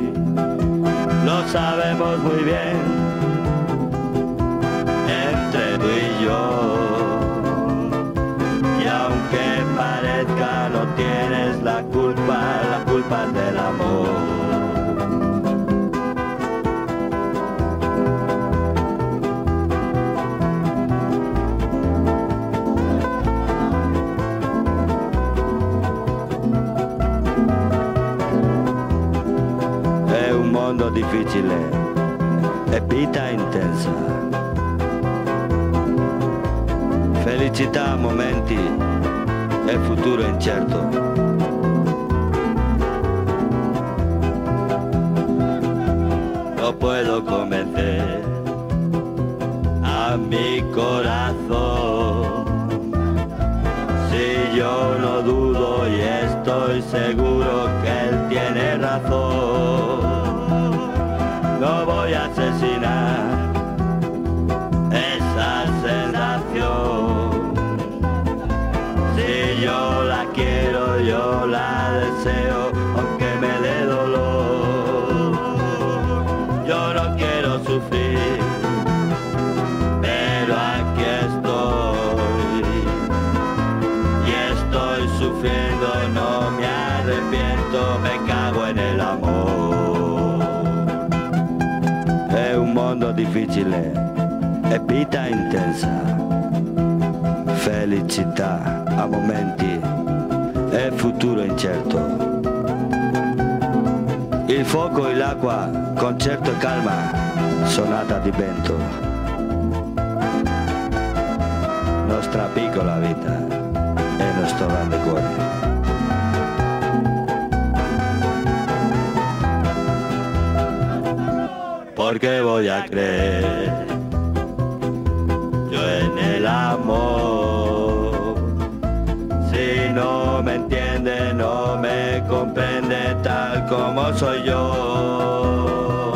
S7: lo sabemos muy bien entre tú y yo. Y aunque parezca no tienes la culpa, la culpa es del amor. Es un mondo difficile, è vita intensa. Felicità, momenti e futuro incerto. No puedo convencer a mi corazón. Si yo no dudo y estoy seguro que él tiene razón, no voy a asesinar esa sensación. Si yo la quiero, yo la deseo, aunque me dé dolor. Yo no quiero sufrir, pero aquí estoy. Y estoy sufriendo, no me arrepiento, me cago en el amor. È un mondo difficile, è vita intensa, felicità a momenti e futuro incerto. Il fuoco e l'acqua, concerto e calma, sonata di vento. Nostra piccola vita e nostro grande cuore. porque voy a creer yo en el amor. Si no me entiende, no me comprende tal como soy yo.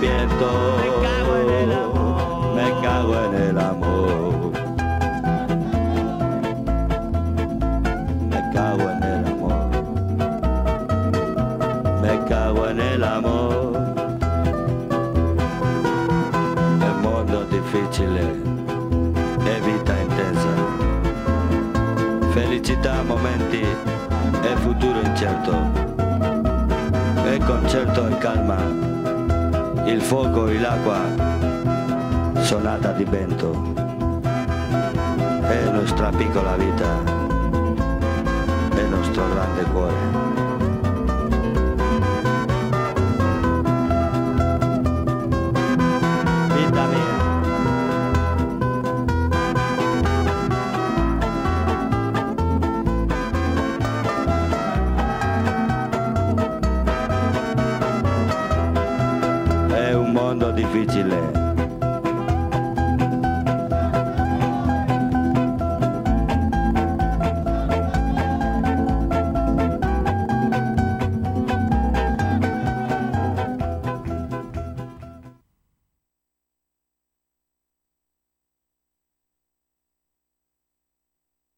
S7: siento. Me cago en el amor. Me cago en el amor. Me cago en el amor. Me cago en el amor. El mondo difficile e vita eh. intensa. Felicità, momenti e futuro incerto. E concerto e calma. Il fuoco e l'acqua. Sonata di vento. È nostra piccola vita. È nostro grande cuore. Vita mia.